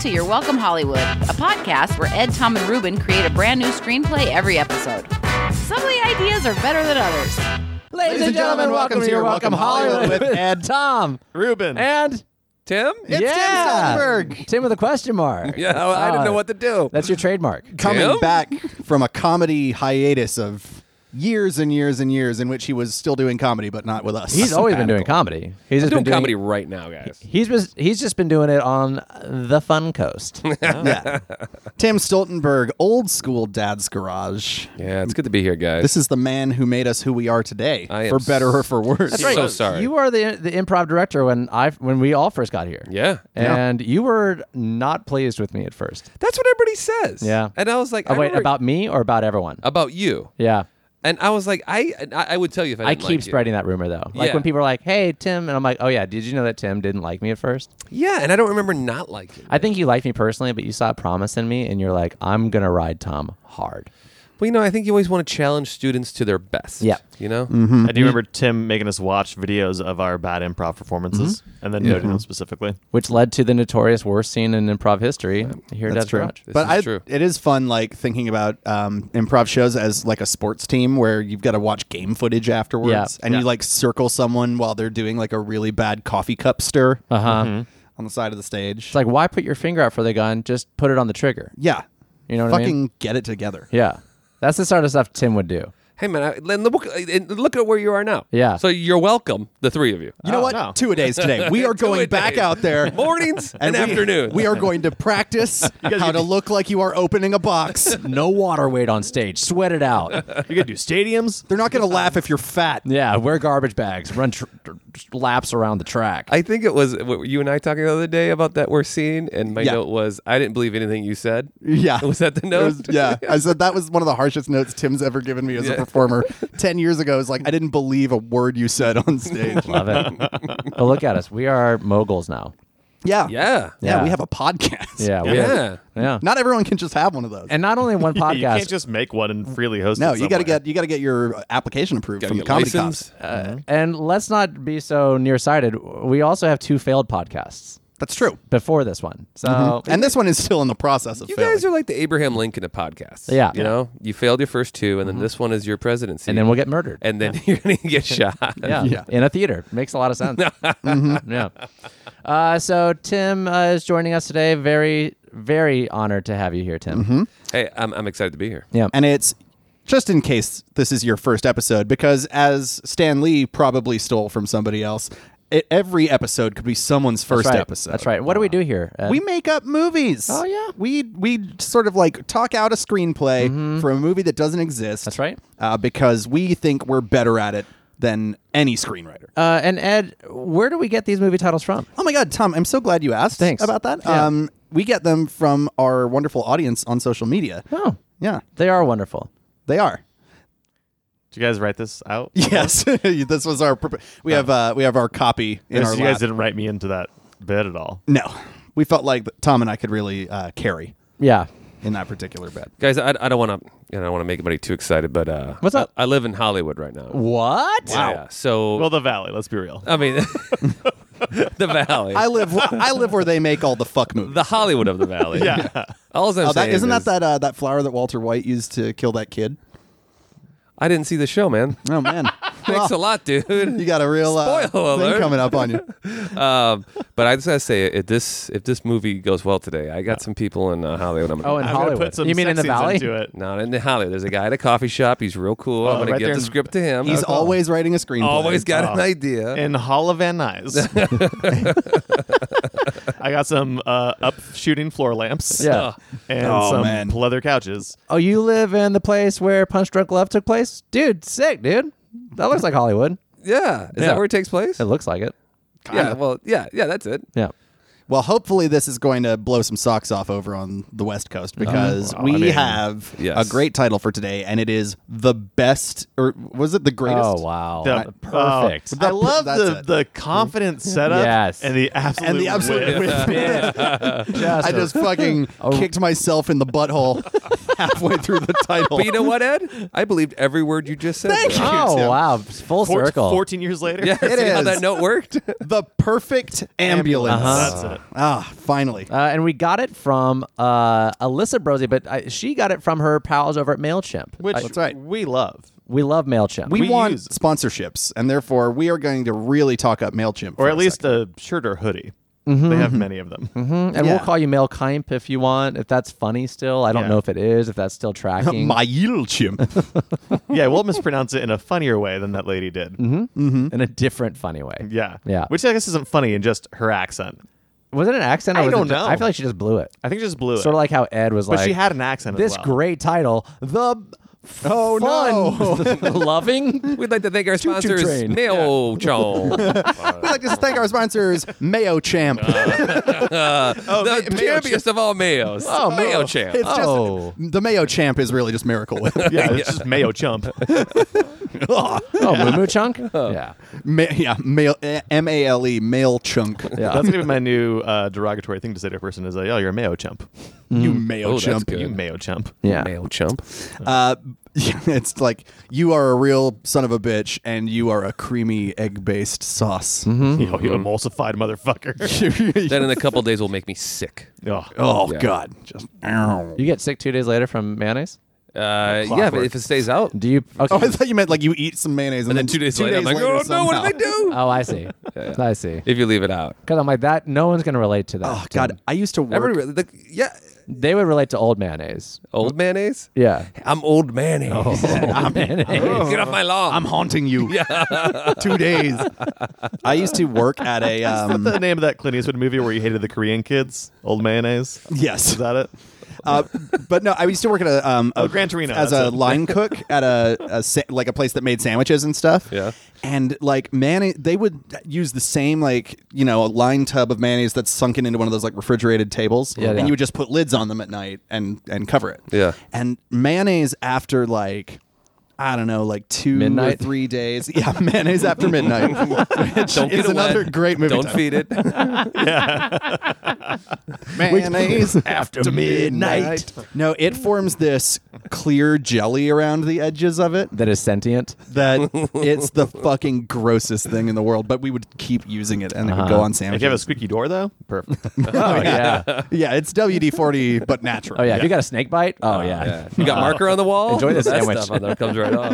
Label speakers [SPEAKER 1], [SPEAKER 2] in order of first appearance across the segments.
[SPEAKER 1] to Your Welcome Hollywood, a podcast where Ed, Tom, and Ruben create a brand new screenplay every episode. Some of the ideas are better than others.
[SPEAKER 2] Ladies and gentlemen, welcome to your Welcome Hollywood with Ed, Tom,
[SPEAKER 3] Ruben.
[SPEAKER 2] and
[SPEAKER 4] Tim?
[SPEAKER 3] It's Tim Sandberg.
[SPEAKER 2] Tim with a question mark. Uh,
[SPEAKER 4] Yeah, well, I didn't
[SPEAKER 2] Ah,
[SPEAKER 4] know what to do.
[SPEAKER 2] That's your trademark.
[SPEAKER 3] Coming
[SPEAKER 4] Tim?
[SPEAKER 3] back from a comedy hiatus of years and years and years in which he was still doing comedy, but not with us.
[SPEAKER 2] He's always been doing comedy. He's just
[SPEAKER 4] I'm doing
[SPEAKER 2] been
[SPEAKER 4] comedy
[SPEAKER 2] doing.
[SPEAKER 4] right now, guys.
[SPEAKER 2] He's been, he's just been doing it on the Fun Coast.
[SPEAKER 3] Yeah. Tim Stoltenberg, old school dad's garage.
[SPEAKER 4] Yeah, it's good to be here, guys.
[SPEAKER 3] This is the man who made us who we are today,
[SPEAKER 4] I am
[SPEAKER 3] for better or for worse.
[SPEAKER 4] That's right. So sorry.
[SPEAKER 2] You are the the improv director when I when we all first got here.
[SPEAKER 4] yeah.
[SPEAKER 2] And you were not pleased with me at first.
[SPEAKER 4] That's what everybody says.
[SPEAKER 2] Yeah.
[SPEAKER 4] And I was like,
[SPEAKER 2] Oh,
[SPEAKER 4] I
[SPEAKER 2] wait,
[SPEAKER 4] remember- Oh.
[SPEAKER 2] about me or about everyone?
[SPEAKER 4] about you.
[SPEAKER 2] yeah.
[SPEAKER 4] And I was like, I and I, I would tell you if I
[SPEAKER 2] I
[SPEAKER 4] didn't
[SPEAKER 2] keep
[SPEAKER 4] like you.
[SPEAKER 2] spreading that rumor though. Like
[SPEAKER 4] Yeah.
[SPEAKER 2] when people are like, "Hey, Tim," and I'm like, "Oh yeah, did you know that Tim didn't like me at first?
[SPEAKER 4] Yeah, and I don't remember not liking. you.
[SPEAKER 2] I think you liked me personally, but you saw a promise in me, and you're like, "I'm gonna ride Tom hard."
[SPEAKER 4] Well, you know, I think you always want to challenge students to their best.
[SPEAKER 2] Yeah.
[SPEAKER 4] You know?
[SPEAKER 3] Mm-hmm.
[SPEAKER 5] I do remember Tim making us watch videos of our bad improv performances
[SPEAKER 3] Mm-hmm.
[SPEAKER 5] and then noting them specifically.
[SPEAKER 2] Which led to the notorious worst scene in improv history. Here, that's
[SPEAKER 3] true.
[SPEAKER 2] Garage.
[SPEAKER 3] But
[SPEAKER 4] is
[SPEAKER 3] I,
[SPEAKER 4] true.
[SPEAKER 3] it is fun, like thinking about um, improv shows as like a sports team where you've got to watch game footage afterwards,
[SPEAKER 2] Yeah.
[SPEAKER 3] and you
[SPEAKER 2] Yeah.
[SPEAKER 3] like circle someone while they're doing like a really bad coffee cup stir
[SPEAKER 2] Uh huh.
[SPEAKER 4] Mm-hmm.
[SPEAKER 3] on the side of the stage.
[SPEAKER 2] It's like, why put your finger out for the gun? Just put it on the trigger.
[SPEAKER 3] yeah,
[SPEAKER 2] You know what I
[SPEAKER 3] fucking
[SPEAKER 2] mean?
[SPEAKER 3] get it together.
[SPEAKER 2] Yeah, that's the sort of stuff Tim would do.
[SPEAKER 4] Hey man, I, and look, and look at where you are now.
[SPEAKER 2] Yeah.
[SPEAKER 4] So you're welcome, the three of you.
[SPEAKER 3] You know
[SPEAKER 5] Oh,
[SPEAKER 3] what?
[SPEAKER 5] no.
[SPEAKER 3] Two a days today. We are going back
[SPEAKER 4] days.
[SPEAKER 3] out there.
[SPEAKER 4] Mornings and,
[SPEAKER 3] we-
[SPEAKER 4] afternoons.
[SPEAKER 3] We are going to practice how to look like you are opening a box.
[SPEAKER 2] No water weight on stage. Sweat it out.
[SPEAKER 5] You could do stadiums.
[SPEAKER 3] They're not going to laugh if you're fat.
[SPEAKER 2] yeah, wear garbage bags. Run tr- tr- tr- laps around the track.
[SPEAKER 4] I think it was what, were you and I talking the other day about that we're seeing, and my
[SPEAKER 3] Yeah.
[SPEAKER 4] note was I didn't believe anything you said.
[SPEAKER 3] Yeah.
[SPEAKER 4] was that the
[SPEAKER 3] It
[SPEAKER 4] note?
[SPEAKER 3] was- yeah, I said that was one of the harshest notes Tim's ever given me as a
[SPEAKER 4] Yeah.
[SPEAKER 3] performer. Ten years ago, it's like I didn't believe a word you said on stage.
[SPEAKER 2] Love it. but look at us. We are moguls now.
[SPEAKER 3] yeah. yeah,
[SPEAKER 4] yeah,
[SPEAKER 2] Yeah.
[SPEAKER 3] we have a podcast.
[SPEAKER 2] Yeah. we are-
[SPEAKER 4] yeah.
[SPEAKER 2] yeah.
[SPEAKER 3] not everyone can just have one of those.
[SPEAKER 2] And not only one
[SPEAKER 5] You can't
[SPEAKER 2] podcast.
[SPEAKER 5] just make one and freely host it.
[SPEAKER 3] Mm. no, you got to
[SPEAKER 5] somewhere.
[SPEAKER 3] get you got to get your application approved
[SPEAKER 4] Gotta
[SPEAKER 3] from the
[SPEAKER 4] get
[SPEAKER 3] comedy
[SPEAKER 4] licensed.
[SPEAKER 3] cops.
[SPEAKER 2] uh, and let's not be so nearsighted. We also have two failed podcasts
[SPEAKER 3] That's true.
[SPEAKER 2] before this one. So
[SPEAKER 3] Mm-hmm. And this one is still in the process of
[SPEAKER 4] You
[SPEAKER 3] failing.
[SPEAKER 4] guys are like the Abraham Lincoln of podcasts.
[SPEAKER 2] Yeah.
[SPEAKER 4] you know, you failed your first two,
[SPEAKER 3] Mm-hmm.
[SPEAKER 4] and then this one is your presidency,
[SPEAKER 2] and then we'll get murdered.
[SPEAKER 4] and then you're gonna get shot.
[SPEAKER 2] yeah.
[SPEAKER 3] Yeah. Mm-hmm.
[SPEAKER 2] In a theater. Makes a lot of sense. Yeah. Uh, so Tim uh, is joining us today. Very, very honored to have you here, Tim.
[SPEAKER 3] Mm-hmm.
[SPEAKER 4] Hey, I'm, I'm excited to be here.
[SPEAKER 2] Yeah.
[SPEAKER 3] and it's just in case this is your first episode because as stan lee probably stole from somebody else it, every episode could be someone's first
[SPEAKER 2] That's right.
[SPEAKER 3] episode
[SPEAKER 2] That's right. What do we do here? Ed?
[SPEAKER 3] we make up movies
[SPEAKER 2] Oh, yeah.
[SPEAKER 3] we we sort of like talk out a screenplay for a movie that doesn't
[SPEAKER 2] Mm-hmm.
[SPEAKER 3] exist
[SPEAKER 2] That's right.
[SPEAKER 3] uh, because we think we're better at it than any screenwriter
[SPEAKER 2] Uh, and Ed, where do we get these movie titles from?
[SPEAKER 3] oh my god tom i'm so glad you asked
[SPEAKER 2] Thanks.
[SPEAKER 3] about that
[SPEAKER 2] Yeah.
[SPEAKER 3] um, we get them from our wonderful audience on social media
[SPEAKER 2] Oh,
[SPEAKER 3] yeah
[SPEAKER 2] they are wonderful.
[SPEAKER 3] they are
[SPEAKER 5] Did you guys write this out?
[SPEAKER 3] Yes, this was our. prep- We have uh, we have our copy in
[SPEAKER 5] Yes,
[SPEAKER 3] our
[SPEAKER 5] you guys
[SPEAKER 3] lap.
[SPEAKER 5] didn't write me into that bit at all.
[SPEAKER 3] No, we felt like that Tom and I could really uh, carry
[SPEAKER 2] Yeah.
[SPEAKER 3] in that particular bit.
[SPEAKER 4] Guys, I, I don't want to, I don't want to make anybody too excited, but uh,
[SPEAKER 2] What's up?
[SPEAKER 4] I, I live in Hollywood right now.
[SPEAKER 2] What?
[SPEAKER 4] Yeah, so
[SPEAKER 5] Well, the Valley. Let's be real.
[SPEAKER 4] I mean, the Valley,
[SPEAKER 3] I live I live where they make all the fuck movies.
[SPEAKER 4] the Hollywood of the Valley.
[SPEAKER 5] Yeah.
[SPEAKER 4] All I'm
[SPEAKER 3] Oh, that,
[SPEAKER 4] saying
[SPEAKER 3] isn't
[SPEAKER 4] is-
[SPEAKER 3] that that uh, that flower that Walter White used to kill that kid?
[SPEAKER 4] I didn't see the show, man.
[SPEAKER 3] Oh man,
[SPEAKER 4] Thanks a
[SPEAKER 3] Well,
[SPEAKER 4] lot, dude.
[SPEAKER 3] You got a real uh,
[SPEAKER 4] Spoiler
[SPEAKER 3] thing
[SPEAKER 4] alert.
[SPEAKER 3] coming up on you.
[SPEAKER 4] um, but I just gotta say, if this if this movie goes well today, I got some people in uh, Hollywood. I'm
[SPEAKER 2] Oh, in
[SPEAKER 4] gonna,
[SPEAKER 5] I'm gonna
[SPEAKER 2] Hollywood.
[SPEAKER 5] put some
[SPEAKER 2] you mean
[SPEAKER 5] sex
[SPEAKER 2] in the
[SPEAKER 5] scenes
[SPEAKER 2] Valley?
[SPEAKER 5] into it.
[SPEAKER 4] not in the Hollywood. There's a guy at a coffee shop. He's real cool. I'm gonna
[SPEAKER 5] right
[SPEAKER 4] give
[SPEAKER 5] there
[SPEAKER 4] the
[SPEAKER 5] in-
[SPEAKER 4] script to him.
[SPEAKER 3] He's
[SPEAKER 4] I've
[SPEAKER 3] always writing a screenplay.
[SPEAKER 4] always got an
[SPEAKER 5] Oh.
[SPEAKER 4] idea.
[SPEAKER 5] In Hall of Van Nuys. I got some uh, up shooting floor lamps.
[SPEAKER 2] Yeah.
[SPEAKER 5] And
[SPEAKER 3] Oh,
[SPEAKER 5] some
[SPEAKER 3] man.
[SPEAKER 5] leather couches.
[SPEAKER 2] Oh, you live in the place where Punch Drunk Love took place? Dude, sick, dude. That looks like Hollywood.
[SPEAKER 4] yeah, is
[SPEAKER 2] Yeah.
[SPEAKER 4] that where it takes place?
[SPEAKER 2] It looks like it.
[SPEAKER 4] Yeah. Well, yeah, yeah. That's it.
[SPEAKER 2] Yeah.
[SPEAKER 3] Well, hopefully this is going to blow some socks off over on the West Coast because
[SPEAKER 5] Wow,
[SPEAKER 3] we
[SPEAKER 5] I mean,
[SPEAKER 3] have
[SPEAKER 4] yes.
[SPEAKER 3] a great title for today, and it is the best, or was it the greatest?
[SPEAKER 2] Oh, wow.
[SPEAKER 5] The-
[SPEAKER 2] Perfect.
[SPEAKER 5] oh, I
[SPEAKER 3] The-
[SPEAKER 5] love
[SPEAKER 3] that's
[SPEAKER 5] the,
[SPEAKER 3] it. Mm-hmm.
[SPEAKER 5] the confident setup
[SPEAKER 2] Yes.
[SPEAKER 5] and the absolute
[SPEAKER 3] And the absolute
[SPEAKER 5] whiff.
[SPEAKER 3] whiff.
[SPEAKER 2] Yeah.
[SPEAKER 3] I
[SPEAKER 2] Just
[SPEAKER 3] just fucking kicked myself in the butthole. halfway through the title.
[SPEAKER 4] But you know what, Ed? I believed every word you just said. Thank
[SPEAKER 2] Oh
[SPEAKER 3] Tim.
[SPEAKER 2] wow! it's Full
[SPEAKER 5] Four-
[SPEAKER 2] circle.
[SPEAKER 5] 14 years later.
[SPEAKER 4] Yeah,
[SPEAKER 3] It
[SPEAKER 4] see how
[SPEAKER 3] is.
[SPEAKER 4] that note worked?
[SPEAKER 3] the perfect ambulance.
[SPEAKER 5] That's it.
[SPEAKER 3] Ah, finally.
[SPEAKER 2] Uh, and we got it from uh, Alyssa Brosey, but I, she got it from her pals over at Mailchimp.
[SPEAKER 5] Which
[SPEAKER 2] I-
[SPEAKER 3] That's right.
[SPEAKER 5] we love.
[SPEAKER 2] we love Mailchimp.
[SPEAKER 3] we,
[SPEAKER 5] we
[SPEAKER 3] want
[SPEAKER 5] use-
[SPEAKER 3] sponsorships, and therefore we are going to really talk up Mailchimp,
[SPEAKER 5] Or
[SPEAKER 3] for
[SPEAKER 5] at
[SPEAKER 3] a
[SPEAKER 5] least
[SPEAKER 3] second. Mm-hmm.
[SPEAKER 5] a shirt or hoodie. They have many of them.
[SPEAKER 2] and
[SPEAKER 3] yeah.
[SPEAKER 2] we'll call you Mailchimp if you want. If that's funny still, I don't
[SPEAKER 5] Yeah.
[SPEAKER 2] know if it is. If that's still tracking.
[SPEAKER 3] Mailchimp.
[SPEAKER 5] yeah, we'll mispronounce it in a funnier way than that lady did.
[SPEAKER 3] Mm-hmm.
[SPEAKER 2] in a different funny way.
[SPEAKER 5] Yeah.
[SPEAKER 2] Yeah.
[SPEAKER 5] Which I guess isn't funny in just her accent.
[SPEAKER 2] Was it an accent? Or
[SPEAKER 5] I
[SPEAKER 2] was it
[SPEAKER 5] don't
[SPEAKER 2] just-
[SPEAKER 5] know.
[SPEAKER 2] I feel like she just blew it.
[SPEAKER 5] I think she just blew it.
[SPEAKER 2] Sort of like how Ed was
[SPEAKER 5] but
[SPEAKER 2] like,
[SPEAKER 5] she had an accent
[SPEAKER 2] this
[SPEAKER 5] as well.
[SPEAKER 2] great title, the
[SPEAKER 3] Oh,
[SPEAKER 2] fun, loving.
[SPEAKER 4] We'd like to thank our
[SPEAKER 2] Choo-choo
[SPEAKER 4] sponsors,
[SPEAKER 2] train.
[SPEAKER 4] Mailchimp.
[SPEAKER 3] We'd like to thank our sponsors, Mayo Champ.
[SPEAKER 5] Oh,
[SPEAKER 4] Uh, the champiest of all mayos. Oh, Mailchimp.
[SPEAKER 3] It's just-
[SPEAKER 2] Oh.
[SPEAKER 3] the Mayo Champ is really just Miracle Whip.
[SPEAKER 5] Yeah, it's just Mayo Chump.
[SPEAKER 2] Oh, Moo Moo Chunk? Oh. Yeah.
[SPEAKER 3] Ma- yeah, mail, eh, M-A-L-E, mail chunk.
[SPEAKER 2] Yeah.
[SPEAKER 5] That's gonna be my new uh, derogatory thing to say to a person is like, "Oh, you're a Mayo Chump.
[SPEAKER 3] You Mayo
[SPEAKER 4] that's
[SPEAKER 3] Champ.
[SPEAKER 4] good.
[SPEAKER 5] You Mayo Chump."
[SPEAKER 2] Yeah.
[SPEAKER 4] Mailchimp.
[SPEAKER 3] Uh, yeah, it's like you are a real son of a bitch, and you are a creamy egg-based sauce.
[SPEAKER 4] Mm-hmm.
[SPEAKER 5] You, know, you
[SPEAKER 2] Mm-hmm.
[SPEAKER 5] emulsified motherfucker.
[SPEAKER 4] Then in a couple days will make me sick.
[SPEAKER 5] oh,
[SPEAKER 3] Oh
[SPEAKER 4] Yeah.
[SPEAKER 3] God! Just ow.
[SPEAKER 2] You get sick two days later from mayonnaise?
[SPEAKER 4] Uh, yeah, but if it stays out,
[SPEAKER 2] Do you? Okay.
[SPEAKER 3] Oh, I thought you meant like you eat some mayonnaise, and,
[SPEAKER 4] then two days
[SPEAKER 3] two
[SPEAKER 4] later, I'm like, oh no, what
[SPEAKER 3] somehow."
[SPEAKER 4] did I do?
[SPEAKER 2] Oh, I see. I see.
[SPEAKER 4] If you leave it out,
[SPEAKER 2] Because I'm like that. No one's gonna relate to that.
[SPEAKER 3] Oh
[SPEAKER 2] Tim.
[SPEAKER 3] God! I used to work.
[SPEAKER 4] every the, yeah,
[SPEAKER 2] They would relate to old mayonnaise.
[SPEAKER 4] old mayonnaise. Oh.
[SPEAKER 2] Yeah.
[SPEAKER 4] I'm old mayonnaise.
[SPEAKER 2] Old mayonnaise.
[SPEAKER 4] Get off my lawn.
[SPEAKER 3] I'm haunting you. two days. I used to work at a. Um,
[SPEAKER 5] the name of that Clint Eastwood movie where you hated the Korean kids, Old Mayonnaise.
[SPEAKER 3] yes,
[SPEAKER 5] Is that it?
[SPEAKER 3] uh, but no, I used to work at a. Um, a
[SPEAKER 5] Oh, Gran Torino,
[SPEAKER 3] as a
[SPEAKER 5] that's it.
[SPEAKER 3] line cook at a, a sa- like a place that made sandwiches and stuff.
[SPEAKER 4] Yeah.
[SPEAKER 3] and like mayonnaise, they would use the same like you know a line tub of mayonnaise that's sunken into one of those like refrigerated tables.
[SPEAKER 2] Yeah,
[SPEAKER 3] and
[SPEAKER 2] yeah.
[SPEAKER 3] you would just put lids on them at night and and cover it.
[SPEAKER 4] Yeah.
[SPEAKER 3] and mayonnaise after like. I don't know, like two
[SPEAKER 2] Midnight?
[SPEAKER 3] or three days. Yeah, mayonnaise after midnight. which
[SPEAKER 4] Don't get
[SPEAKER 3] is
[SPEAKER 4] it wet.
[SPEAKER 3] another great movie.
[SPEAKER 4] Don't
[SPEAKER 3] title.
[SPEAKER 4] feed it.
[SPEAKER 3] mayonnaise after midnight. No, it forms this clear jelly around the edges of it
[SPEAKER 2] That is sentient.
[SPEAKER 3] that it's the fucking grossest thing in the world. But we would keep using it, and it
[SPEAKER 2] Uh-huh.
[SPEAKER 3] would go on
[SPEAKER 5] If
[SPEAKER 3] sandwiches.
[SPEAKER 5] you have a squeaky door though, perfect.
[SPEAKER 2] Oh yeah.
[SPEAKER 3] yeah, it's WD forty, but natural.
[SPEAKER 2] Oh yeah. If you got a snake bite. Oh yeah.
[SPEAKER 4] Yeah. You got marker on the wall.
[SPEAKER 2] Enjoy the
[SPEAKER 4] That
[SPEAKER 2] sandwich.
[SPEAKER 4] Stuff on there comes right off.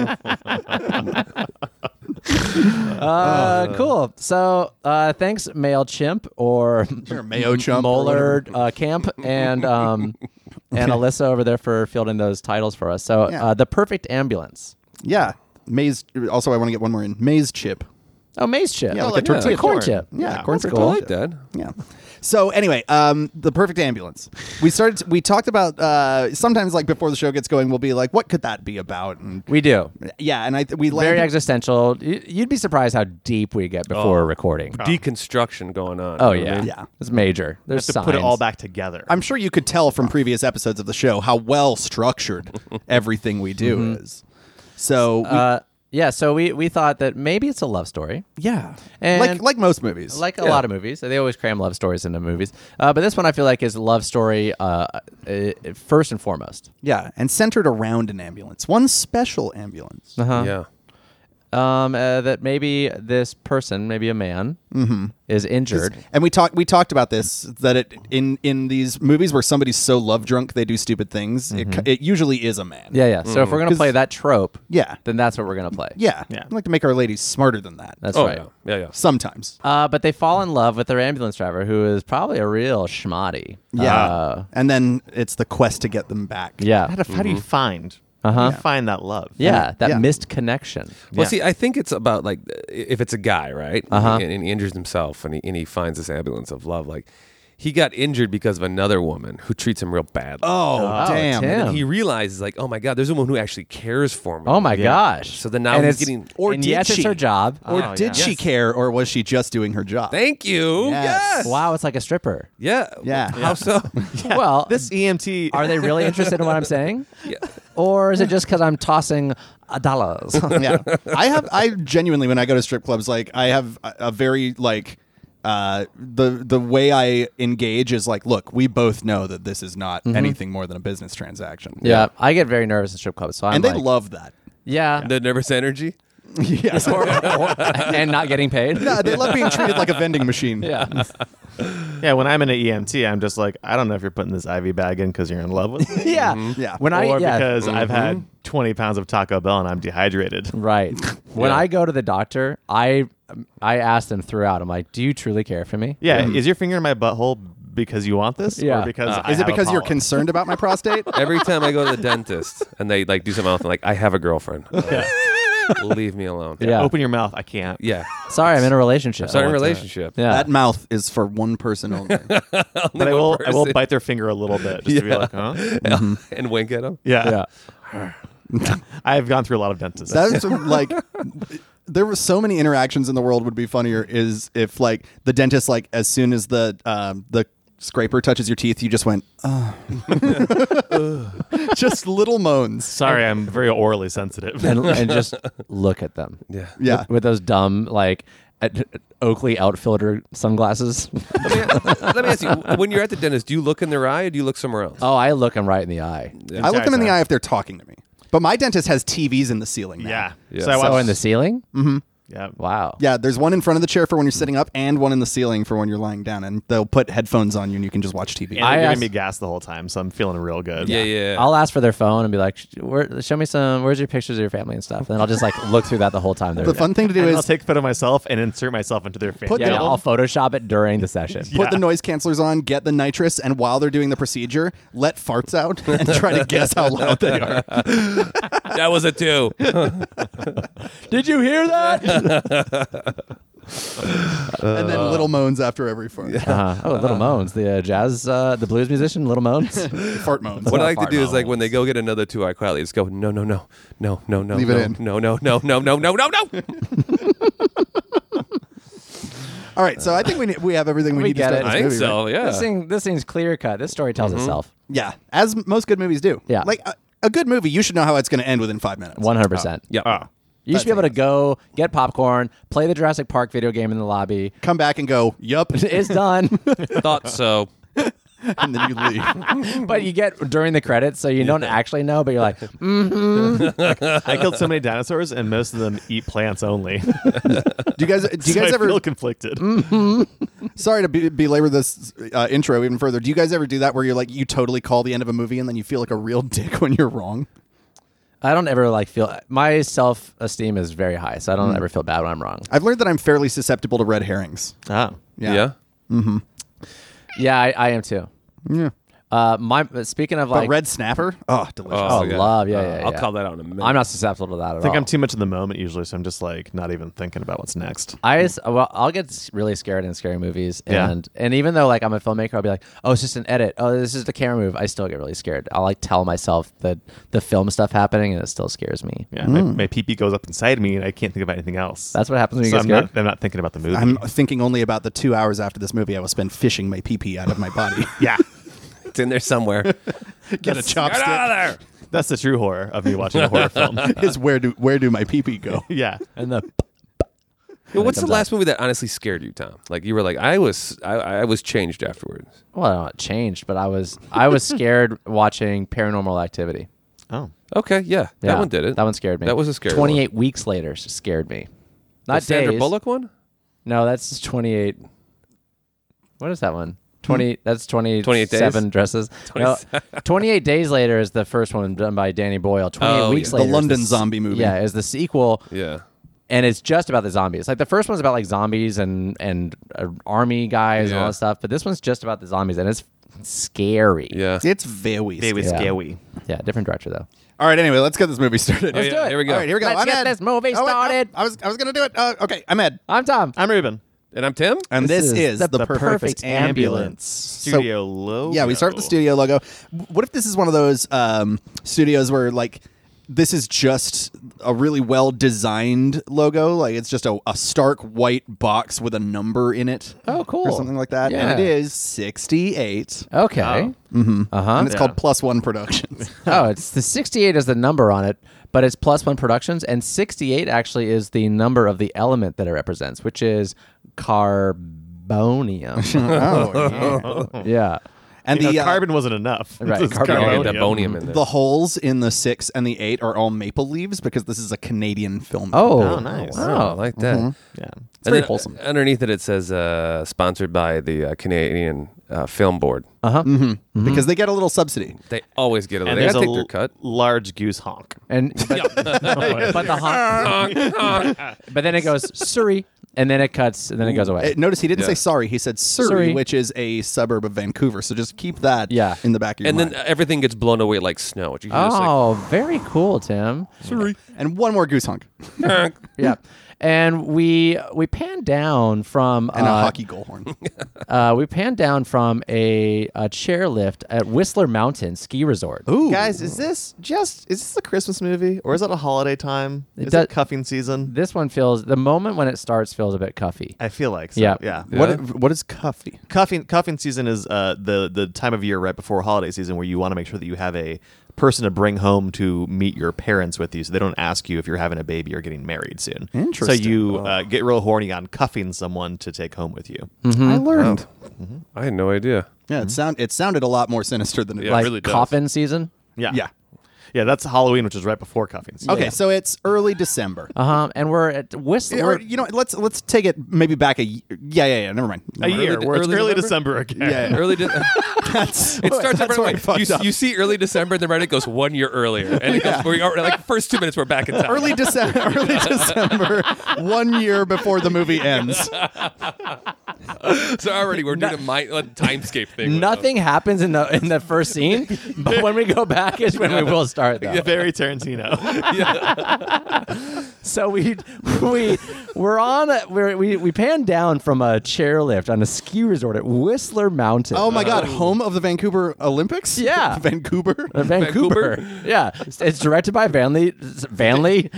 [SPEAKER 2] Uh, cool. So uh, thanks, Mailchimp or
[SPEAKER 3] Sure, Mayo Chump or
[SPEAKER 2] Mollard uh, Camp and um, and Alyssa over there for fielding those titles for us. So
[SPEAKER 3] Yeah.
[SPEAKER 2] uh, the perfect ambulance.
[SPEAKER 3] yeah. Maize. Also, I want to get one more in. Maize chip.
[SPEAKER 2] Oh, maize chip.
[SPEAKER 3] Yeah, like a tortilla
[SPEAKER 2] corn
[SPEAKER 5] corn.
[SPEAKER 2] chip.
[SPEAKER 3] Yeah,
[SPEAKER 2] corn
[SPEAKER 3] corn
[SPEAKER 2] chip.
[SPEAKER 3] chip.
[SPEAKER 4] I
[SPEAKER 2] Cool.
[SPEAKER 4] like that.
[SPEAKER 3] Yeah. So anyway, um, the perfect ambulance. We started. We talked about uh, sometimes like before the show gets going, we'll be like, what could that be about? And
[SPEAKER 2] We do.
[SPEAKER 3] yeah, and I th- we
[SPEAKER 2] Very
[SPEAKER 3] landed-
[SPEAKER 2] existential. Y- You'd be surprised how deep we get before recording.
[SPEAKER 4] Deconstruction going on.
[SPEAKER 2] Oh
[SPEAKER 4] you know what I
[SPEAKER 2] yeah,
[SPEAKER 4] mean?
[SPEAKER 3] Yeah.
[SPEAKER 2] It's major. There's
[SPEAKER 5] to
[SPEAKER 2] signs.
[SPEAKER 5] put it all back together.
[SPEAKER 3] I'm sure you could tell from previous episodes of the show how well structured everything we do is. So we,
[SPEAKER 2] Mm-hmm. Uh, yeah. So we we thought that maybe it's a love story.
[SPEAKER 3] yeah,
[SPEAKER 2] and-
[SPEAKER 3] like like most movies,
[SPEAKER 2] like a lot of movies they always cram love stories into movies uh, but this one i feel like is love story uh, uh, first and foremost
[SPEAKER 3] yeah, and centered around an ambulance, one special ambulance.
[SPEAKER 2] Uh-huh.
[SPEAKER 4] Yeah.
[SPEAKER 2] um, uh, that maybe this person maybe a man
[SPEAKER 3] Mm-hmm.
[SPEAKER 2] is injured
[SPEAKER 3] And we talked we talked about this that it in in these movies where somebody's so love drunk they do stupid things. It, it usually is a man.
[SPEAKER 2] Mm-hmm. yeah yeah so if we're gonna play that trope
[SPEAKER 3] Mm-hmm. Yeah.
[SPEAKER 2] then that's what we're gonna play
[SPEAKER 3] yeah.
[SPEAKER 5] Yeah.
[SPEAKER 3] I'd like to make our ladies smarter than that.
[SPEAKER 2] that's
[SPEAKER 4] Oh
[SPEAKER 2] right
[SPEAKER 4] yeah. Yeah yeah.
[SPEAKER 3] Sometimes.
[SPEAKER 2] uh, but they fall in love with their ambulance driver who is probably a real schmatty
[SPEAKER 3] Yeah.
[SPEAKER 2] Uh,
[SPEAKER 3] and then it's the quest to get them back.
[SPEAKER 2] yeah
[SPEAKER 5] how, do, how do you find? How do you find that love?
[SPEAKER 2] Uh-huh. yeah that
[SPEAKER 3] Yeah.
[SPEAKER 2] missed connection
[SPEAKER 4] Well,
[SPEAKER 5] Yeah.
[SPEAKER 4] see, I think it's about like i- if it's a guy, right?
[SPEAKER 2] Uh-huh.
[SPEAKER 4] And, and he injures himself, and he, and he finds this ambulance of love. Like he got injured because of another woman who treats him real badly.
[SPEAKER 3] Oh, damn.
[SPEAKER 2] Tim.
[SPEAKER 4] he realizes, like, oh my god, there's a woman who actually cares for me.
[SPEAKER 2] oh my gosh
[SPEAKER 4] So then now
[SPEAKER 2] and
[SPEAKER 4] he's
[SPEAKER 2] it's-
[SPEAKER 4] getting-
[SPEAKER 3] Or
[SPEAKER 2] and
[SPEAKER 3] did
[SPEAKER 2] yes it's
[SPEAKER 3] she?
[SPEAKER 2] her job
[SPEAKER 3] Or
[SPEAKER 5] Oh,
[SPEAKER 3] did
[SPEAKER 5] yeah.
[SPEAKER 3] she
[SPEAKER 4] Yes.
[SPEAKER 3] care or was she just doing her job?
[SPEAKER 4] Thank you.
[SPEAKER 3] Yes.
[SPEAKER 4] Yes.
[SPEAKER 2] wow it's like a stripper
[SPEAKER 4] Yeah.
[SPEAKER 3] Yeah.
[SPEAKER 4] How
[SPEAKER 3] Yeah.
[SPEAKER 4] so?
[SPEAKER 2] well
[SPEAKER 5] This E EMT.
[SPEAKER 2] Are they really interested in what I'm saying?
[SPEAKER 4] Yeah.
[SPEAKER 2] Or is it just because I'm tossing uh, dollars?
[SPEAKER 3] yeah. I have I genuinely when I go to strip clubs like I have a, a very like uh, the the way I engage is like, look, we both know that this is not anything more than a business transaction.
[SPEAKER 2] Yeah, I get very nervous in strip clubs. So I'm
[SPEAKER 3] and they
[SPEAKER 2] like,
[SPEAKER 3] love that.
[SPEAKER 2] yeah,
[SPEAKER 4] The nervous energy.
[SPEAKER 3] yes,
[SPEAKER 2] and not getting paid.
[SPEAKER 3] no, they love being treated like a vending machine.
[SPEAKER 2] Yeah,
[SPEAKER 5] Yeah, when I'm in an EMT, I'm just like, I don't know if you're putting this IV bag in because you're in love with
[SPEAKER 2] yeah,
[SPEAKER 5] me.
[SPEAKER 3] Yeah.
[SPEAKER 2] Mm-hmm. When I
[SPEAKER 5] or
[SPEAKER 2] yeah,
[SPEAKER 5] because I've had 20 pounds of Taco Bell and I'm dehydrated.
[SPEAKER 2] Right. When I go to the doctor, I I ask them throughout. I'm like, "Do you truly care for me?"
[SPEAKER 5] Yeah, is your finger in my butthole because you want this?
[SPEAKER 2] Mm-hmm. Yeah.
[SPEAKER 5] Or Uh, because I
[SPEAKER 3] Is it
[SPEAKER 5] have a
[SPEAKER 3] because you're
[SPEAKER 5] polyp?
[SPEAKER 3] concerned about my prostate?
[SPEAKER 4] Every time I go to the dentist and they like do something else, I'm like, I have a girlfriend. Leave me alone.
[SPEAKER 2] Yeah.
[SPEAKER 5] Open your mouth. I can't.
[SPEAKER 4] Yeah.
[SPEAKER 2] Sorry, I'm in a relationship.
[SPEAKER 4] Starting a relationship.
[SPEAKER 2] Yeah.
[SPEAKER 3] That mouth is for one person only.
[SPEAKER 5] But I will. I will
[SPEAKER 4] person.
[SPEAKER 5] bite their finger a little bit just to be
[SPEAKER 4] Yeah.
[SPEAKER 5] like, huh?
[SPEAKER 4] and wink at him.
[SPEAKER 5] Yeah.
[SPEAKER 2] yeah.
[SPEAKER 5] I've gone through a lot of dentists.
[SPEAKER 3] That's like there were so many interactions in the world would be funnier is if like the dentist like as soon as the um, the scraper touches your teeth you just went oh. just little moans
[SPEAKER 5] Sorry, I'm very orally sensitive.
[SPEAKER 2] And, and just look at them.
[SPEAKER 4] Yeah.
[SPEAKER 3] yeah
[SPEAKER 2] With those dumb like at- Oakley outfielder sunglasses.
[SPEAKER 4] Let me, let me ask you: When you're at the dentist, do you look in their eye or do you look somewhere else?
[SPEAKER 2] oh, I look them right in the eye.
[SPEAKER 3] i look them in the
[SPEAKER 5] Entire
[SPEAKER 3] eye if they're talking to me but my dentist has tvs in the ceiling now.
[SPEAKER 5] yeah.
[SPEAKER 4] Yeah.
[SPEAKER 5] So I
[SPEAKER 2] Oh,
[SPEAKER 5] watched.
[SPEAKER 2] in the ceiling?
[SPEAKER 5] yeah.
[SPEAKER 2] Wow.
[SPEAKER 3] Mm-hmm. yeah there's one in front of the chair for when you're sitting up and one in the ceiling for when you're lying down and they'll put headphones on you and you can just watch tv
[SPEAKER 5] And
[SPEAKER 2] I
[SPEAKER 5] I giving
[SPEAKER 2] asked-
[SPEAKER 5] me gas the whole time, so I'm feeling real good.
[SPEAKER 4] yeah, yeah.
[SPEAKER 2] I'll ask for their phone and be like, "Sh- where, "Show me some. Where's your pictures of your family and stuff?" And I'll just like look through that the whole time. They're
[SPEAKER 3] the fun thing to do
[SPEAKER 5] And
[SPEAKER 3] is
[SPEAKER 5] I'll take a photo of myself and insert myself into their face.
[SPEAKER 3] Put
[SPEAKER 2] yeah,
[SPEAKER 3] the-
[SPEAKER 2] yeah, I'll Photoshop it during the session.
[SPEAKER 3] put the noise cancelers on, get the nitrous, and while they're doing the procedure, let farts out and try to guess how loud they are.
[SPEAKER 4] that was a two.
[SPEAKER 2] Did you hear that?
[SPEAKER 3] and then little
[SPEAKER 4] Uh.
[SPEAKER 3] moans after every fart.
[SPEAKER 2] Uh, oh, Little Moans, the uh, jazz, uh, the blues musician, Little Moans.
[SPEAKER 3] Fart moans.
[SPEAKER 4] What I like to do is like when they go get another two, I quietly just go, no, no, no, no, no, no,
[SPEAKER 3] Leave
[SPEAKER 4] no,
[SPEAKER 3] it in.
[SPEAKER 4] no, no, no, no, no, no, no, no.
[SPEAKER 3] All right, so I think we need, we have everything we,
[SPEAKER 2] We
[SPEAKER 3] need to
[SPEAKER 2] get
[SPEAKER 3] start
[SPEAKER 2] it.
[SPEAKER 3] this
[SPEAKER 4] I think
[SPEAKER 3] movie, right?
[SPEAKER 4] so.
[SPEAKER 2] This
[SPEAKER 4] Oh, Yeah.
[SPEAKER 2] thing, this thing's clear cut. This story tells itself,
[SPEAKER 3] Yeah, as m- most good movies do.
[SPEAKER 2] Yeah.
[SPEAKER 3] like a, a good movie, you should know how it's going to end within five minutes.
[SPEAKER 2] one hundred percent.
[SPEAKER 4] Yeah.
[SPEAKER 3] Ah.
[SPEAKER 2] You should be able to go get popcorn, play the Jurassic Park video game in the lobby.
[SPEAKER 3] Come back and go. Yup,
[SPEAKER 2] It's done,
[SPEAKER 4] Thought so.
[SPEAKER 3] and then you leave.
[SPEAKER 2] but you get during the credits, so you don't actually know. But you're like, mm,
[SPEAKER 5] I killed so many dinosaurs, and most of them eat plants only. Do
[SPEAKER 3] Do you guys? Do you guys
[SPEAKER 5] I
[SPEAKER 3] ever?
[SPEAKER 5] feel conflicted?
[SPEAKER 2] Mm.
[SPEAKER 3] Sorry to be, belabor this uh, intro even further. Do you guys ever do that where you're like you totally call the end of a movie and then you feel like a real dick when you're wrong?
[SPEAKER 2] I don't ever like feel my self esteem is very high, so I don't ever feel bad when I'm wrong.
[SPEAKER 3] I've learned that I'm fairly susceptible to red herrings.
[SPEAKER 5] Ah.
[SPEAKER 4] Yeah.
[SPEAKER 2] Yeah, I, I am too.
[SPEAKER 3] Yeah.
[SPEAKER 2] Uh, my speaking of
[SPEAKER 3] But
[SPEAKER 2] like,
[SPEAKER 3] red snapper? Oh, delicious.
[SPEAKER 2] oh love, yeah,
[SPEAKER 4] Uh,
[SPEAKER 2] yeah,
[SPEAKER 4] I'll
[SPEAKER 2] yeah.
[SPEAKER 4] call that out in a minute.
[SPEAKER 2] I'm not susceptible to that at all.
[SPEAKER 5] I think I'm too much in the moment usually, so I'm just like not even thinking about what's next.
[SPEAKER 4] Hmm.
[SPEAKER 2] I s- well, I'll get s- really scared in scary movies,
[SPEAKER 5] Yeah.
[SPEAKER 2] and and even though like I'm a filmmaker, I'll be like, oh, it's just an edit. Oh, this is the camera move. I still get really scared. I'll like tell myself that the film stuff happening, and it still scares me.
[SPEAKER 5] Yeah, my, my pee goes up inside me, and I can't think about anything else.
[SPEAKER 2] Mm. That's what happens when you
[SPEAKER 5] so
[SPEAKER 2] get
[SPEAKER 5] I'm
[SPEAKER 2] scared.
[SPEAKER 5] not, I'm not thinking about the movie.
[SPEAKER 3] Oh, I'm thinking only about the two hours after this movie I will spend fishing my pee pee out of my body.
[SPEAKER 5] yeah,
[SPEAKER 4] It's in there somewhere.
[SPEAKER 3] Get a
[SPEAKER 4] Get out
[SPEAKER 3] chopstick.
[SPEAKER 4] of there.
[SPEAKER 5] that's the true horror of me watching a horror film.
[SPEAKER 3] Is where do where do my pee pee go?
[SPEAKER 5] yeah,
[SPEAKER 2] and the
[SPEAKER 4] Yo, what's the
[SPEAKER 2] comes
[SPEAKER 4] last movie that honestly scared you, Tom? Like you were like, I was, I, I was changed afterwards.
[SPEAKER 2] well, it changed, but I was I was scared watching Paranormal Activity.
[SPEAKER 5] oh,
[SPEAKER 4] Okay, yeah,
[SPEAKER 2] Yeah,
[SPEAKER 4] that one did it.
[SPEAKER 2] That one scared me.
[SPEAKER 4] That was a scary.
[SPEAKER 2] Twenty eight weeks later s- scared me.
[SPEAKER 4] One. The
[SPEAKER 2] Not
[SPEAKER 4] Sandra
[SPEAKER 2] days.
[SPEAKER 4] Bullock one.
[SPEAKER 2] No, that's twenty eight. What is that
[SPEAKER 3] Hmm.
[SPEAKER 2] one? Twenty. That's twenty.
[SPEAKER 4] 28 days?
[SPEAKER 2] Seven dresses. No, twenty eight days later is the first one done by Danny Boyle. Twenty eight
[SPEAKER 4] Oh,
[SPEAKER 2] weeks
[SPEAKER 4] yeah.
[SPEAKER 3] The
[SPEAKER 2] later, is
[SPEAKER 3] London
[SPEAKER 2] s-
[SPEAKER 3] zombie movie.
[SPEAKER 2] Yeah, is the sequel,
[SPEAKER 4] Yeah.
[SPEAKER 2] and it's just about the zombies. Like the first one's about like zombies and and uh, army guys and
[SPEAKER 4] Yeah.
[SPEAKER 2] all that stuff, but this one's just about the zombies, and it's scary.
[SPEAKER 4] Yeah.
[SPEAKER 3] It's very scary.
[SPEAKER 2] Yeah. scary. Yeah, different director though.
[SPEAKER 3] All right, anyway, let's get this movie started.
[SPEAKER 4] Let's do it. Here we go.
[SPEAKER 3] All right, here we go.
[SPEAKER 2] Let's
[SPEAKER 3] I'm
[SPEAKER 2] get
[SPEAKER 3] Ed.
[SPEAKER 2] this movie
[SPEAKER 3] Oh, wait, no,
[SPEAKER 2] started.
[SPEAKER 3] I was I was gonna do it. Uh, okay, I'm Ed.
[SPEAKER 2] I'm Tom.
[SPEAKER 5] I'm Ruben.
[SPEAKER 4] And I'm Tim.
[SPEAKER 3] And this, is, the, perfect,
[SPEAKER 5] Studio
[SPEAKER 2] Oh,
[SPEAKER 5] Low.
[SPEAKER 3] Yeah, we start with the studio logo. W- What if this is one of those um, studios where like this is just a really well designed logo? Like it's just a, a stark white box with a number in it.
[SPEAKER 2] Oh, cool.
[SPEAKER 3] Or something like that. And it
[SPEAKER 2] Yeah.
[SPEAKER 3] is Mm-hmm. 68.
[SPEAKER 2] Okay.
[SPEAKER 4] Oh.
[SPEAKER 2] Uh-huh.
[SPEAKER 3] and it's called Plus One Productions.
[SPEAKER 2] oh, it's the 68 is the number on it, but it's plus one productions, and 68 actually is the number of the element that it represents, which is carbon. carbonium.
[SPEAKER 3] Oh, yeah.
[SPEAKER 2] yeah.
[SPEAKER 3] and
[SPEAKER 5] You
[SPEAKER 3] the
[SPEAKER 5] know,
[SPEAKER 3] uh,
[SPEAKER 5] carbon wasn't enough.
[SPEAKER 2] Right,
[SPEAKER 5] It's
[SPEAKER 2] carbon-
[SPEAKER 4] Gotta
[SPEAKER 5] carbonium.
[SPEAKER 4] get that bonium in there.
[SPEAKER 3] the holes in the six and the eight are all maple leaves because this is a Canadian film.
[SPEAKER 2] Oh,
[SPEAKER 5] Oh, nice.
[SPEAKER 4] Oh, I
[SPEAKER 2] Wow.
[SPEAKER 4] like that.
[SPEAKER 5] Yeah.
[SPEAKER 4] It's
[SPEAKER 3] very wholesome.
[SPEAKER 4] Underneath it, it says uh, sponsored by the uh, Canadian uh, Film Board.
[SPEAKER 2] mm-hmm.
[SPEAKER 3] because they get a little subsidy.
[SPEAKER 4] They always get a
[SPEAKER 5] And
[SPEAKER 4] they
[SPEAKER 5] there's
[SPEAKER 4] gotta
[SPEAKER 5] a
[SPEAKER 4] take their
[SPEAKER 5] l-
[SPEAKER 4] cut.
[SPEAKER 5] large goose honk.
[SPEAKER 2] And but, but the honk, but then it goes Surrey, and then it cuts, and then it goes away.
[SPEAKER 3] Uh, notice he didn't
[SPEAKER 4] Yeah.
[SPEAKER 3] say sorry. He said Surrey,
[SPEAKER 2] Surrey.
[SPEAKER 3] which is a suburb of Vancouver. So just keep that
[SPEAKER 2] Yeah.
[SPEAKER 3] in the back of your
[SPEAKER 4] And
[SPEAKER 3] mind.
[SPEAKER 4] then everything gets blown away like snow. You can just, like,
[SPEAKER 2] Oh, very cool, Tim.
[SPEAKER 4] uh,
[SPEAKER 3] and one more goose honk
[SPEAKER 2] Yeah, and we we pan down from
[SPEAKER 3] and a
[SPEAKER 2] uh,
[SPEAKER 3] hockey goal horn.
[SPEAKER 2] uh, we pan down from a, a chairlift at Whistler Mountain Ski Resort.
[SPEAKER 3] Ooh,
[SPEAKER 5] Guys, is this just is this a Christmas movie or is it a holiday time? Is
[SPEAKER 2] does-
[SPEAKER 5] it cuffing season?
[SPEAKER 2] This one feels the moment when it starts feels a bit cuffy.
[SPEAKER 5] I feel like so.
[SPEAKER 2] Yeah.
[SPEAKER 5] Yeah.
[SPEAKER 3] What what is cuffy?
[SPEAKER 5] Cuffing cuffing season is uh, the the time of year right before holiday season where you want to make sure that you have a person to bring home to meet your parents with you, so they don't ask you if you're having a baby or getting married soon.
[SPEAKER 3] Interesting.
[SPEAKER 5] So you uh, get real horny on cuffing someone to take home with you.
[SPEAKER 3] I learned.
[SPEAKER 4] Oh. I had no idea.
[SPEAKER 3] Mm-hmm.
[SPEAKER 2] Mm-hmm.
[SPEAKER 3] Yeah, it sound it sounded a lot more sinister than it
[SPEAKER 4] Yeah.
[SPEAKER 3] was.
[SPEAKER 2] like
[SPEAKER 4] really does.
[SPEAKER 2] coffin season.
[SPEAKER 5] Yeah.
[SPEAKER 3] Yeah.
[SPEAKER 5] Yeah, that's Halloween, which is right before cuffing. season.
[SPEAKER 3] Okay, so it's early December.
[SPEAKER 2] Uh huh. And we're at Whistler.
[SPEAKER 3] Or, you know, let's let's take it maybe back a y- yeah yeah yeah. Never mind.
[SPEAKER 5] A
[SPEAKER 3] Never mind.
[SPEAKER 5] year.
[SPEAKER 4] Early-
[SPEAKER 5] where it's
[SPEAKER 4] early
[SPEAKER 5] early,
[SPEAKER 4] November?
[SPEAKER 5] December again.
[SPEAKER 3] Yeah.
[SPEAKER 4] Early de-
[SPEAKER 3] That's
[SPEAKER 4] it starts
[SPEAKER 3] that's
[SPEAKER 4] over
[SPEAKER 3] where I
[SPEAKER 4] like,
[SPEAKER 3] fucked
[SPEAKER 4] you,
[SPEAKER 3] up.
[SPEAKER 4] you see early December, and then right it goes one year earlier, and it goes we are like first two minutes we're back in time.
[SPEAKER 3] early December, early December, one year before the movie ends.
[SPEAKER 4] so already we're doing a, mi- a timescape thing. with
[SPEAKER 2] Nothing happens in the in the first scene, but when we go back is when we will start. Though.
[SPEAKER 5] Very Tarantino.
[SPEAKER 2] So we we we're on a, we're, we we pan down from a chairlift on a ski resort at Whistler Mountain.
[SPEAKER 3] Oh my God! Home of the Vancouver Olympics.
[SPEAKER 2] Yeah.
[SPEAKER 3] Vancouver.
[SPEAKER 2] Uh, Vancouver. yeah, it's, it's directed by Vanley Vanley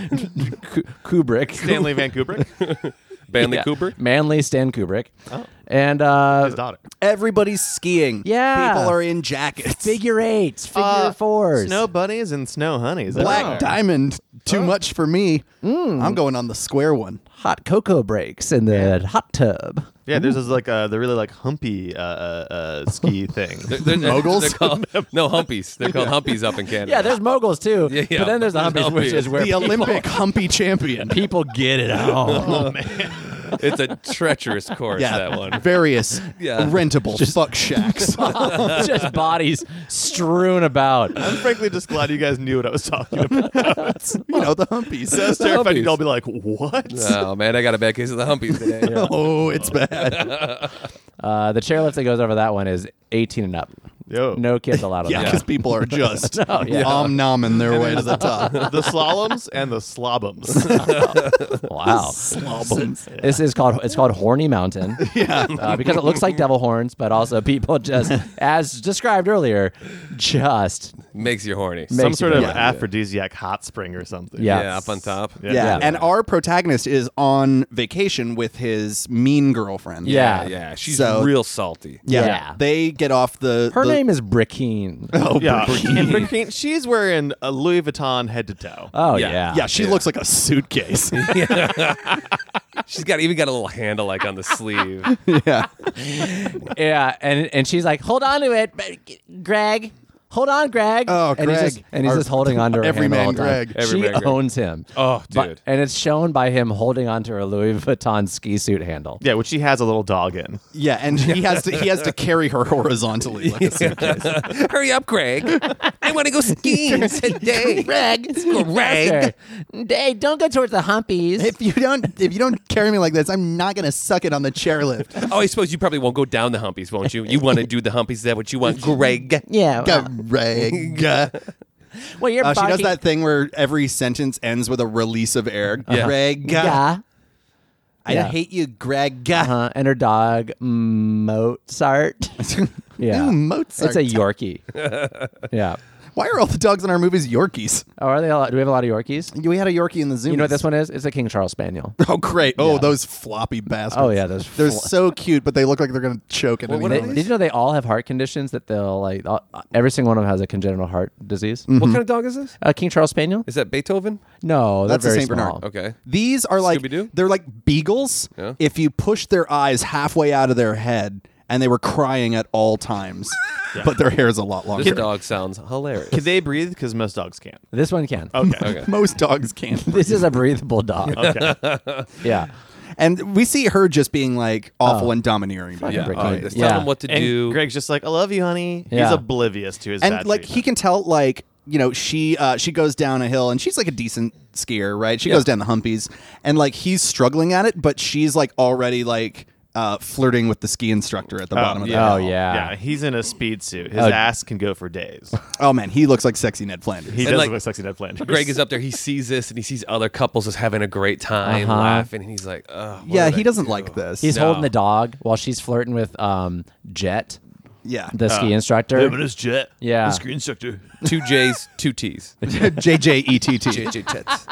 [SPEAKER 2] Ku- Kubrick.
[SPEAKER 5] Stanley Van Kubrick,
[SPEAKER 4] those. Banley
[SPEAKER 2] Yeah.
[SPEAKER 4] uh, Cooper.
[SPEAKER 2] Manly Stan Kubrick. Oh. And uh,
[SPEAKER 5] his daughter.
[SPEAKER 3] Everybody's skiing.
[SPEAKER 2] Yeah.
[SPEAKER 3] People are in jackets.
[SPEAKER 2] figure eights, figure
[SPEAKER 5] Uh,
[SPEAKER 2] fours.
[SPEAKER 5] Snow bunnies and snow honeys.
[SPEAKER 3] Black
[SPEAKER 5] Oh.
[SPEAKER 3] diamond. Too much for me.
[SPEAKER 2] Mm.
[SPEAKER 3] I'm going on the square one.
[SPEAKER 2] hot cocoa breaks in the hot tub.
[SPEAKER 5] Yeah, there's this like uh, the really like humpy uh, uh, uh, ski thing.
[SPEAKER 4] They're- they're-
[SPEAKER 3] Moguls?
[SPEAKER 4] they're called- no, humpies. They're called humpies up in Canada.
[SPEAKER 2] Yeah, there's moguls too.
[SPEAKER 4] Yeah, yeah.
[SPEAKER 2] But then there's the
[SPEAKER 4] There's
[SPEAKER 2] humpies, which
[SPEAKER 4] humpies.
[SPEAKER 2] is where
[SPEAKER 3] the Olympic humpy champion.
[SPEAKER 2] people get it all.
[SPEAKER 4] it's a treacherous course. That one.
[SPEAKER 3] Various
[SPEAKER 4] Yeah.
[SPEAKER 3] rentable fuck shacks.
[SPEAKER 2] Just bodies strewn about.
[SPEAKER 5] I'm frankly just glad you guys knew what I was talking about.
[SPEAKER 3] you know the humpies.
[SPEAKER 5] I was terrified
[SPEAKER 2] Humpies.
[SPEAKER 5] you'd all be like, "What?"
[SPEAKER 4] Oh man, I got a bad case of the humpies today.
[SPEAKER 3] Oh, it's bad.
[SPEAKER 2] Uh, the chairlift that goes over that one is 18 and up.
[SPEAKER 5] Yo.
[SPEAKER 2] No kids allowed on
[SPEAKER 3] Yeah,
[SPEAKER 2] that.
[SPEAKER 3] because people are just
[SPEAKER 2] yeah.
[SPEAKER 3] om nomming their way to the top.
[SPEAKER 5] the slaloms and the slobums.
[SPEAKER 2] Wow. This is called it's called Horny Mountain. Yeah. Uh, because it looks like devil horns, but also people just, as described earlier, just
[SPEAKER 4] Makes you horny.
[SPEAKER 5] Some sort of
[SPEAKER 2] Yeah.
[SPEAKER 5] aphrodisiac hot spring or something.
[SPEAKER 2] Yeah.
[SPEAKER 4] yeah, up on top.
[SPEAKER 5] Yeah.
[SPEAKER 3] Yeah.
[SPEAKER 2] Yeah.
[SPEAKER 3] and our protagonist is on vacation with his mean girlfriend.
[SPEAKER 2] Yeah.
[SPEAKER 4] Yeah, she's
[SPEAKER 3] So-
[SPEAKER 4] real salty.
[SPEAKER 3] yeah.
[SPEAKER 2] Yeah.
[SPEAKER 3] They get off the.
[SPEAKER 2] her
[SPEAKER 3] the-
[SPEAKER 2] name is Brickeen.
[SPEAKER 3] Oh,
[SPEAKER 5] Yeah.
[SPEAKER 3] Brigitte.
[SPEAKER 5] and Uh, Brigitte, she's wearing a Louis Vuitton head to toe.
[SPEAKER 2] Oh
[SPEAKER 4] Yeah.
[SPEAKER 2] yeah.
[SPEAKER 3] Yeah, she looks like a suitcase.
[SPEAKER 4] She's got even got a little handle like on the sleeve.
[SPEAKER 3] yeah.
[SPEAKER 2] Yeah, and and she's like, hold on to it, but- Greg. Hold on, Greg.
[SPEAKER 3] Oh,
[SPEAKER 2] And he's
[SPEAKER 3] Greg.
[SPEAKER 2] just, and he's
[SPEAKER 3] Our-
[SPEAKER 2] just holding on to her
[SPEAKER 3] every
[SPEAKER 2] hand the
[SPEAKER 3] man
[SPEAKER 2] whole time.
[SPEAKER 3] Greg.
[SPEAKER 4] Every
[SPEAKER 2] she
[SPEAKER 4] man Greg.
[SPEAKER 2] owns him.
[SPEAKER 4] Oh,
[SPEAKER 2] But-
[SPEAKER 4] dude.
[SPEAKER 2] and it's shown by him holding onto her Louis Vuitton ski suit handle.
[SPEAKER 5] Yeah, which she has a little dog in.
[SPEAKER 3] Yeah, and he has to he has to carry her horizontally like a suitcase.
[SPEAKER 4] Hurry up, Greg. I want to go skiing today.
[SPEAKER 2] Greg,
[SPEAKER 4] Greg.
[SPEAKER 2] Hey, don't go towards the humpies.
[SPEAKER 3] If you don't if you don't carry me like this, I'm not gonna suck it on the chairlift.
[SPEAKER 4] Oh, I suppose you probably won't go down the humpies, won't you? You want to do the humpies? Is that what you want, Greg?
[SPEAKER 2] yeah.
[SPEAKER 3] Greg. Uh,
[SPEAKER 2] well, you're
[SPEAKER 3] Oh, she does
[SPEAKER 2] barking-
[SPEAKER 3] that thing where every sentence ends with a release of air.
[SPEAKER 4] Yeah.
[SPEAKER 3] Greg.
[SPEAKER 2] Yeah.
[SPEAKER 3] I
[SPEAKER 2] Yeah.
[SPEAKER 3] hate you, Greg.
[SPEAKER 2] Uh, and her dog Mozart. Yeah.
[SPEAKER 3] Uh-huh. Ooh, Mozart.
[SPEAKER 2] It's a Yorkie. yeah.
[SPEAKER 3] Why are all the dogs in our movies Yorkies?
[SPEAKER 2] Oh, are they? A lot, do we have a lot of Yorkies?
[SPEAKER 3] We had a Yorkie in the zoo.
[SPEAKER 2] You know what this one is? It's a King Charles Spaniel.
[SPEAKER 3] Oh, great. Oh, those floppy bastards.
[SPEAKER 2] Oh, yeah, those
[SPEAKER 3] They're
[SPEAKER 2] flo-
[SPEAKER 3] so cute, but they look like they're going to choke at
[SPEAKER 4] what
[SPEAKER 3] any
[SPEAKER 4] are
[SPEAKER 2] They-
[SPEAKER 3] moment.
[SPEAKER 2] did you know they all have heart conditions that they'll like? all- every single one of them has a congenital heart disease.
[SPEAKER 4] What kind of dog is this?
[SPEAKER 2] Uh, King Charles Spaniel?
[SPEAKER 4] Is that Beethoven?
[SPEAKER 2] No,
[SPEAKER 3] That's
[SPEAKER 2] they're
[SPEAKER 3] a
[SPEAKER 2] very
[SPEAKER 3] Saint Bernard.
[SPEAKER 2] small.
[SPEAKER 4] Okay.
[SPEAKER 3] These are like
[SPEAKER 4] Scooby-Doo?
[SPEAKER 3] they're like beagles.
[SPEAKER 4] Yeah.
[SPEAKER 3] If you push their eyes halfway out of their head, and they were crying at all times, but their hair's a lot
[SPEAKER 4] This
[SPEAKER 3] longer.
[SPEAKER 4] dog sounds hilarious.
[SPEAKER 5] Can they breathe? Because most dogs can't.
[SPEAKER 2] This one can.
[SPEAKER 4] okay.
[SPEAKER 3] Most dogs can't.
[SPEAKER 2] This is a breathable dog.
[SPEAKER 5] Okay.
[SPEAKER 2] yeah.
[SPEAKER 3] And we see her just being like awful and domineering.
[SPEAKER 2] Oh. Fucking
[SPEAKER 4] yeah.
[SPEAKER 2] break
[SPEAKER 4] all right,
[SPEAKER 2] it.
[SPEAKER 4] just
[SPEAKER 2] Yeah.
[SPEAKER 4] Tell him what to
[SPEAKER 5] and
[SPEAKER 4] do.
[SPEAKER 5] Greg's just like, I love you, honey.
[SPEAKER 2] Yeah.
[SPEAKER 5] He's oblivious to his
[SPEAKER 3] and
[SPEAKER 5] bad
[SPEAKER 3] like he
[SPEAKER 5] treatment.
[SPEAKER 3] can tell like you know she uh, she goes down a hill and she's like a decent skier right she goes down the humpies and like he's struggling at it but she's like already like uh, flirting with the ski instructor at the bottom of the
[SPEAKER 5] yeah.
[SPEAKER 2] Oh,
[SPEAKER 3] hill.
[SPEAKER 2] yeah.
[SPEAKER 5] Yeah, he's in a speed suit. His
[SPEAKER 2] Oh.
[SPEAKER 5] ass can go for days.
[SPEAKER 3] oh man he looks like sexy Ned Flanders
[SPEAKER 5] He does
[SPEAKER 4] like,
[SPEAKER 5] look like sexy Ned Flanders.
[SPEAKER 4] Greg is up there. He sees this and he sees other couples just having a great time,
[SPEAKER 2] Uh-huh.
[SPEAKER 4] laughing, and he's like, Ugh, what
[SPEAKER 3] yeah
[SPEAKER 4] did
[SPEAKER 3] he
[SPEAKER 4] I
[SPEAKER 3] doesn't
[SPEAKER 4] do?"
[SPEAKER 3] like this
[SPEAKER 2] He's
[SPEAKER 4] No.
[SPEAKER 2] holding the dog while she's flirting with um, Jet,
[SPEAKER 3] yeah
[SPEAKER 2] the ski
[SPEAKER 4] Uh,
[SPEAKER 2] instructor.
[SPEAKER 5] jet.
[SPEAKER 2] Yeah.
[SPEAKER 5] This instructor.
[SPEAKER 4] Two J's, two T's.
[SPEAKER 3] JJETT
[SPEAKER 4] JJ Tets.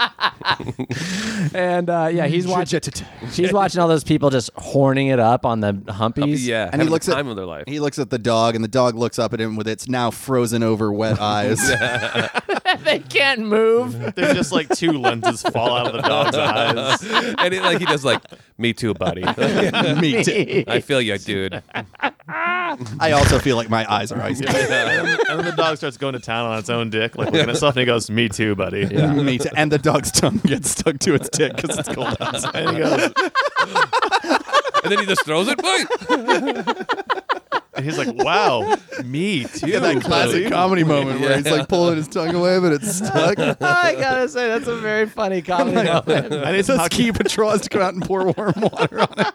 [SPEAKER 2] and uh, yeah, he's watching.
[SPEAKER 3] JJETT.
[SPEAKER 2] She's watching all those people just horning it up on the humpies.
[SPEAKER 4] Yeah.
[SPEAKER 3] and he
[SPEAKER 4] having
[SPEAKER 3] looks
[SPEAKER 4] the
[SPEAKER 3] at
[SPEAKER 4] time of their life.
[SPEAKER 3] he looks at the dog and the dog looks up at him with its now frozen over wet eyes
[SPEAKER 2] they can't move.
[SPEAKER 5] They're just like two lenses fall out of the dog's eyes.
[SPEAKER 4] and it, like he does like, me too, buddy.
[SPEAKER 3] me too
[SPEAKER 4] I feel you, dude.
[SPEAKER 3] I also feel like my eyes are ice
[SPEAKER 5] and, then, and then the dog starts going to town on its own dick, like looking at stuff, and he goes, "Me too, buddy."
[SPEAKER 3] Me too. And the dog's tongue gets stuck to its dick because it's cold outside.
[SPEAKER 5] And he goes,
[SPEAKER 4] And then he just throws it. Boing.
[SPEAKER 5] and he's like, "Wow, me too."
[SPEAKER 3] Yeah, that classic comedy moment where he's like pulling his tongue away, but it's stuck.
[SPEAKER 2] I gotta say, that's a very funny comedy. moment.
[SPEAKER 5] And it's
[SPEAKER 3] The
[SPEAKER 5] a,
[SPEAKER 3] ski patrol has to come out and pour warm water on it.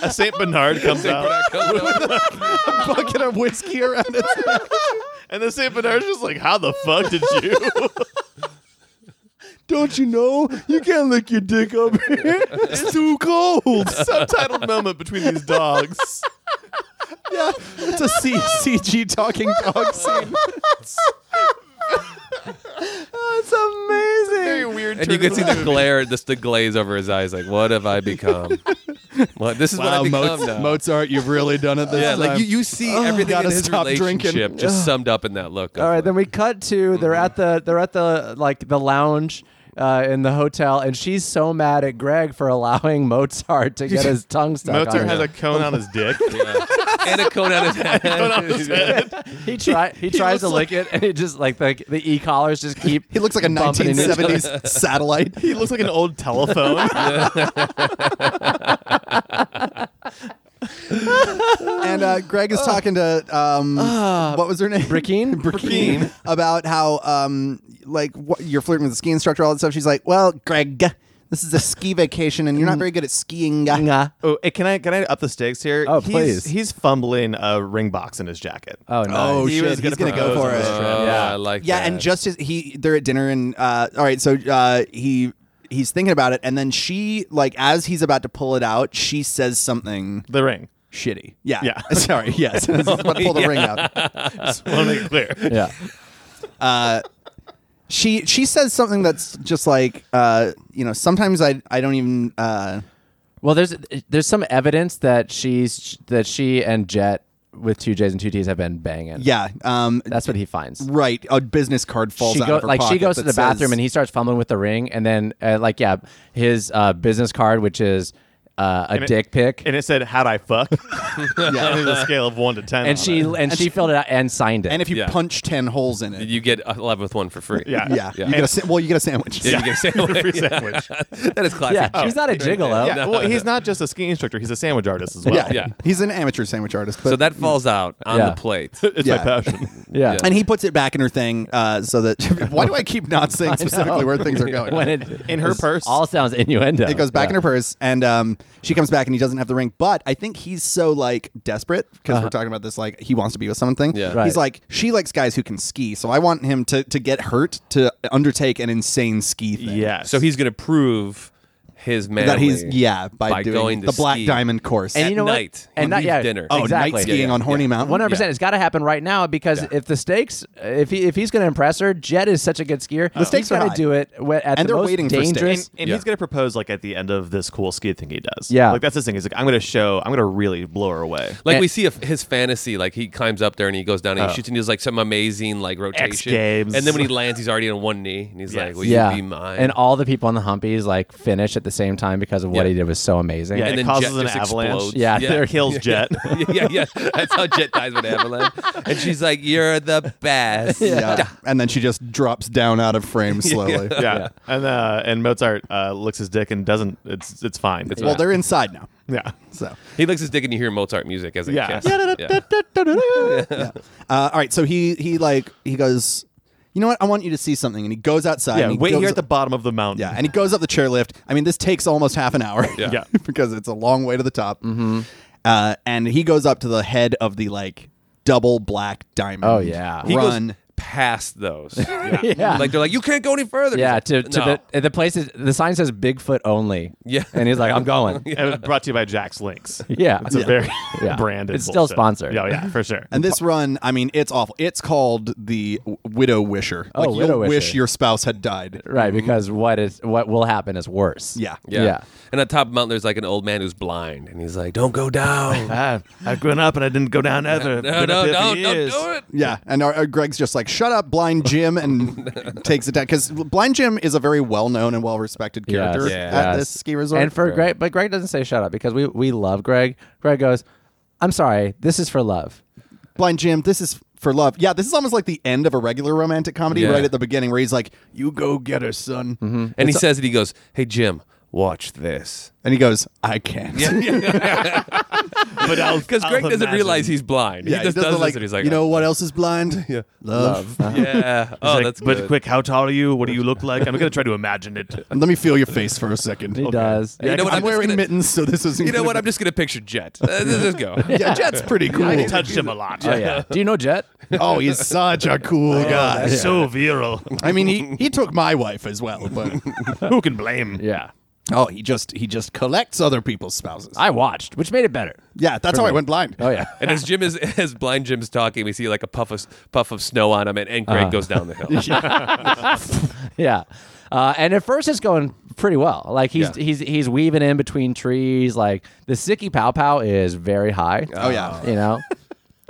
[SPEAKER 5] a Saint Bernard comes out,
[SPEAKER 3] Bucket of whiskey around it.
[SPEAKER 5] and the Saint Bernard's just like, "How the fuck did you?"
[SPEAKER 3] Don't you know? You can't lick your dick up here. It's too cold.
[SPEAKER 5] Subtitled moment between these dogs.
[SPEAKER 3] Yeah. It's a C- CG talking dog scene.
[SPEAKER 2] Oh, It's amazing.
[SPEAKER 5] Very weird.
[SPEAKER 4] and you can see the glare, just the glaze over his eyes. Like, what have I become? What this is what I become now.
[SPEAKER 3] Mozart, you've really done it this
[SPEAKER 4] yeah, like you, you see everything in
[SPEAKER 3] gotta
[SPEAKER 4] his
[SPEAKER 3] stop
[SPEAKER 4] relationship
[SPEAKER 3] drinking.
[SPEAKER 4] just summed up in that look.
[SPEAKER 2] All right, then we cut to they're at
[SPEAKER 3] Mm-hmm.
[SPEAKER 2] the they're at the like the lounge uh, in the hotel, and she's so mad at Greg for allowing Mozart to get his tongue stuck.
[SPEAKER 5] Mozart
[SPEAKER 2] on
[SPEAKER 5] has
[SPEAKER 2] her.
[SPEAKER 5] a cone on his dick.
[SPEAKER 4] and a cone on his head.
[SPEAKER 2] he try he tries to lick it, and it just like the the e collars just keep.
[SPEAKER 3] He looks like a
[SPEAKER 2] bumping into each other.
[SPEAKER 3] 1970s satellite.
[SPEAKER 5] He looks like an old telephone.
[SPEAKER 3] and uh, Greg is talking to um, what was her name?
[SPEAKER 2] Brickeen?
[SPEAKER 3] Brickeen about how um, like what, you're flirting with the ski instructor, all that stuff. She's like, "Well, Greg, this is a ski vacation, and you're not very good at skiing."
[SPEAKER 2] Nah.
[SPEAKER 5] Oh, eh, can I can I up the stakes here?
[SPEAKER 2] Oh,
[SPEAKER 5] he's,
[SPEAKER 2] please.
[SPEAKER 5] He's fumbling a ring box in his jacket.
[SPEAKER 2] Oh no.
[SPEAKER 3] Oh
[SPEAKER 5] He
[SPEAKER 3] shit,
[SPEAKER 5] was
[SPEAKER 3] he's
[SPEAKER 5] gonna
[SPEAKER 3] gonna go
[SPEAKER 5] propose
[SPEAKER 3] for
[SPEAKER 5] on
[SPEAKER 3] it.
[SPEAKER 5] this trip.
[SPEAKER 4] Oh,
[SPEAKER 2] Yeah.
[SPEAKER 4] I like
[SPEAKER 3] yeah,
[SPEAKER 4] that.
[SPEAKER 3] and just as he, they're at dinner, and uh, all right, so uh, he he's thinking about it, and then she like as he's about to pull it out, she says something
[SPEAKER 5] The ring.
[SPEAKER 3] shitty. Yeah,
[SPEAKER 5] Yeah.
[SPEAKER 3] sorry, yes, He's about to pull the ring out.
[SPEAKER 5] Just want to make it clear.
[SPEAKER 2] Yeah.
[SPEAKER 3] she she says something that's just like uh you know sometimes i i don't even uh
[SPEAKER 2] Well, there's there's some evidence that she's that she and Jet with two J's and two T's have been banging.
[SPEAKER 3] yeah um
[SPEAKER 2] That's what he finds.
[SPEAKER 3] right a business card falls
[SPEAKER 2] she
[SPEAKER 3] out
[SPEAKER 2] go-
[SPEAKER 3] of her
[SPEAKER 2] like she
[SPEAKER 3] pocket
[SPEAKER 2] goes to
[SPEAKER 3] that
[SPEAKER 2] the bathroom
[SPEAKER 3] says-
[SPEAKER 2] and he starts fumbling with the ring and then uh, like yeah his uh, business card which is uh, a
[SPEAKER 5] it-
[SPEAKER 2] dick pic
[SPEAKER 5] And it said, "How'd I fuck?" yeah, on a scale of one to ten.
[SPEAKER 2] and
[SPEAKER 5] on
[SPEAKER 2] she
[SPEAKER 5] it.
[SPEAKER 2] and, she, filled it out and signed it
[SPEAKER 3] and if you
[SPEAKER 4] Yeah.
[SPEAKER 3] punch 10 holes in it
[SPEAKER 4] you get a love with one for free.
[SPEAKER 5] Yeah.
[SPEAKER 3] yeah, you get a sa- well you get a sandwich
[SPEAKER 4] Yeah, you get a sandwich.
[SPEAKER 5] Free sandwich.
[SPEAKER 4] that is classic.
[SPEAKER 2] yeah she's not a gigolo
[SPEAKER 5] Yeah, well, he's not just a ski instructor; he's a sandwich artist as well.
[SPEAKER 3] yeah.
[SPEAKER 4] Oh, Yeah.
[SPEAKER 3] he's an amateur sandwich artist but
[SPEAKER 4] So that falls out on
[SPEAKER 2] Yeah.
[SPEAKER 4] the plate.
[SPEAKER 5] it's
[SPEAKER 3] Yeah.
[SPEAKER 5] my passion.
[SPEAKER 2] yeah,
[SPEAKER 4] Yeah.
[SPEAKER 3] and he puts it back in her thing uh so that why do i keep not saying specifically where things are going
[SPEAKER 2] when it
[SPEAKER 5] In her
[SPEAKER 2] this
[SPEAKER 5] purse.
[SPEAKER 2] all sounds innuendo
[SPEAKER 3] it goes back
[SPEAKER 2] Yeah.
[SPEAKER 3] in her purse and um, she comes back and he doesn't have the ring but i think he's so like desperate because we're talking about this like he wants to be with someone thing
[SPEAKER 4] Yeah.
[SPEAKER 2] Right.
[SPEAKER 3] he's like she likes guys who can ski so i want him to, to get hurt to undertake an insane ski thing
[SPEAKER 5] Yes.
[SPEAKER 4] So he's going to prove, his manly
[SPEAKER 3] that he's yeah by, doing
[SPEAKER 4] going to
[SPEAKER 3] the black
[SPEAKER 4] ski
[SPEAKER 3] diamond course.
[SPEAKER 4] at
[SPEAKER 2] And you know what?
[SPEAKER 4] night
[SPEAKER 2] And
[SPEAKER 4] when
[SPEAKER 2] that-
[SPEAKER 4] we've
[SPEAKER 2] yeah.
[SPEAKER 4] dinner.
[SPEAKER 2] Oh,
[SPEAKER 3] oh,
[SPEAKER 2] exactly.
[SPEAKER 3] night skiing
[SPEAKER 4] Yeah,
[SPEAKER 3] on Horny Mountain.
[SPEAKER 2] One hundred
[SPEAKER 4] Yeah.
[SPEAKER 2] percent. It's got to happen right now because if the stakes, if he if he's going to impress her, Jet is such a good skier. The
[SPEAKER 3] stakes are
[SPEAKER 2] got
[SPEAKER 3] high.
[SPEAKER 2] to do it wh- at
[SPEAKER 3] And
[SPEAKER 2] the
[SPEAKER 3] they're
[SPEAKER 2] most
[SPEAKER 3] waiting for stakes.
[SPEAKER 2] dangerous.
[SPEAKER 3] And-
[SPEAKER 5] And
[SPEAKER 4] Yeah.
[SPEAKER 5] he's gonna propose like at the end of this cool ski thing he does.
[SPEAKER 2] Yeah.
[SPEAKER 5] like that's his thing. He's like, I'm gonna show, I'm gonna really blow her away.
[SPEAKER 4] Like
[SPEAKER 2] And-
[SPEAKER 4] we see a, his fantasy, like he climbs up there and he goes down and
[SPEAKER 3] Uh.
[SPEAKER 4] he shoots and he does like some amazing like rotation.
[SPEAKER 5] Games.
[SPEAKER 4] And then when he lands, he's already on one knee and he's
[SPEAKER 5] Yes.
[SPEAKER 4] like, "Will
[SPEAKER 2] yeah,
[SPEAKER 4] you be mine?"
[SPEAKER 2] and all the people on the humpies like finish at the same time because of what
[SPEAKER 4] Yeah.
[SPEAKER 2] he did was so amazing.
[SPEAKER 5] Yeah,
[SPEAKER 4] And
[SPEAKER 5] it
[SPEAKER 4] then
[SPEAKER 5] causes
[SPEAKER 4] Jet
[SPEAKER 5] an
[SPEAKER 4] just
[SPEAKER 5] avalanche.
[SPEAKER 4] explodes.
[SPEAKER 2] Yeah,
[SPEAKER 4] yeah.
[SPEAKER 2] there-
[SPEAKER 5] Kills Jet.
[SPEAKER 4] yeah, yeah. That's how Jet dies with Avalanche. And she's like, "You're the best."
[SPEAKER 3] yeah. and then she just drops down out of frame slowly.
[SPEAKER 5] yeah. and uh, and Mozart uh, licks his dick and doesn't. It's it's fine. It's
[SPEAKER 3] Well, they're inside now.
[SPEAKER 5] yeah.
[SPEAKER 3] So,
[SPEAKER 4] He licks his dick and you hear Mozart music as they
[SPEAKER 5] Yeah.
[SPEAKER 4] kiss. Yeah.
[SPEAKER 3] uh, all right. So he he like he goes. You know what? I want you to see something, and he goes outside.
[SPEAKER 5] Yeah,
[SPEAKER 3] and he
[SPEAKER 5] wait
[SPEAKER 3] goes-
[SPEAKER 5] here at the bottom of the mountain.
[SPEAKER 3] Yeah, and he goes up the chairlift. I mean, this takes almost half an hour.
[SPEAKER 4] Yeah.
[SPEAKER 5] Yeah.
[SPEAKER 3] because it's a long way to the top. Mm-hmm. Uh, and he goes up to the head of the like double black diamond.
[SPEAKER 2] Oh, yeah.
[SPEAKER 4] He
[SPEAKER 3] run.
[SPEAKER 4] goes past those.
[SPEAKER 2] Yeah.
[SPEAKER 4] Like they're like, "You can't go any further."
[SPEAKER 2] Yeah,
[SPEAKER 4] He's
[SPEAKER 2] to,
[SPEAKER 4] like,
[SPEAKER 2] to
[SPEAKER 4] "No."
[SPEAKER 2] the the place is the sign says Bigfoot only.
[SPEAKER 4] Yeah.
[SPEAKER 2] and he's like, I'm going. yeah,
[SPEAKER 5] And brought to you by Jack's Links.
[SPEAKER 2] yeah.
[SPEAKER 5] It's a very
[SPEAKER 2] Yeah.
[SPEAKER 5] branded.
[SPEAKER 2] It's still
[SPEAKER 5] bullshit.
[SPEAKER 2] sponsored.
[SPEAKER 5] Yeah, yeah, for sure.
[SPEAKER 3] and this run, I mean, it's awful. It's called the w- Widow Wisher.
[SPEAKER 2] Oh,
[SPEAKER 3] like, you'll
[SPEAKER 2] Widow Wisher.
[SPEAKER 3] wish your spouse had died.
[SPEAKER 2] right, because what is what will happen is worse.
[SPEAKER 3] Yeah.
[SPEAKER 4] Yeah.
[SPEAKER 2] yeah.
[SPEAKER 4] And on top of the mountain, there's like an old man who's blind, and he's like, "Don't go down."
[SPEAKER 5] Ah, I've grown up and I didn't go down ever.
[SPEAKER 4] no, no, no, don't do it.
[SPEAKER 3] Yeah, and our, our Greg's just like, shut up, Blind Jim, and takes it down because Blind Jim is a very well-known and well-respected
[SPEAKER 2] Yes,
[SPEAKER 3] character
[SPEAKER 4] Yes.
[SPEAKER 3] at
[SPEAKER 2] yes.
[SPEAKER 3] this ski resort.
[SPEAKER 2] And for Greg, but Greg doesn't say shut up because we we love Greg. Greg goes, I'm sorry, this is for love.
[SPEAKER 3] Blind Jim, this is for love. Yeah, this is almost like the end of a regular romantic comedy,
[SPEAKER 4] Yeah.
[SPEAKER 3] right at the beginning, where he's like, "You go get her, son,"
[SPEAKER 2] Mm-hmm.
[SPEAKER 4] And he says it. He goes, "Hey Jim, watch this."
[SPEAKER 3] and he goes, "I can't." Yeah,
[SPEAKER 5] But I'll-
[SPEAKER 4] Because
[SPEAKER 5] I'll
[SPEAKER 4] Greg doesn't
[SPEAKER 5] imagine.
[SPEAKER 4] realize he's blind. he
[SPEAKER 3] he does
[SPEAKER 4] just
[SPEAKER 3] the,
[SPEAKER 4] does this,
[SPEAKER 3] like,
[SPEAKER 4] and he's like,
[SPEAKER 3] "You know what else is blind? Yeah, love."
[SPEAKER 2] Uh-huh.
[SPEAKER 4] Yeah.
[SPEAKER 5] He's
[SPEAKER 4] Oh,
[SPEAKER 5] like,
[SPEAKER 4] that's
[SPEAKER 5] But
[SPEAKER 4] good.
[SPEAKER 5] quick, how tall are you? What do you look like? I'm gonna try to imagine it.
[SPEAKER 3] Let me feel your face for a second.
[SPEAKER 2] He does.
[SPEAKER 4] You know what?
[SPEAKER 3] I'm,
[SPEAKER 4] I'm just
[SPEAKER 3] wearing
[SPEAKER 4] gonna-
[SPEAKER 3] mittens, so this is.
[SPEAKER 4] You know what? I'm just gonna picture Jet. Uh, let's just go.
[SPEAKER 3] yeah, Jet's pretty cool.
[SPEAKER 5] I touched him a lot.
[SPEAKER 2] Oh, yeah. Do you know Jet?
[SPEAKER 3] oh, he's such a cool guy.
[SPEAKER 5] So virile.
[SPEAKER 3] I mean, he he took my wife as well, but
[SPEAKER 5] Who can blame?
[SPEAKER 2] yeah.
[SPEAKER 3] oh, he just he just collects other people's spouses.
[SPEAKER 2] I watched, which made it better.
[SPEAKER 3] yeah, that's how I went blind.
[SPEAKER 2] Oh yeah.
[SPEAKER 4] And as Jim is as blind Jim's talking, we see like a puff of puff of snow on him, and, and
[SPEAKER 2] Uh-huh.
[SPEAKER 4] Greg goes down the hill.
[SPEAKER 2] yeah. Uh, and at first, it's going pretty well. Like he's he's he's weaving in between trees. Like the sicky pow pow is very high.
[SPEAKER 3] Oh, yeah.
[SPEAKER 2] you know.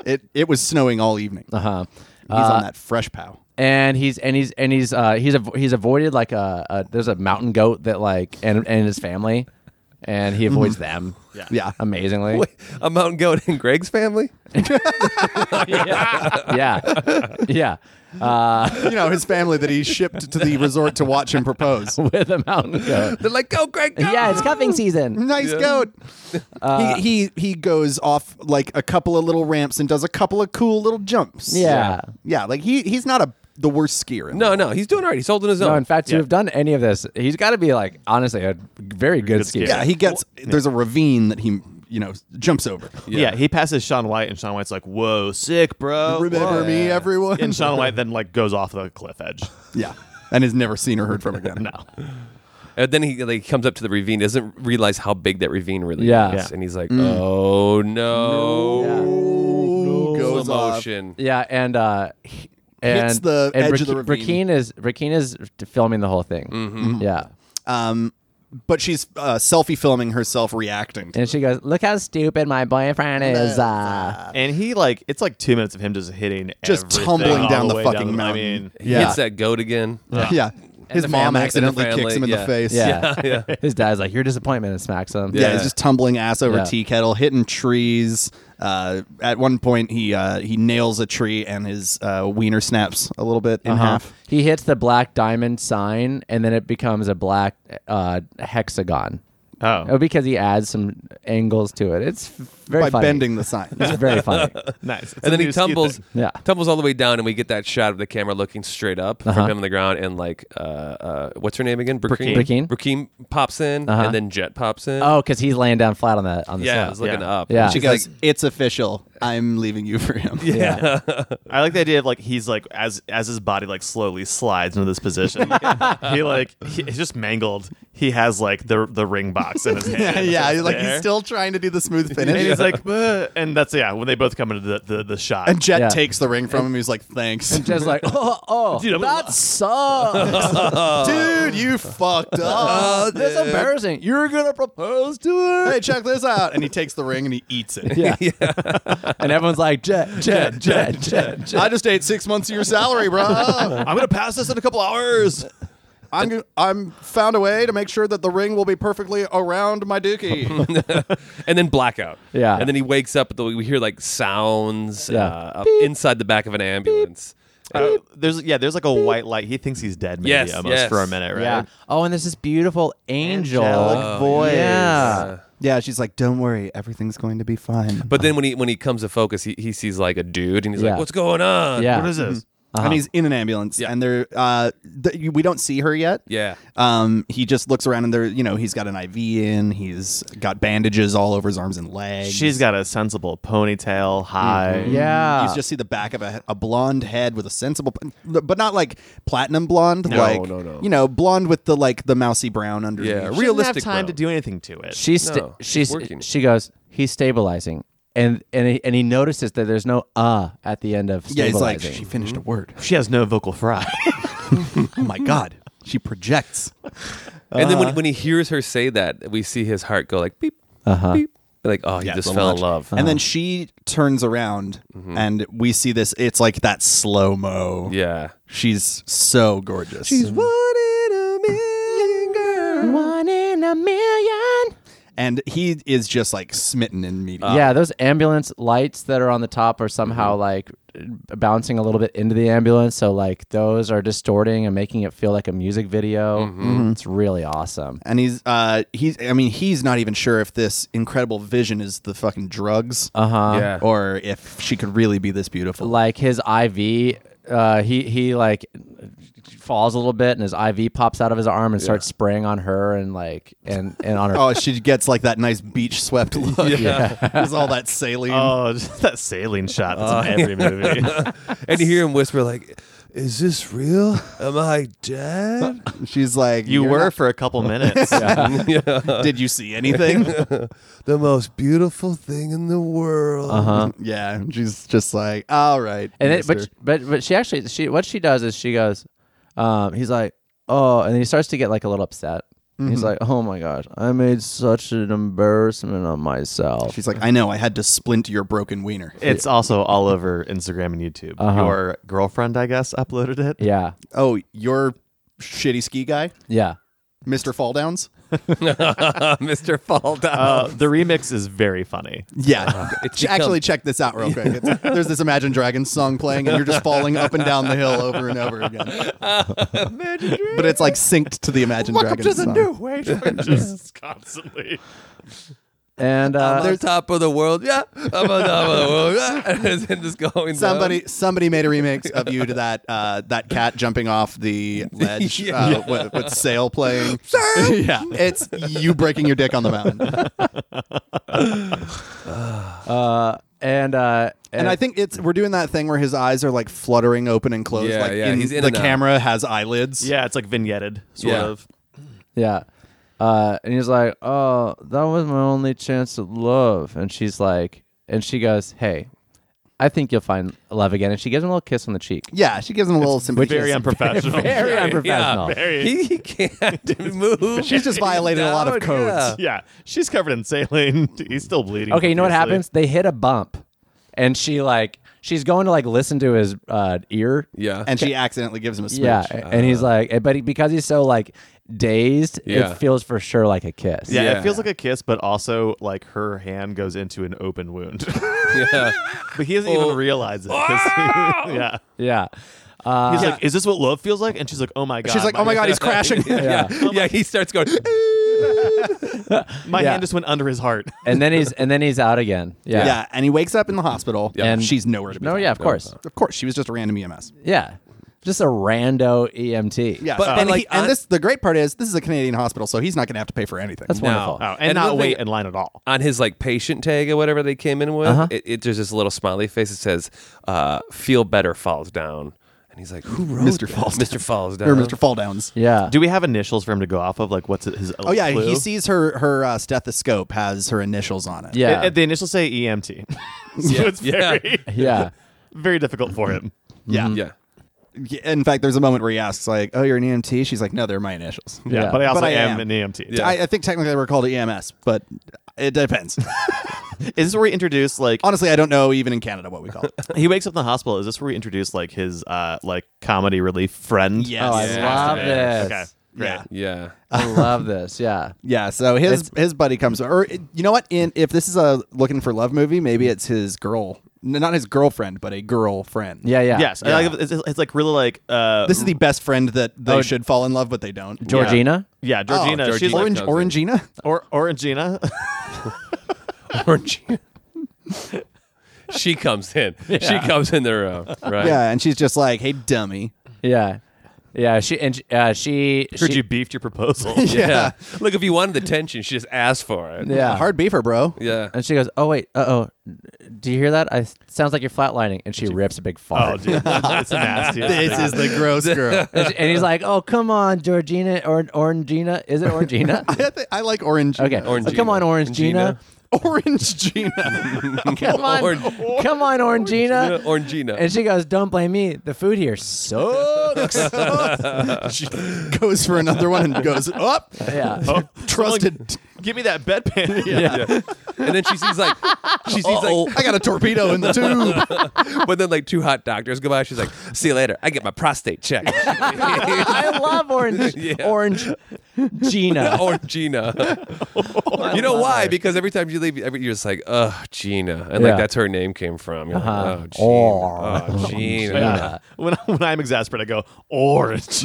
[SPEAKER 3] It it was snowing all evening.
[SPEAKER 2] Uh-huh.
[SPEAKER 3] He's on that fresh pow.
[SPEAKER 2] And he's and he's and he's uh, he's av- he's avoided like a, a there's a mountain goat that like and and his family, and he avoids them. Mm-hmm. Yeah.
[SPEAKER 3] Yeah.
[SPEAKER 2] Amazingly.
[SPEAKER 4] Wait, a mountain goat in Greg's family?
[SPEAKER 2] yeah. Yeah.
[SPEAKER 3] you know, his family that he shipped to the resort to watch him propose.
[SPEAKER 2] With a mountain goat.
[SPEAKER 4] They're like, "Go, Greg, go!"
[SPEAKER 2] yeah, it's cuffing season.
[SPEAKER 3] Nice goat. he, he he goes off like a couple of little ramps and does a couple of cool little jumps.
[SPEAKER 2] Yeah.
[SPEAKER 3] yeah. Like he he's not a the worst skier. in the
[SPEAKER 4] No, no, he's doing all right. He's holding his own.
[SPEAKER 2] No, in fact, to have done any of this, he's got to be like honestly a very good,
[SPEAKER 5] Good
[SPEAKER 2] skier.
[SPEAKER 5] skier.
[SPEAKER 3] Yeah, he gets there's a ravine that he you know jumps over.
[SPEAKER 5] Yeah. he passes Sean White, and Sean White's like, "Whoa, sick, bro."
[SPEAKER 3] Remember
[SPEAKER 5] Whoa."
[SPEAKER 3] me, everyone.
[SPEAKER 5] And Sean White then like goes off the cliff edge.
[SPEAKER 3] yeah, and is never seen or heard from again.
[SPEAKER 5] No,
[SPEAKER 4] And then he like comes up to the ravine, doesn't realize how big that ravine really
[SPEAKER 2] Yeah.
[SPEAKER 4] is,
[SPEAKER 2] Yeah.
[SPEAKER 4] and he's like,
[SPEAKER 5] Mm.
[SPEAKER 4] "Oh no!"
[SPEAKER 3] Oh, goes off.
[SPEAKER 4] Emotion.
[SPEAKER 2] Yeah, and uh he- and
[SPEAKER 3] the
[SPEAKER 2] and
[SPEAKER 3] edge
[SPEAKER 2] Rakin-
[SPEAKER 3] of the ravine.
[SPEAKER 2] Rakin is Rakin is filming the whole thing. Yeah.
[SPEAKER 3] Um, but she's uh, selfie filming herself reacting. To
[SPEAKER 2] And she goes, "Look how stupid my boyfriend is." Uh.
[SPEAKER 5] and he like it's like two minutes of him just hitting,
[SPEAKER 3] Just
[SPEAKER 5] everything
[SPEAKER 3] tumbling
[SPEAKER 5] all
[SPEAKER 3] down the
[SPEAKER 5] way
[SPEAKER 3] fucking
[SPEAKER 5] I
[SPEAKER 3] mountain.
[SPEAKER 5] mean,
[SPEAKER 4] He hits that goat again.
[SPEAKER 3] yeah. His
[SPEAKER 4] the
[SPEAKER 3] mom
[SPEAKER 4] family- and the
[SPEAKER 3] accidentally kicks
[SPEAKER 4] family,
[SPEAKER 3] him in the
[SPEAKER 4] yeah.
[SPEAKER 3] face.
[SPEAKER 2] Yeah. His dad's like, "Your disappointment," and smacks him.
[SPEAKER 3] Yeah,
[SPEAKER 4] Yeah.
[SPEAKER 3] he's just tumbling ass over
[SPEAKER 2] Yeah.
[SPEAKER 3] tea kettle, hitting trees. Uh, at one point, he uh, he nails a tree and his uh, wiener snaps a little bit in
[SPEAKER 2] Uh-huh.
[SPEAKER 3] half.
[SPEAKER 2] He hits the black diamond sign, and then it becomes a black uh, hexagon.
[SPEAKER 5] oh,
[SPEAKER 2] Oh, because he adds some angles to it. It's f- very
[SPEAKER 3] by
[SPEAKER 2] funny.
[SPEAKER 3] bending the sign.
[SPEAKER 2] It's very funny.
[SPEAKER 5] Nice. It's a
[SPEAKER 4] and then
[SPEAKER 5] new
[SPEAKER 4] he
[SPEAKER 5] skew
[SPEAKER 4] tumbles,
[SPEAKER 5] thing.
[SPEAKER 2] Yeah.
[SPEAKER 4] tumbles all the way down, and we get that shot of the camera looking straight up
[SPEAKER 2] Uh-huh.
[SPEAKER 4] from him on the ground, and like, uh, uh, what's her name again?
[SPEAKER 2] Burkeen.
[SPEAKER 4] Burkeen. Burkeen pops in, and then Jet pops in.
[SPEAKER 2] Uh-huh. Oh, because he's laying down flat on the on the
[SPEAKER 4] yeah,
[SPEAKER 2] slab.
[SPEAKER 4] he's looking
[SPEAKER 5] Yeah.
[SPEAKER 4] up.
[SPEAKER 2] Yeah.
[SPEAKER 4] And
[SPEAKER 3] She
[SPEAKER 4] she's
[SPEAKER 3] goes,
[SPEAKER 4] like,
[SPEAKER 3] "It's official. I'm leaving you for him." Yeah.
[SPEAKER 5] I like the idea of like he's like as as his body like slowly slides into this position. he like he, he's just mangled. He has like the the ring box in his
[SPEAKER 3] Yeah,
[SPEAKER 5] hand.
[SPEAKER 3] yeah, like
[SPEAKER 5] There.
[SPEAKER 3] he's still trying to do the smooth
[SPEAKER 5] And
[SPEAKER 3] finish.
[SPEAKER 5] he's like, "Bleh," and that's yeah. When they both come into the the, the shot,
[SPEAKER 3] And Jet
[SPEAKER 2] Yeah.
[SPEAKER 3] takes the ring from him. He's like, "Thanks,
[SPEAKER 2] Just like, oh, oh
[SPEAKER 5] Dude, I'm-
[SPEAKER 2] that sucks.
[SPEAKER 3] dude. You fucked
[SPEAKER 2] Oh,
[SPEAKER 3] up.
[SPEAKER 2] that's
[SPEAKER 3] dude.
[SPEAKER 2] embarrassing. You're gonna propose to
[SPEAKER 3] Hey,
[SPEAKER 2] her,
[SPEAKER 3] check this out. And he takes the ring and he eats it.
[SPEAKER 2] yeah. and everyone's like, Jet, Jet, Jet, Jet, Jet.
[SPEAKER 3] I just ate six months of your salary, bro. I'm gonna pass this in a couple hours. I'm go- I'm found a way to make sure that the ring will be perfectly around my dookie.
[SPEAKER 4] and then blackout.
[SPEAKER 2] Yeah.
[SPEAKER 4] and then he wakes up. But we hear like sounds
[SPEAKER 2] Yeah.
[SPEAKER 4] uh, up inside the back of an ambulance.
[SPEAKER 5] Uh, there's yeah, there's like a white light. He thinks he's dead, maybe
[SPEAKER 4] Yes,
[SPEAKER 5] almost
[SPEAKER 4] yes.
[SPEAKER 5] for a minute, right?
[SPEAKER 2] Yeah. Oh, and there's this beautiful angel
[SPEAKER 5] Angelic voice.
[SPEAKER 2] Yeah.
[SPEAKER 3] Oh, yeah, she's like, "Don't worry, everything's going to be fine."
[SPEAKER 4] Uh, But then when he when he comes to focus, he, he sees like a dude, and he's
[SPEAKER 2] Yeah.
[SPEAKER 4] like, "What's going on?"
[SPEAKER 2] Yeah.
[SPEAKER 5] What is this?
[SPEAKER 3] and he's in an ambulance, and they're uh, th- you- we don't see her yet.
[SPEAKER 4] yeah.
[SPEAKER 3] Um, he just looks around and there, you know, he's got an IV in. He's got bandages all over his arms and legs.
[SPEAKER 5] She's got a sensible ponytail, high.
[SPEAKER 2] Yeah.
[SPEAKER 4] Ah.
[SPEAKER 3] You just see the back of a, a blonde head with a sensible, but not like platinum blonde. No, like,
[SPEAKER 4] no, no.
[SPEAKER 3] You know, blonde with the like the mousy brown underneath.
[SPEAKER 4] Yeah,
[SPEAKER 5] She doesn't have
[SPEAKER 4] realistic.
[SPEAKER 5] time
[SPEAKER 4] bro.
[SPEAKER 5] to do anything to it.
[SPEAKER 2] she's sta-
[SPEAKER 4] No, she's
[SPEAKER 2] she's
[SPEAKER 4] working.
[SPEAKER 2] she goes he's stabilizing and and he, and he notices that there's no uh at the end of
[SPEAKER 3] Yeah, he's
[SPEAKER 2] stabilizing
[SPEAKER 3] like she finished
[SPEAKER 4] Mm-hmm.
[SPEAKER 3] a word.
[SPEAKER 5] She has no vocal fry.
[SPEAKER 3] Oh my god, she projects.
[SPEAKER 4] And then when,
[SPEAKER 3] Uh-huh.
[SPEAKER 4] when he hears her say that, we see his heart go like beep, beep. Like, oh, he just
[SPEAKER 3] so
[SPEAKER 4] fell in
[SPEAKER 3] much.
[SPEAKER 4] love.
[SPEAKER 3] Uh-huh.
[SPEAKER 4] Oh. Mm-hmm.
[SPEAKER 3] And then she turns around, and we see this. It's like that slow mo.
[SPEAKER 4] yeah.
[SPEAKER 3] she's so gorgeous. Mm-hmm.
[SPEAKER 4] one in a million girl.
[SPEAKER 2] one in a million
[SPEAKER 3] and he is just like smitten in media.
[SPEAKER 2] yeah those ambulance lights that are on the top are somehow like bouncing a little bit into the ambulance so like those are distorting and making it feel like a music video it's really awesome
[SPEAKER 3] and he's uh he's I mean he's not even sure if this incredible vision is the fucking drugs
[SPEAKER 2] uh-huh
[SPEAKER 4] Yeah.
[SPEAKER 3] Uh, or if she could really be this beautiful.
[SPEAKER 2] like his IV, uh, he he like falls a little bit, and his IV pops out of his arm and starts spraying on her and like and and on her.
[SPEAKER 3] oh, she gets like that nice beach swept look. Yeah, there's all that saline.
[SPEAKER 5] oh, just that saline shot that's in every movie.
[SPEAKER 4] and you hear him whisper like, "Is this real? Am I dead?"
[SPEAKER 3] She's like,
[SPEAKER 5] You
[SPEAKER 3] "You're
[SPEAKER 5] were for a couple minutes.
[SPEAKER 3] not- did you see anything?
[SPEAKER 4] the most beautiful thing in the world.
[SPEAKER 3] Uh-huh. yeah, and she's just like, all right.
[SPEAKER 2] and it, but
[SPEAKER 3] mister."
[SPEAKER 2] but but she actually she what she does is she goes, um, he's like oh, and then he starts to get like a little upset.
[SPEAKER 3] Mm-hmm.
[SPEAKER 2] He's like, oh my gosh, I made such an embarrassment of myself.
[SPEAKER 3] she's like, I know, I had to splint your broken wiener.
[SPEAKER 5] It's also all over Instagram and YouTube. Your girlfriend, I guess, uploaded it.
[SPEAKER 2] yeah,
[SPEAKER 3] Oh, your shitty ski guy,
[SPEAKER 2] yeah.
[SPEAKER 3] Mister Falldowns.
[SPEAKER 4] Mr. Fall down.
[SPEAKER 5] Uh, the remix is very funny.
[SPEAKER 3] Yeah.
[SPEAKER 4] it's
[SPEAKER 3] Ch- Actually, check this out real quick. It's, there's this Imagine Dragons song playing, and you're just falling up and down the hill over and over again. but it's like synced to the Imagine Dragons song.
[SPEAKER 5] wave. just constantly.
[SPEAKER 2] And uh,
[SPEAKER 4] they're top of the world. Yeah, I'm on top of the world. Yeah. And then just going down.
[SPEAKER 3] Oh. Somebody, somebody made a remix of you to that uh, that cat jumping off the ledge uh, with, with sail playing. yeah, it's you breaking your dick on the mountain. And,
[SPEAKER 2] uh, and uh,
[SPEAKER 3] I think it's we're doing that thing where his eyes are like fluttering open and closed.
[SPEAKER 4] Yeah,
[SPEAKER 3] like
[SPEAKER 4] yeah,
[SPEAKER 3] in-
[SPEAKER 4] he's in
[SPEAKER 3] the
[SPEAKER 4] and out.
[SPEAKER 3] camera has eyelids.
[SPEAKER 5] Yeah, it's like vignetted, sort
[SPEAKER 4] Yeah.
[SPEAKER 5] of.
[SPEAKER 2] Yeah. Uh, and he's like, "Oh, that was my only chance at love." And she's like, and she goes, "Hey, I think you'll find love again." And she gives him a little kiss on the cheek.
[SPEAKER 3] yeah. She gives him a little sympathy.
[SPEAKER 5] Very unprofessional.
[SPEAKER 2] Very
[SPEAKER 4] Yeah,
[SPEAKER 2] unprofessional.
[SPEAKER 5] very-
[SPEAKER 4] he, he can't move.
[SPEAKER 3] She's just violated a lot of
[SPEAKER 4] Down,
[SPEAKER 3] codes.
[SPEAKER 4] yeah.
[SPEAKER 5] yeah, she's covered in saline. He's still bleeding.
[SPEAKER 2] okay, you know what
[SPEAKER 5] profusely.
[SPEAKER 2] happens? They hit a bump, and she like she's going to like listen to his uh, ear.
[SPEAKER 4] Yeah.
[SPEAKER 3] and she accidentally gives him a smooch.
[SPEAKER 2] Yeah, and he's like, eh, but he, because he's so like dazed,
[SPEAKER 4] Yeah.
[SPEAKER 2] it feels for sure like a kiss.
[SPEAKER 5] Yeah,
[SPEAKER 4] Yeah.
[SPEAKER 5] it feels like a kiss, but also like her hand goes into an open wound.
[SPEAKER 4] yeah.
[SPEAKER 5] but he doesn't even realize it. 'cause- yeah.
[SPEAKER 2] yeah.
[SPEAKER 5] He's like, is this what love feels like? And she's like, oh my God.
[SPEAKER 3] She's like, "Oh my god, he's crashing."
[SPEAKER 4] Yeah. yeah. He starts going. "Ooh."
[SPEAKER 5] My
[SPEAKER 2] Yeah.
[SPEAKER 5] hand just went under his heart.
[SPEAKER 2] and then he's and then he's out again. Yeah.
[SPEAKER 3] Yeah. and he wakes up in the hospital.
[SPEAKER 2] And-
[SPEAKER 3] And she's nowhere to be.
[SPEAKER 2] No,
[SPEAKER 3] found.
[SPEAKER 2] yeah, of course.
[SPEAKER 3] Of course, she was just a random E EMS.
[SPEAKER 2] Yeah. Just a rando E EMT.
[SPEAKER 3] Yeah,
[SPEAKER 4] But-
[SPEAKER 3] and,
[SPEAKER 4] but
[SPEAKER 3] he-
[SPEAKER 4] like,
[SPEAKER 3] and
[SPEAKER 4] I-
[SPEAKER 3] this the great part is this is a Canadian hospital, so he's not going to have to pay for anything.
[SPEAKER 2] That's wonderful.
[SPEAKER 5] Oh, and,
[SPEAKER 4] And the
[SPEAKER 5] not
[SPEAKER 4] thing-
[SPEAKER 5] wait in line at all.
[SPEAKER 4] on his like patient tag or whatever they came in with, it, it, there's this little smiley face that says, uh, "Feel better falls down," and he's like, "Who wrote
[SPEAKER 3] Mr.
[SPEAKER 4] that?
[SPEAKER 3] Falls
[SPEAKER 4] Mr. Falls down."
[SPEAKER 3] or Mr. Falldowns.
[SPEAKER 2] Yeah.
[SPEAKER 5] Do we have initials for him to go off of? Like, what's his? uh,
[SPEAKER 3] Oh yeah,
[SPEAKER 5] clue?
[SPEAKER 3] he sees her her uh, stethoscope has her initials on it.
[SPEAKER 2] yeah.
[SPEAKER 5] It- the initials say EMT. so it's
[SPEAKER 4] Yeah.
[SPEAKER 5] very,
[SPEAKER 2] yeah.
[SPEAKER 5] very difficult for him.
[SPEAKER 3] yeah.
[SPEAKER 4] Yeah.
[SPEAKER 3] Y- In fact, there's a moment where he asks like, "Oh, you're an EMT?" She's like, "No, they're my initials."
[SPEAKER 5] Yeah,
[SPEAKER 2] Yeah.
[SPEAKER 5] but I also
[SPEAKER 3] But I
[SPEAKER 5] am,
[SPEAKER 3] am.
[SPEAKER 5] an E EMT.
[SPEAKER 4] Yeah.
[SPEAKER 3] I, I think technically they were called EMS, but it depends.
[SPEAKER 5] Is this where we introduce like
[SPEAKER 3] Honestly, I don't know even in Canada what we call it.
[SPEAKER 5] he wakes up in the hospital? Is this where we introduce like his uh like comedy relief friend?
[SPEAKER 3] Yes.
[SPEAKER 2] Oh, I
[SPEAKER 3] Yeah.
[SPEAKER 2] love this.
[SPEAKER 5] Okay. Great.
[SPEAKER 3] Yeah.
[SPEAKER 4] Yeah.
[SPEAKER 2] I love this. Yeah.
[SPEAKER 3] Yeah, so his his buddy comes or you know what? In if this is a looking for love movie, maybe it's his girl, n- not his girlfriend, but a girlfriend.
[SPEAKER 2] Yeah. Yeah.
[SPEAKER 5] Yes. I like- it's, it's like really like uh
[SPEAKER 3] This is the best friend that they
[SPEAKER 2] Oh,
[SPEAKER 3] should fall in love, but they don't.
[SPEAKER 2] Georgina.
[SPEAKER 5] yeah, Georgina.
[SPEAKER 4] Oh,
[SPEAKER 5] she's
[SPEAKER 4] Georgina.
[SPEAKER 5] like
[SPEAKER 3] Orange, Orangina.
[SPEAKER 5] or Orangina.
[SPEAKER 4] Orange. she comes in. She comes in the room. Right.
[SPEAKER 3] Yeah, and she's just like, "Hey, dummy."
[SPEAKER 2] Yeah. Yeah. She and uh, she.
[SPEAKER 5] Heard
[SPEAKER 2] she
[SPEAKER 5] you beefed your proposal.
[SPEAKER 4] Yeah. Look, if you wanted the tension, she just asked for it.
[SPEAKER 2] yeah.
[SPEAKER 3] hard beefer, bro.
[SPEAKER 4] Yeah.
[SPEAKER 2] And she goes, "Oh wait, uh oh, do you hear that? I sounds like you're flatlining." And she rips a big
[SPEAKER 5] Oh,
[SPEAKER 2] fart.
[SPEAKER 5] dude, it's nasty.
[SPEAKER 3] This is the gross girl.
[SPEAKER 2] and, she- and he's like, "Oh come on, Georgina or Orangina, is it Orangina?"
[SPEAKER 3] I, think- I like Orange.
[SPEAKER 2] Okay,
[SPEAKER 4] Orangina.
[SPEAKER 2] Oh, come on, Orangina,
[SPEAKER 4] Orangina.
[SPEAKER 3] Orange Gina.
[SPEAKER 2] come on,
[SPEAKER 4] Orange-
[SPEAKER 2] come on, Orangina.
[SPEAKER 4] Orangina.
[SPEAKER 2] And she goes, "Don't blame me. The food here sucks."
[SPEAKER 3] she goes for another one and goes up.
[SPEAKER 2] yeah,
[SPEAKER 3] Trusted.
[SPEAKER 5] Give me that bedpan.
[SPEAKER 4] yeah. and then she sees like she sees like
[SPEAKER 3] I got a torpedo in the tube.
[SPEAKER 4] but then like two hot doctors go by. She's like, "See you later. I get my prostate checked."
[SPEAKER 2] I love Orange,
[SPEAKER 4] Yeah.
[SPEAKER 2] Orange Gina.
[SPEAKER 4] or Gina. you know why? Because every time you leave, every, you're just like, "Oh, Gina," and
[SPEAKER 2] Yeah.
[SPEAKER 4] like that's her name came from. You're
[SPEAKER 2] Uh-huh.
[SPEAKER 4] like, "Oh, Gina. Oh, Gina.
[SPEAKER 5] Yeah. When, I- when I'm exasperated, I go orange.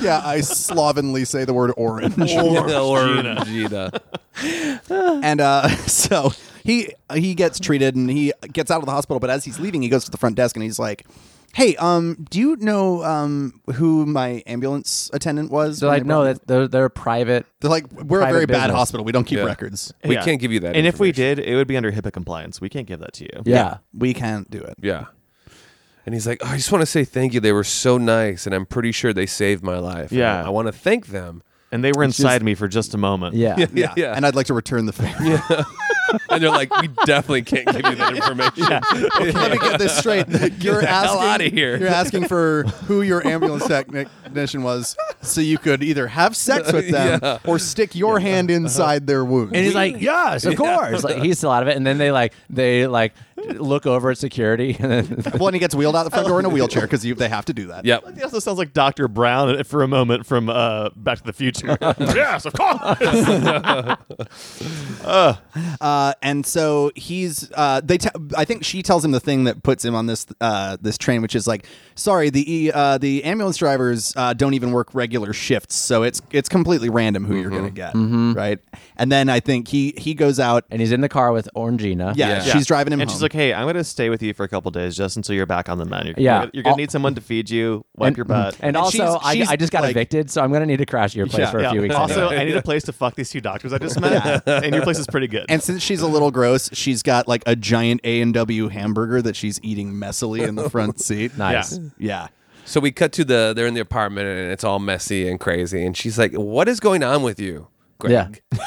[SPEAKER 3] yeah, I slovenly say the word orange.
[SPEAKER 4] Or Gina.
[SPEAKER 3] and uh, so he he gets treated and he gets out of the hospital. But as he's leaving, he goes to the front desk and he's like, "Hey, um, do you know um who my ambulance attendant was?"
[SPEAKER 2] So
[SPEAKER 3] when
[SPEAKER 2] like,
[SPEAKER 3] they brought
[SPEAKER 2] no,
[SPEAKER 3] me-"
[SPEAKER 2] that they're, they're private.
[SPEAKER 3] they're like, "We're a
[SPEAKER 2] private
[SPEAKER 3] very bad
[SPEAKER 2] business.
[SPEAKER 3] hospital. We don't keep
[SPEAKER 4] Yeah.
[SPEAKER 3] records.
[SPEAKER 4] We
[SPEAKER 5] Yeah.
[SPEAKER 4] can't give you that.
[SPEAKER 5] And if we
[SPEAKER 4] information.
[SPEAKER 5] did, it would be under HIPAA compliance. We can't give that to you.
[SPEAKER 2] Yeah,
[SPEAKER 3] We can't do it."
[SPEAKER 4] yeah. And he's like, "Oh, I just want to say thank you. They were so nice, and I'm pretty sure they saved my life. And
[SPEAKER 5] Yeah.
[SPEAKER 4] I want to thank them.
[SPEAKER 5] And they were inside me for just a moment.
[SPEAKER 2] yeah. yeah.
[SPEAKER 4] Yeah, yeah.
[SPEAKER 3] and I'd like to return the favor.
[SPEAKER 4] And they're like, we definitely can't give you that information.
[SPEAKER 3] Let me get this straight. You're
[SPEAKER 4] the hell
[SPEAKER 3] asking
[SPEAKER 4] outta here.
[SPEAKER 3] You're asking for who your ambulance technician was, so you could either have sex with them
[SPEAKER 4] Yeah.
[SPEAKER 3] or stick your hand inside their wound.
[SPEAKER 2] And he's like, yes, of course. Like he's still out of it. And then they like they like look over at security and then
[SPEAKER 3] well, and he gets wheeled out the front door in a wheelchair because they have to do that.
[SPEAKER 4] Yep.
[SPEAKER 5] He also sounds like Dr. Brown for a moment from uh, Back to the Future. yes, of course.
[SPEAKER 3] Uh, and so he's uh, they. T- I think she tells him the thing that puts him on this uh, this train, which is like, sorry, the e- uh, the ambulance drivers uh, don't even work regular shifts, so it's it's completely random who you're gonna get, right? And then I think he he goes out.
[SPEAKER 2] and he's in the car with Orangina.
[SPEAKER 3] Yeah,
[SPEAKER 4] Yeah.
[SPEAKER 3] she's driving him.
[SPEAKER 5] And
[SPEAKER 3] home.
[SPEAKER 5] she's like, hey, I'm going to stay with you for a couple days just until you're back on the menu. You're
[SPEAKER 2] Yeah.
[SPEAKER 5] gonna- You're going
[SPEAKER 2] I'll-
[SPEAKER 5] to need someone to feed you, wipe your butt.
[SPEAKER 2] And, also,
[SPEAKER 3] she's-
[SPEAKER 2] I,
[SPEAKER 3] she's
[SPEAKER 2] I just got
[SPEAKER 3] like-
[SPEAKER 2] evicted, so I'm gonna need to crash at your place
[SPEAKER 5] Yeah.
[SPEAKER 2] for a
[SPEAKER 5] Yeah.
[SPEAKER 2] few weeks.
[SPEAKER 5] Also,
[SPEAKER 2] anyway.
[SPEAKER 5] I need a place to fuck these two doctors I just met, and your place is pretty good.
[SPEAKER 3] And since she's a little gross, she's got like a giant A and W hamburger that she's eating messily in the front seat.
[SPEAKER 2] nice.
[SPEAKER 3] Yeah.
[SPEAKER 4] So we cut to the they're in the apartment and it's all messy and crazy. And she's like, What is going on with you, Greg? Yeah.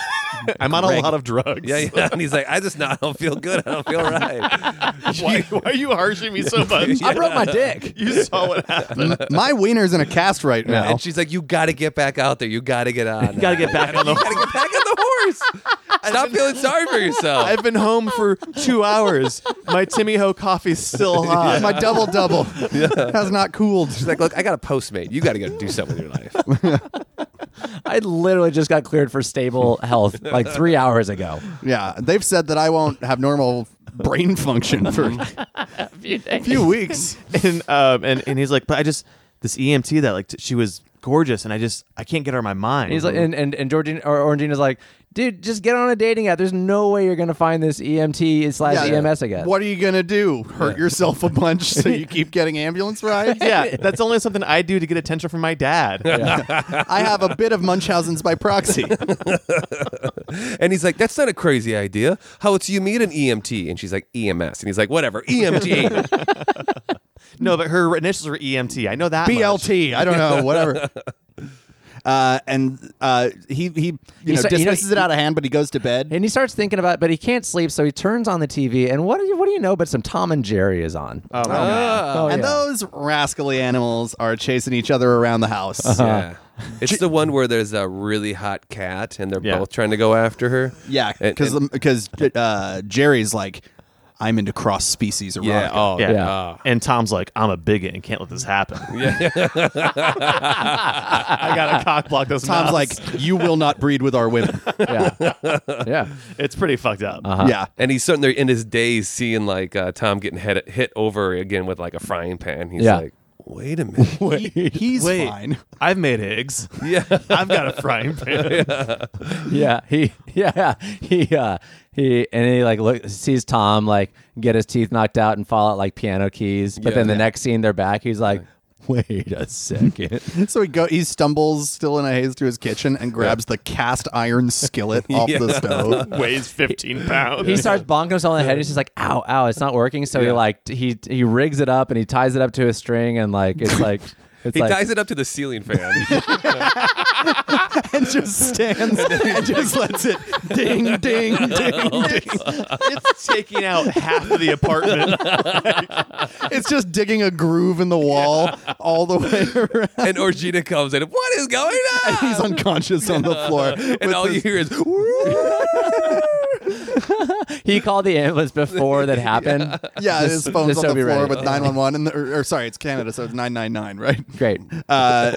[SPEAKER 5] I'm on a lot of drugs.
[SPEAKER 4] Yeah, And he's like, I just not I don't feel good. I don't feel right.
[SPEAKER 5] Why, why are you harshing me so much?
[SPEAKER 2] I broke my dick.
[SPEAKER 5] You saw what happened.
[SPEAKER 3] My wiener's in a cast right now.
[SPEAKER 4] And she's like, You gotta get back out there. You gotta get on. You
[SPEAKER 5] get back on the.
[SPEAKER 4] gotta get back on the horse. Stop feeling sorry for yourself.
[SPEAKER 5] I've been home for two hours. My Timmy Ho coffee's still hot.
[SPEAKER 3] My double double has not cooled.
[SPEAKER 4] She's like, Look, I got a postmate. You gotta go do something with your life.
[SPEAKER 2] I literally just got cleared for stable health like three hours ago.
[SPEAKER 3] Yeah, they've said that I won't have normal brain function for a few weeks.
[SPEAKER 5] and um and, and he's like, but I just this EMT E that like t- she was gorgeous, and I just I can't get her out of my mind.
[SPEAKER 2] And he's like, and and and Georgina or Orangina's like, dude, just get on a dating app. There's no way you're gonna find this EMT slash EMS. E I guess.
[SPEAKER 3] What are you gonna do? Hurt yourself a bunch so you keep getting ambulance rides?
[SPEAKER 5] yeah, that's only something I do to get attention from my dad.
[SPEAKER 3] I have a bit of Munchausen's by proxy.
[SPEAKER 4] And he's like, "That's not a crazy idea. How it's you meet an EMT?" And she's like, "EMS." And he's like, "Whatever, E EMT."
[SPEAKER 5] No, but her initials are EMT. I know that. much.
[SPEAKER 3] BLT. I don't know. Whatever. Uh, and uh, he he you know
[SPEAKER 2] sa- you know,
[SPEAKER 3] dismisses it
[SPEAKER 2] he-
[SPEAKER 3] out of hand, but he goes to bed.
[SPEAKER 2] And he starts thinking about, it, but he can't sleep, so he turns on the TV. And what do you what do you know? But some Tom and Jerry is on.
[SPEAKER 5] Oh, man.
[SPEAKER 2] Oh,
[SPEAKER 3] and
[SPEAKER 2] yeah.
[SPEAKER 3] those rascally animals are chasing each other around the house.
[SPEAKER 4] Oh,
[SPEAKER 2] Uh-huh.
[SPEAKER 4] yeah. It's the one where there's a really hot cat, and they're
[SPEAKER 5] Yeah.
[SPEAKER 4] both trying to go after her.
[SPEAKER 3] Yeah,
[SPEAKER 4] And-
[SPEAKER 3] because
[SPEAKER 4] and-
[SPEAKER 3] because uh, Jerry's like, I'm into cross species erotica.
[SPEAKER 4] yeah. Oh,
[SPEAKER 5] Yeah.
[SPEAKER 4] yeah.
[SPEAKER 5] And Tom's like, I'm a bigot and can't let this happen.
[SPEAKER 4] yeah.
[SPEAKER 5] I gotta cock block those.
[SPEAKER 3] Tom's like,
[SPEAKER 5] mouths.
[SPEAKER 3] you will not breed with our women.
[SPEAKER 2] yeah, yeah.
[SPEAKER 5] it's pretty fucked up.
[SPEAKER 3] Yeah,
[SPEAKER 4] And he's sitting there in his daze, seeing like uh, Tom getting hit hit over again with like a frying pan. He's
[SPEAKER 2] Yeah.
[SPEAKER 4] like, "Wait a minute."
[SPEAKER 3] He- he's
[SPEAKER 5] Wait,
[SPEAKER 3] fine.
[SPEAKER 5] I've made eggs.
[SPEAKER 4] yeah.
[SPEAKER 5] I've got a frying pan.
[SPEAKER 2] yeah he yeah he uh he and he like look sees tom like get his teeth knocked out and fall out like piano keys but
[SPEAKER 4] Yeah.
[SPEAKER 2] then the
[SPEAKER 4] Yeah.
[SPEAKER 2] next scene they're back he's like wait a second
[SPEAKER 3] So he go he stumbles still in a haze to his kitchen and grabs the cast iron skillet off the stove.
[SPEAKER 5] Weighs 15 pounds.
[SPEAKER 2] he starts bonking himself on the head and he's just like ow ow it's not working so he like he he rigs it up and he ties it up to a string and like it's like it's
[SPEAKER 4] He
[SPEAKER 2] like
[SPEAKER 4] ties it up to the ceiling fan.
[SPEAKER 3] and just stands and just lets it ding ding
[SPEAKER 4] Oh.
[SPEAKER 3] ding.
[SPEAKER 5] it's taking out half of the apartment.
[SPEAKER 3] It's just digging a groove in the wall all the way around.
[SPEAKER 4] and Orgina comes in. What is going on?
[SPEAKER 3] He's unconscious on the floor.
[SPEAKER 4] and all you hear is,
[SPEAKER 2] he called the ambulance before that happened
[SPEAKER 3] yeah,
[SPEAKER 2] Just-
[SPEAKER 3] his phone's
[SPEAKER 2] just
[SPEAKER 3] on
[SPEAKER 2] so
[SPEAKER 3] the
[SPEAKER 2] be
[SPEAKER 3] floor
[SPEAKER 2] ready.
[SPEAKER 3] with 911 and the, or, or sorry, it's Canada, so it's 999, right?
[SPEAKER 2] great
[SPEAKER 3] uh,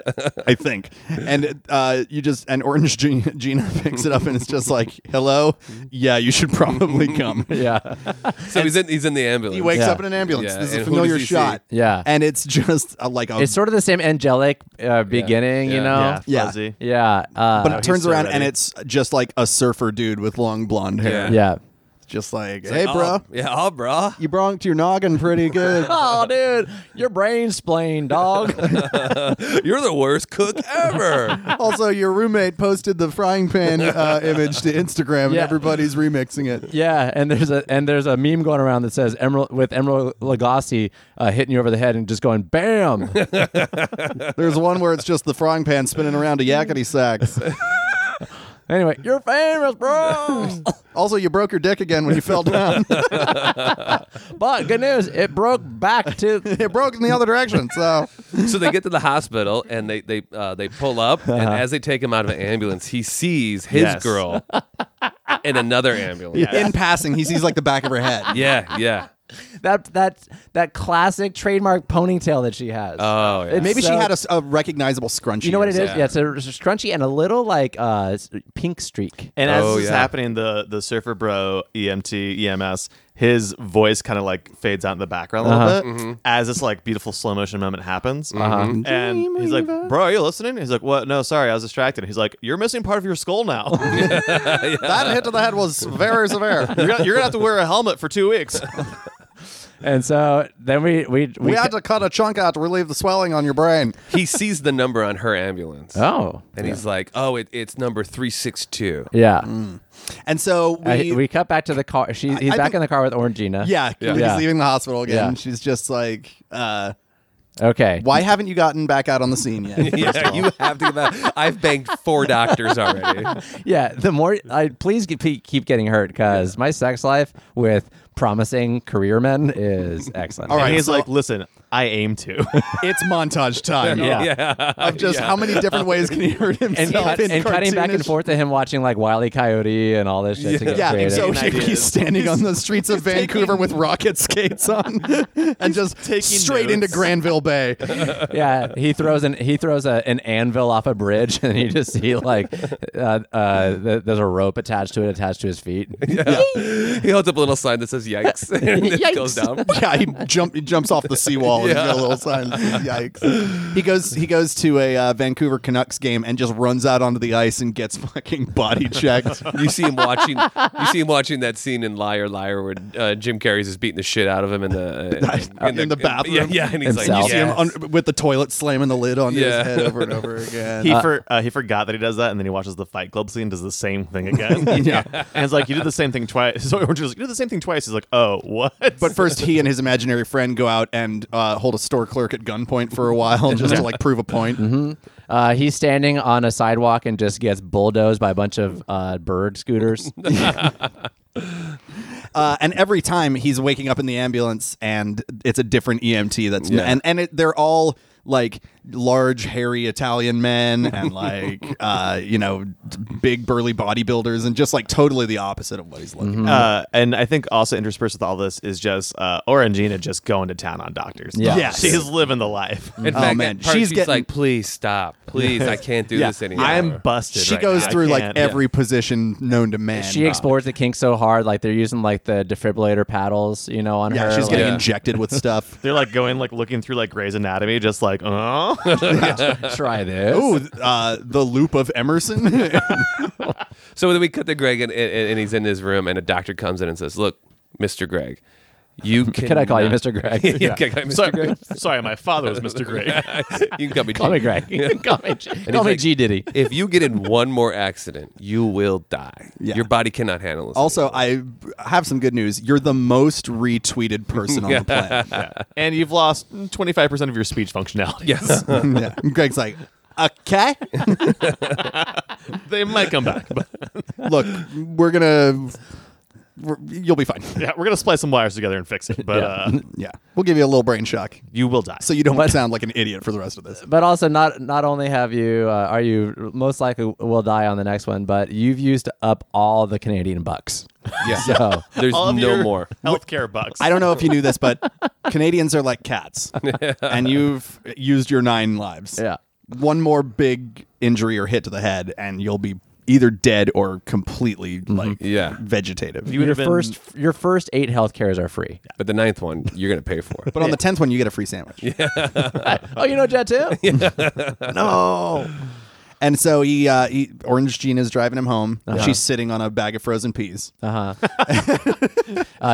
[SPEAKER 3] I think. And uh, you just and Orange Gina, Gina picks it up and it's just like, "Hello, yeah, you should probably come."
[SPEAKER 2] yeah
[SPEAKER 4] so he's in he's in the ambulance.
[SPEAKER 3] He wakes
[SPEAKER 2] Yeah.
[SPEAKER 3] up in an ambulance.
[SPEAKER 4] Yeah,
[SPEAKER 3] This is a
[SPEAKER 4] and who
[SPEAKER 3] familiar
[SPEAKER 4] does he see?
[SPEAKER 3] shot.
[SPEAKER 2] Yeah.
[SPEAKER 3] and it's just uh, like a.
[SPEAKER 2] it's sort of the same angelic uh, beginning you
[SPEAKER 4] Um, Yeah.
[SPEAKER 2] know
[SPEAKER 3] Yeah.
[SPEAKER 5] Oh, fuzzy.
[SPEAKER 2] yeah, uh,
[SPEAKER 3] but it turns
[SPEAKER 5] so
[SPEAKER 3] around and
[SPEAKER 5] ready.
[SPEAKER 3] it's just like a surfer dude with long blonde hair.
[SPEAKER 4] Yeah.
[SPEAKER 2] yeah
[SPEAKER 3] Just like, hey,
[SPEAKER 4] Oh,
[SPEAKER 3] bro,
[SPEAKER 4] Yeah, oh, bro.
[SPEAKER 3] you bronked your noggin pretty good.
[SPEAKER 2] Oh, dude, your brain's splaying, dog.
[SPEAKER 4] You're the worst cook ever.
[SPEAKER 3] also, your roommate posted the frying pan uh, image to Instagram and
[SPEAKER 2] Yeah.
[SPEAKER 3] everybody's remixing it.
[SPEAKER 2] yeah, and there's a and there's a meme going around that says Emerald with Emerald Lagasse uh, hitting you over the head and just going bam.
[SPEAKER 3] There's one where it's just the frying pan spinning around a yakety sax.
[SPEAKER 2] anyway, you're famous, bro.
[SPEAKER 3] Also, you broke your dick again when you fell down.
[SPEAKER 2] but good news, it broke back to.
[SPEAKER 3] it broke in the other direction. So
[SPEAKER 4] so they get to the hospital and they they uh, they pull up
[SPEAKER 3] Uh-huh.
[SPEAKER 4] and as they take him out of an ambulance, he sees his
[SPEAKER 5] Yes.
[SPEAKER 4] girl in another ambulance. Yeah.
[SPEAKER 3] in passing, he sees like the back of her head.
[SPEAKER 4] Yeah,
[SPEAKER 2] That that that classic trademark ponytail that she has.
[SPEAKER 4] Oh, yeah.
[SPEAKER 2] It's
[SPEAKER 3] Maybe she
[SPEAKER 2] so-
[SPEAKER 3] had a, s- a recognizable scrunchie.
[SPEAKER 2] You know what it
[SPEAKER 3] or
[SPEAKER 2] is? Yeah, it's, a, it's a scrunchy and a little like uh, s- pink streak.
[SPEAKER 5] And as
[SPEAKER 4] Oh,
[SPEAKER 5] this is
[SPEAKER 4] yeah.
[SPEAKER 5] happening, the the surfer bro E EMT EMS, his voice kind of like fades out in the background a little bit
[SPEAKER 4] Mm-hmm.
[SPEAKER 5] as this like beautiful slow motion moment happens. And he's like, "Bro, are you listening?" He's like, "What? No, sorry, I was distracted." He's like, "You're missing part of your skull now. you're,
[SPEAKER 3] something. That hit to the head was very severe.
[SPEAKER 5] gonna, you're gonna have to wear a helmet for two weeks."
[SPEAKER 2] And so then we we we,
[SPEAKER 3] We had to cut a chunk out to relieve the swelling on your brain.
[SPEAKER 4] He sees the number on her ambulance.
[SPEAKER 2] oh
[SPEAKER 4] And he's like, "Oh, it, it's number three six two.
[SPEAKER 2] yeah.
[SPEAKER 3] And so
[SPEAKER 2] Uh,
[SPEAKER 3] Mm. we,
[SPEAKER 2] he- we cut back to the car. She, he's
[SPEAKER 3] I
[SPEAKER 2] back
[SPEAKER 3] think-
[SPEAKER 2] in the car with Orangina.
[SPEAKER 3] yeah,
[SPEAKER 4] Yeah.
[SPEAKER 3] he's
[SPEAKER 2] Yeah.
[SPEAKER 3] leaving the hospital again.
[SPEAKER 2] Yeah.
[SPEAKER 3] She's just like, uh,
[SPEAKER 2] Okay.
[SPEAKER 3] why haven't you gotten back out on the scene yet?
[SPEAKER 4] Yeah, you have to give that. I've banged four doctors already.
[SPEAKER 2] Yeah. The more I please get, pe- keep getting hurt because my sex life with promising career men is excellent.
[SPEAKER 3] All
[SPEAKER 5] and
[SPEAKER 3] right,
[SPEAKER 5] he's
[SPEAKER 3] so-
[SPEAKER 5] like, "Listen, I aim to."
[SPEAKER 3] it's montage time.
[SPEAKER 2] Yeah.
[SPEAKER 3] Of just how many different ways can he hurt
[SPEAKER 2] And,
[SPEAKER 3] himself
[SPEAKER 2] cut-
[SPEAKER 3] in
[SPEAKER 2] and cutting back and
[SPEAKER 3] cartoonish-
[SPEAKER 2] forth to him watching like Wile E. Coyote and all this shit to get
[SPEAKER 3] Yeah, and
[SPEAKER 2] creative.
[SPEAKER 3] so
[SPEAKER 5] Getting
[SPEAKER 3] he- he's
[SPEAKER 5] ideas.
[SPEAKER 3] standing on the streets of Vancouver with rocket skates on, and just
[SPEAKER 5] taking
[SPEAKER 3] straight
[SPEAKER 5] notes.
[SPEAKER 3] into Granville Bay.
[SPEAKER 2] yeah, he throws an he throws a, an anvil off a bridge, and you just see like uh, uh, th- there's a rope attached to it, attached to his feet.
[SPEAKER 4] He holds up a little sign that says yikes. and it goes
[SPEAKER 2] Yikes.
[SPEAKER 4] down.
[SPEAKER 3] yeah, he jump he jumps off the seawall and he's got a little sign. that says, Yikes! He goes he goes to a uh, Vancouver Canucks game and just runs out onto the ice and gets fucking body checked.
[SPEAKER 4] You see him watching. You see him watching that scene in Liar Liar where uh, Jim Carrey's just beating the shit out of him in the uh,
[SPEAKER 3] In the bathroom.
[SPEAKER 4] Yeah, yeah, and he's
[SPEAKER 2] Himself.
[SPEAKER 4] like,
[SPEAKER 3] See him
[SPEAKER 4] yes.
[SPEAKER 3] un- with the toilet slamming the lid on
[SPEAKER 4] Yeah.
[SPEAKER 3] his head over and over again.
[SPEAKER 5] He for uh, he forgot that he does that, and then he watches the Fight Club scene, does the same thing again.
[SPEAKER 3] Yeah.
[SPEAKER 5] and it's like you did the same thing twice. So Orange is like, you did the same thing twice. He's like, oh, what?
[SPEAKER 3] But first, he and his imaginary friend go out and uh, hold a store clerk at gunpoint for a while just to like prove a point.
[SPEAKER 2] Uh, he's standing on a sidewalk and just gets bulldozed by a bunch of uh, bird scooters.
[SPEAKER 3] Uh, and every time he's waking up in the ambulance, and it's a different EMT that's
[SPEAKER 4] Yeah.
[SPEAKER 3] and and it, they're all like large, hairy Italian men and like uh, you know big burly bodybuilders and just like totally the opposite of what he's
[SPEAKER 2] Mm-hmm.
[SPEAKER 3] looking. for.
[SPEAKER 5] Uh, and I think also interspersed with all this is just uh, Orangina just going to town on doctors.
[SPEAKER 2] Yeah.
[SPEAKER 3] Yes.
[SPEAKER 5] she's living the life.
[SPEAKER 4] In fact,
[SPEAKER 3] Oh, man,
[SPEAKER 4] that part,
[SPEAKER 3] she's
[SPEAKER 4] she's,
[SPEAKER 3] getting-
[SPEAKER 4] like, please stop, please, I can't do this anymore.
[SPEAKER 5] I'm busted.
[SPEAKER 3] She
[SPEAKER 5] right
[SPEAKER 3] goes
[SPEAKER 5] now. I
[SPEAKER 3] through like
[SPEAKER 5] can't.
[SPEAKER 3] every position known to man.
[SPEAKER 2] she explores the kink so hard, like they're using like the defibrillator paddles, you know, on
[SPEAKER 3] Yeah,
[SPEAKER 2] her.
[SPEAKER 3] she's
[SPEAKER 2] like-
[SPEAKER 3] getting
[SPEAKER 4] Yeah.
[SPEAKER 3] injected with stuff.
[SPEAKER 5] They're like going like looking through like Grey's Anatomy, just like oh,
[SPEAKER 2] try this.
[SPEAKER 3] Ooh, uh, the loop of Emerson.
[SPEAKER 4] So then we cut to Greg, and, and, and he's in his room, and a doctor comes in and says, "Look, Mister Greg, you can
[SPEAKER 2] Can I call you Mr. Greg?
[SPEAKER 4] yeah, can I call you Mr.
[SPEAKER 5] sorry,
[SPEAKER 4] Greg?
[SPEAKER 5] sorry, my father was Mr. Grey.
[SPEAKER 4] you can call me.
[SPEAKER 2] Call
[SPEAKER 4] G.
[SPEAKER 2] me Greg. call me, G-
[SPEAKER 4] And
[SPEAKER 2] call
[SPEAKER 4] he's
[SPEAKER 2] me
[SPEAKER 4] like-
[SPEAKER 2] G Diddy.
[SPEAKER 4] If you get in one more accident, you will die.
[SPEAKER 3] Yeah.
[SPEAKER 4] Your body cannot handle this.
[SPEAKER 3] also, I have some good news. You're the most retweeted person on the planet.
[SPEAKER 5] and you've lost 25 percent of your speech functionality.
[SPEAKER 4] Yes.
[SPEAKER 3] yeah. And Greg's like, okay.
[SPEAKER 5] they might come back, but
[SPEAKER 3] Look, we're gonna. We're, you'll be fine.
[SPEAKER 5] yeah, we're gonna splice some wires together and fix it. But uh,
[SPEAKER 3] Yeah, we'll give you a little brain shock,
[SPEAKER 5] you will die.
[SPEAKER 3] so you don't
[SPEAKER 2] But-
[SPEAKER 3] sound like an idiot for the rest of this.
[SPEAKER 2] But also, not not only have you uh, are you most likely will die on the next one, but you've used up all the Canadian bucks.
[SPEAKER 4] Yeah.
[SPEAKER 2] So
[SPEAKER 4] There's
[SPEAKER 5] all of
[SPEAKER 4] no
[SPEAKER 5] your
[SPEAKER 4] more.
[SPEAKER 5] healthcare bucks.
[SPEAKER 3] I don't know if you knew this, but Canadians are like cats, and you've used your nine lives.
[SPEAKER 2] Yeah.
[SPEAKER 3] one more big injury or hit to the head, and you'll be either dead or completely like
[SPEAKER 4] Yeah.
[SPEAKER 3] vegetative.
[SPEAKER 5] You would
[SPEAKER 2] your
[SPEAKER 5] have been-
[SPEAKER 2] first your first eight health cares are free.
[SPEAKER 4] But the ninth one, you're gonna pay for.
[SPEAKER 3] but on the tenth one, you get a free sandwich.
[SPEAKER 2] oh, you know Jet too.
[SPEAKER 3] no. And so he, uh, he Orange Gina's driving him home. She's sitting on a bag of frozen peas.
[SPEAKER 2] Uh,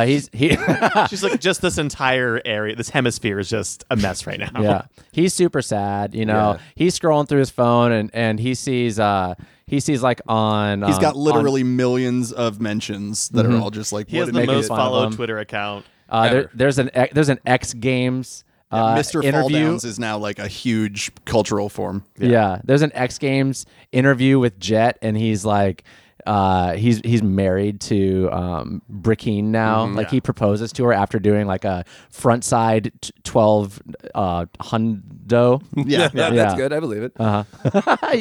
[SPEAKER 2] he's he.
[SPEAKER 5] She's like, just this entire area, this hemisphere is just a mess right now.
[SPEAKER 2] yeah he's super sad you know
[SPEAKER 4] Yeah.
[SPEAKER 2] he's scrolling through his phone and and he sees uh he sees like on
[SPEAKER 3] He's
[SPEAKER 2] um,
[SPEAKER 3] got
[SPEAKER 2] on- Mm-hmm.
[SPEAKER 3] literally millions of mentions that are all just like
[SPEAKER 5] He
[SPEAKER 3] what
[SPEAKER 5] has
[SPEAKER 3] an
[SPEAKER 5] the
[SPEAKER 3] idiot.
[SPEAKER 5] most
[SPEAKER 2] fun of
[SPEAKER 5] followed
[SPEAKER 2] them.
[SPEAKER 5] Twitter account.
[SPEAKER 2] uh, there,
[SPEAKER 4] ever.
[SPEAKER 2] there's an X- there's an X Games uh,
[SPEAKER 3] Mr.
[SPEAKER 2] interview
[SPEAKER 3] Falldowns is now like a huge cultural form.
[SPEAKER 2] yeah. there's an X Games interview with Jet and he's like. Uh, he's he's married to um, Brickeen now.
[SPEAKER 3] Mm-hmm.
[SPEAKER 2] like he proposes to her after doing like a front side t- twelve uh, hundo.
[SPEAKER 3] Yeah.
[SPEAKER 4] Yeah,
[SPEAKER 2] Yeah. Uh-huh.
[SPEAKER 4] that's good. I believe it.
[SPEAKER 2] You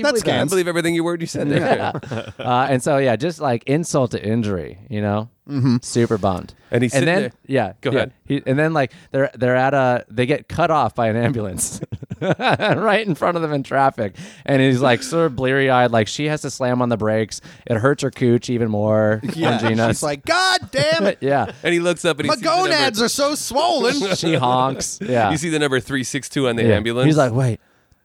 [SPEAKER 2] believe that?
[SPEAKER 4] I believe everything you word you said there.
[SPEAKER 2] uh, and so yeah, just like insult to injury, you know, mm-hmm. super bummed.
[SPEAKER 4] And he's
[SPEAKER 2] and
[SPEAKER 4] sitting
[SPEAKER 2] then
[SPEAKER 4] there.
[SPEAKER 2] yeah,
[SPEAKER 4] Go
[SPEAKER 2] yeah.
[SPEAKER 4] ahead.
[SPEAKER 2] He, and then like they're they're at a they get cut off by an ambulance right in front of them in traffic, and he's like sort of bleary eyed, like she has to slam on the brakes. It hurts her cooch even more.
[SPEAKER 3] Yeah.
[SPEAKER 2] on Gina.
[SPEAKER 3] She's like, God damn it.
[SPEAKER 2] yeah,
[SPEAKER 4] And he looks up and he
[SPEAKER 3] My
[SPEAKER 4] sees the number-
[SPEAKER 3] gonads are so swollen.
[SPEAKER 2] she honks. Yeah,
[SPEAKER 4] You see the number three six two on the
[SPEAKER 2] yeah.
[SPEAKER 4] ambulance.
[SPEAKER 2] He's like, wait.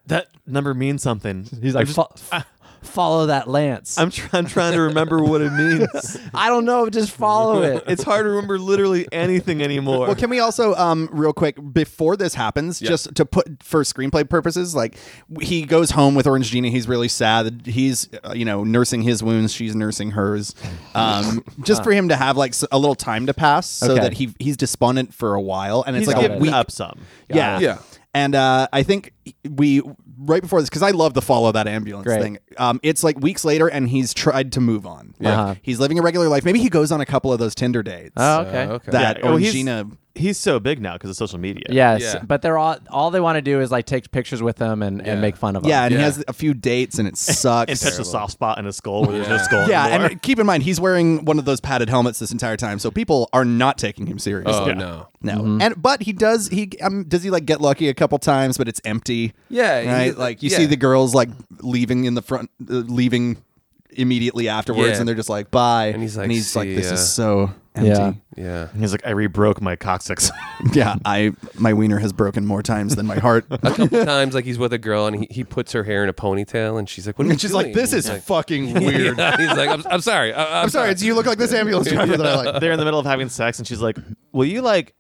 [SPEAKER 5] That number means something.
[SPEAKER 2] He's like, "Fo- f- follow that lance. I'm,
[SPEAKER 5] I'm, try- I'm trying to remember what it means.
[SPEAKER 2] I do not know. Just follow it.
[SPEAKER 5] It's hard to remember literally anything anymore.
[SPEAKER 3] Well, can we also, um, real quick, before this happens, just to put for screenplay purposes, like w- he goes home with Orange Genie. He's really sad. He's, uh, you know, nursing his wounds. She's nursing hers. Um, just for him to have like s- a little time to pass, so
[SPEAKER 2] Okay.
[SPEAKER 3] that he he's despondent for a while, and it's
[SPEAKER 5] He's
[SPEAKER 3] like a
[SPEAKER 5] giving
[SPEAKER 3] week.
[SPEAKER 5] up some.
[SPEAKER 3] Yeah.
[SPEAKER 4] Yeah.
[SPEAKER 3] And uh, I think we right before this because I love the follow that ambulance
[SPEAKER 2] Great.
[SPEAKER 3] thing. Um, it's like weeks later, and he's tried to move on. Like,
[SPEAKER 2] Uh-huh.
[SPEAKER 3] He's living a regular life. Maybe he goes on a couple of those Tinder dates
[SPEAKER 2] Oh,
[SPEAKER 4] Uh,
[SPEAKER 2] okay.
[SPEAKER 4] okay.
[SPEAKER 3] that
[SPEAKER 5] Yeah, well,
[SPEAKER 3] Orange
[SPEAKER 5] he's-
[SPEAKER 3] Gina.
[SPEAKER 5] He's so big now because of social media.
[SPEAKER 2] Yes,
[SPEAKER 4] Yeah.
[SPEAKER 2] but they're all all they want to do is like take pictures with them and, and make fun of them.
[SPEAKER 3] Yeah, and he
[SPEAKER 4] Yeah.
[SPEAKER 3] has a few dates, and it sucks.
[SPEAKER 5] And touch the soft spot in a skull where there's no skull.
[SPEAKER 3] yeah,
[SPEAKER 5] anymore.
[SPEAKER 3] and keep in mind he's wearing one of those padded helmets this entire time, so people are not taking him seriously.
[SPEAKER 4] Oh no.
[SPEAKER 3] No, and but he does he um, does he like get lucky a couple times, but it's empty.
[SPEAKER 4] Yeah, he-
[SPEAKER 3] right. Like you see
[SPEAKER 4] yeah.
[SPEAKER 3] the girls like leaving in the front, uh, leaving immediately afterwards,
[SPEAKER 4] Yeah.
[SPEAKER 3] and they're just like bye.
[SPEAKER 4] And he's like,
[SPEAKER 3] and he's like,
[SPEAKER 4] "See
[SPEAKER 3] this
[SPEAKER 4] ya."
[SPEAKER 3] is so empty.
[SPEAKER 2] Yeah.
[SPEAKER 4] Yeah.
[SPEAKER 5] He's like, I rebroke my coccyx.
[SPEAKER 3] Yeah, I my wiener has broken more times than my heart.
[SPEAKER 4] A couple times, like he's with a girl and he, he puts her hair in a ponytail, and she's like, "What?" Are you
[SPEAKER 3] And she's like,
[SPEAKER 4] doing?"
[SPEAKER 3] "This
[SPEAKER 4] He's
[SPEAKER 3] is
[SPEAKER 4] like-
[SPEAKER 3] fucking weird."
[SPEAKER 4] Yeah, he's like, "I'm, I'm sorry. I,
[SPEAKER 3] I'm sorry, it's you look like this ambulance driver that I like.
[SPEAKER 5] They're in the middle of having sex, and she's like, Will you like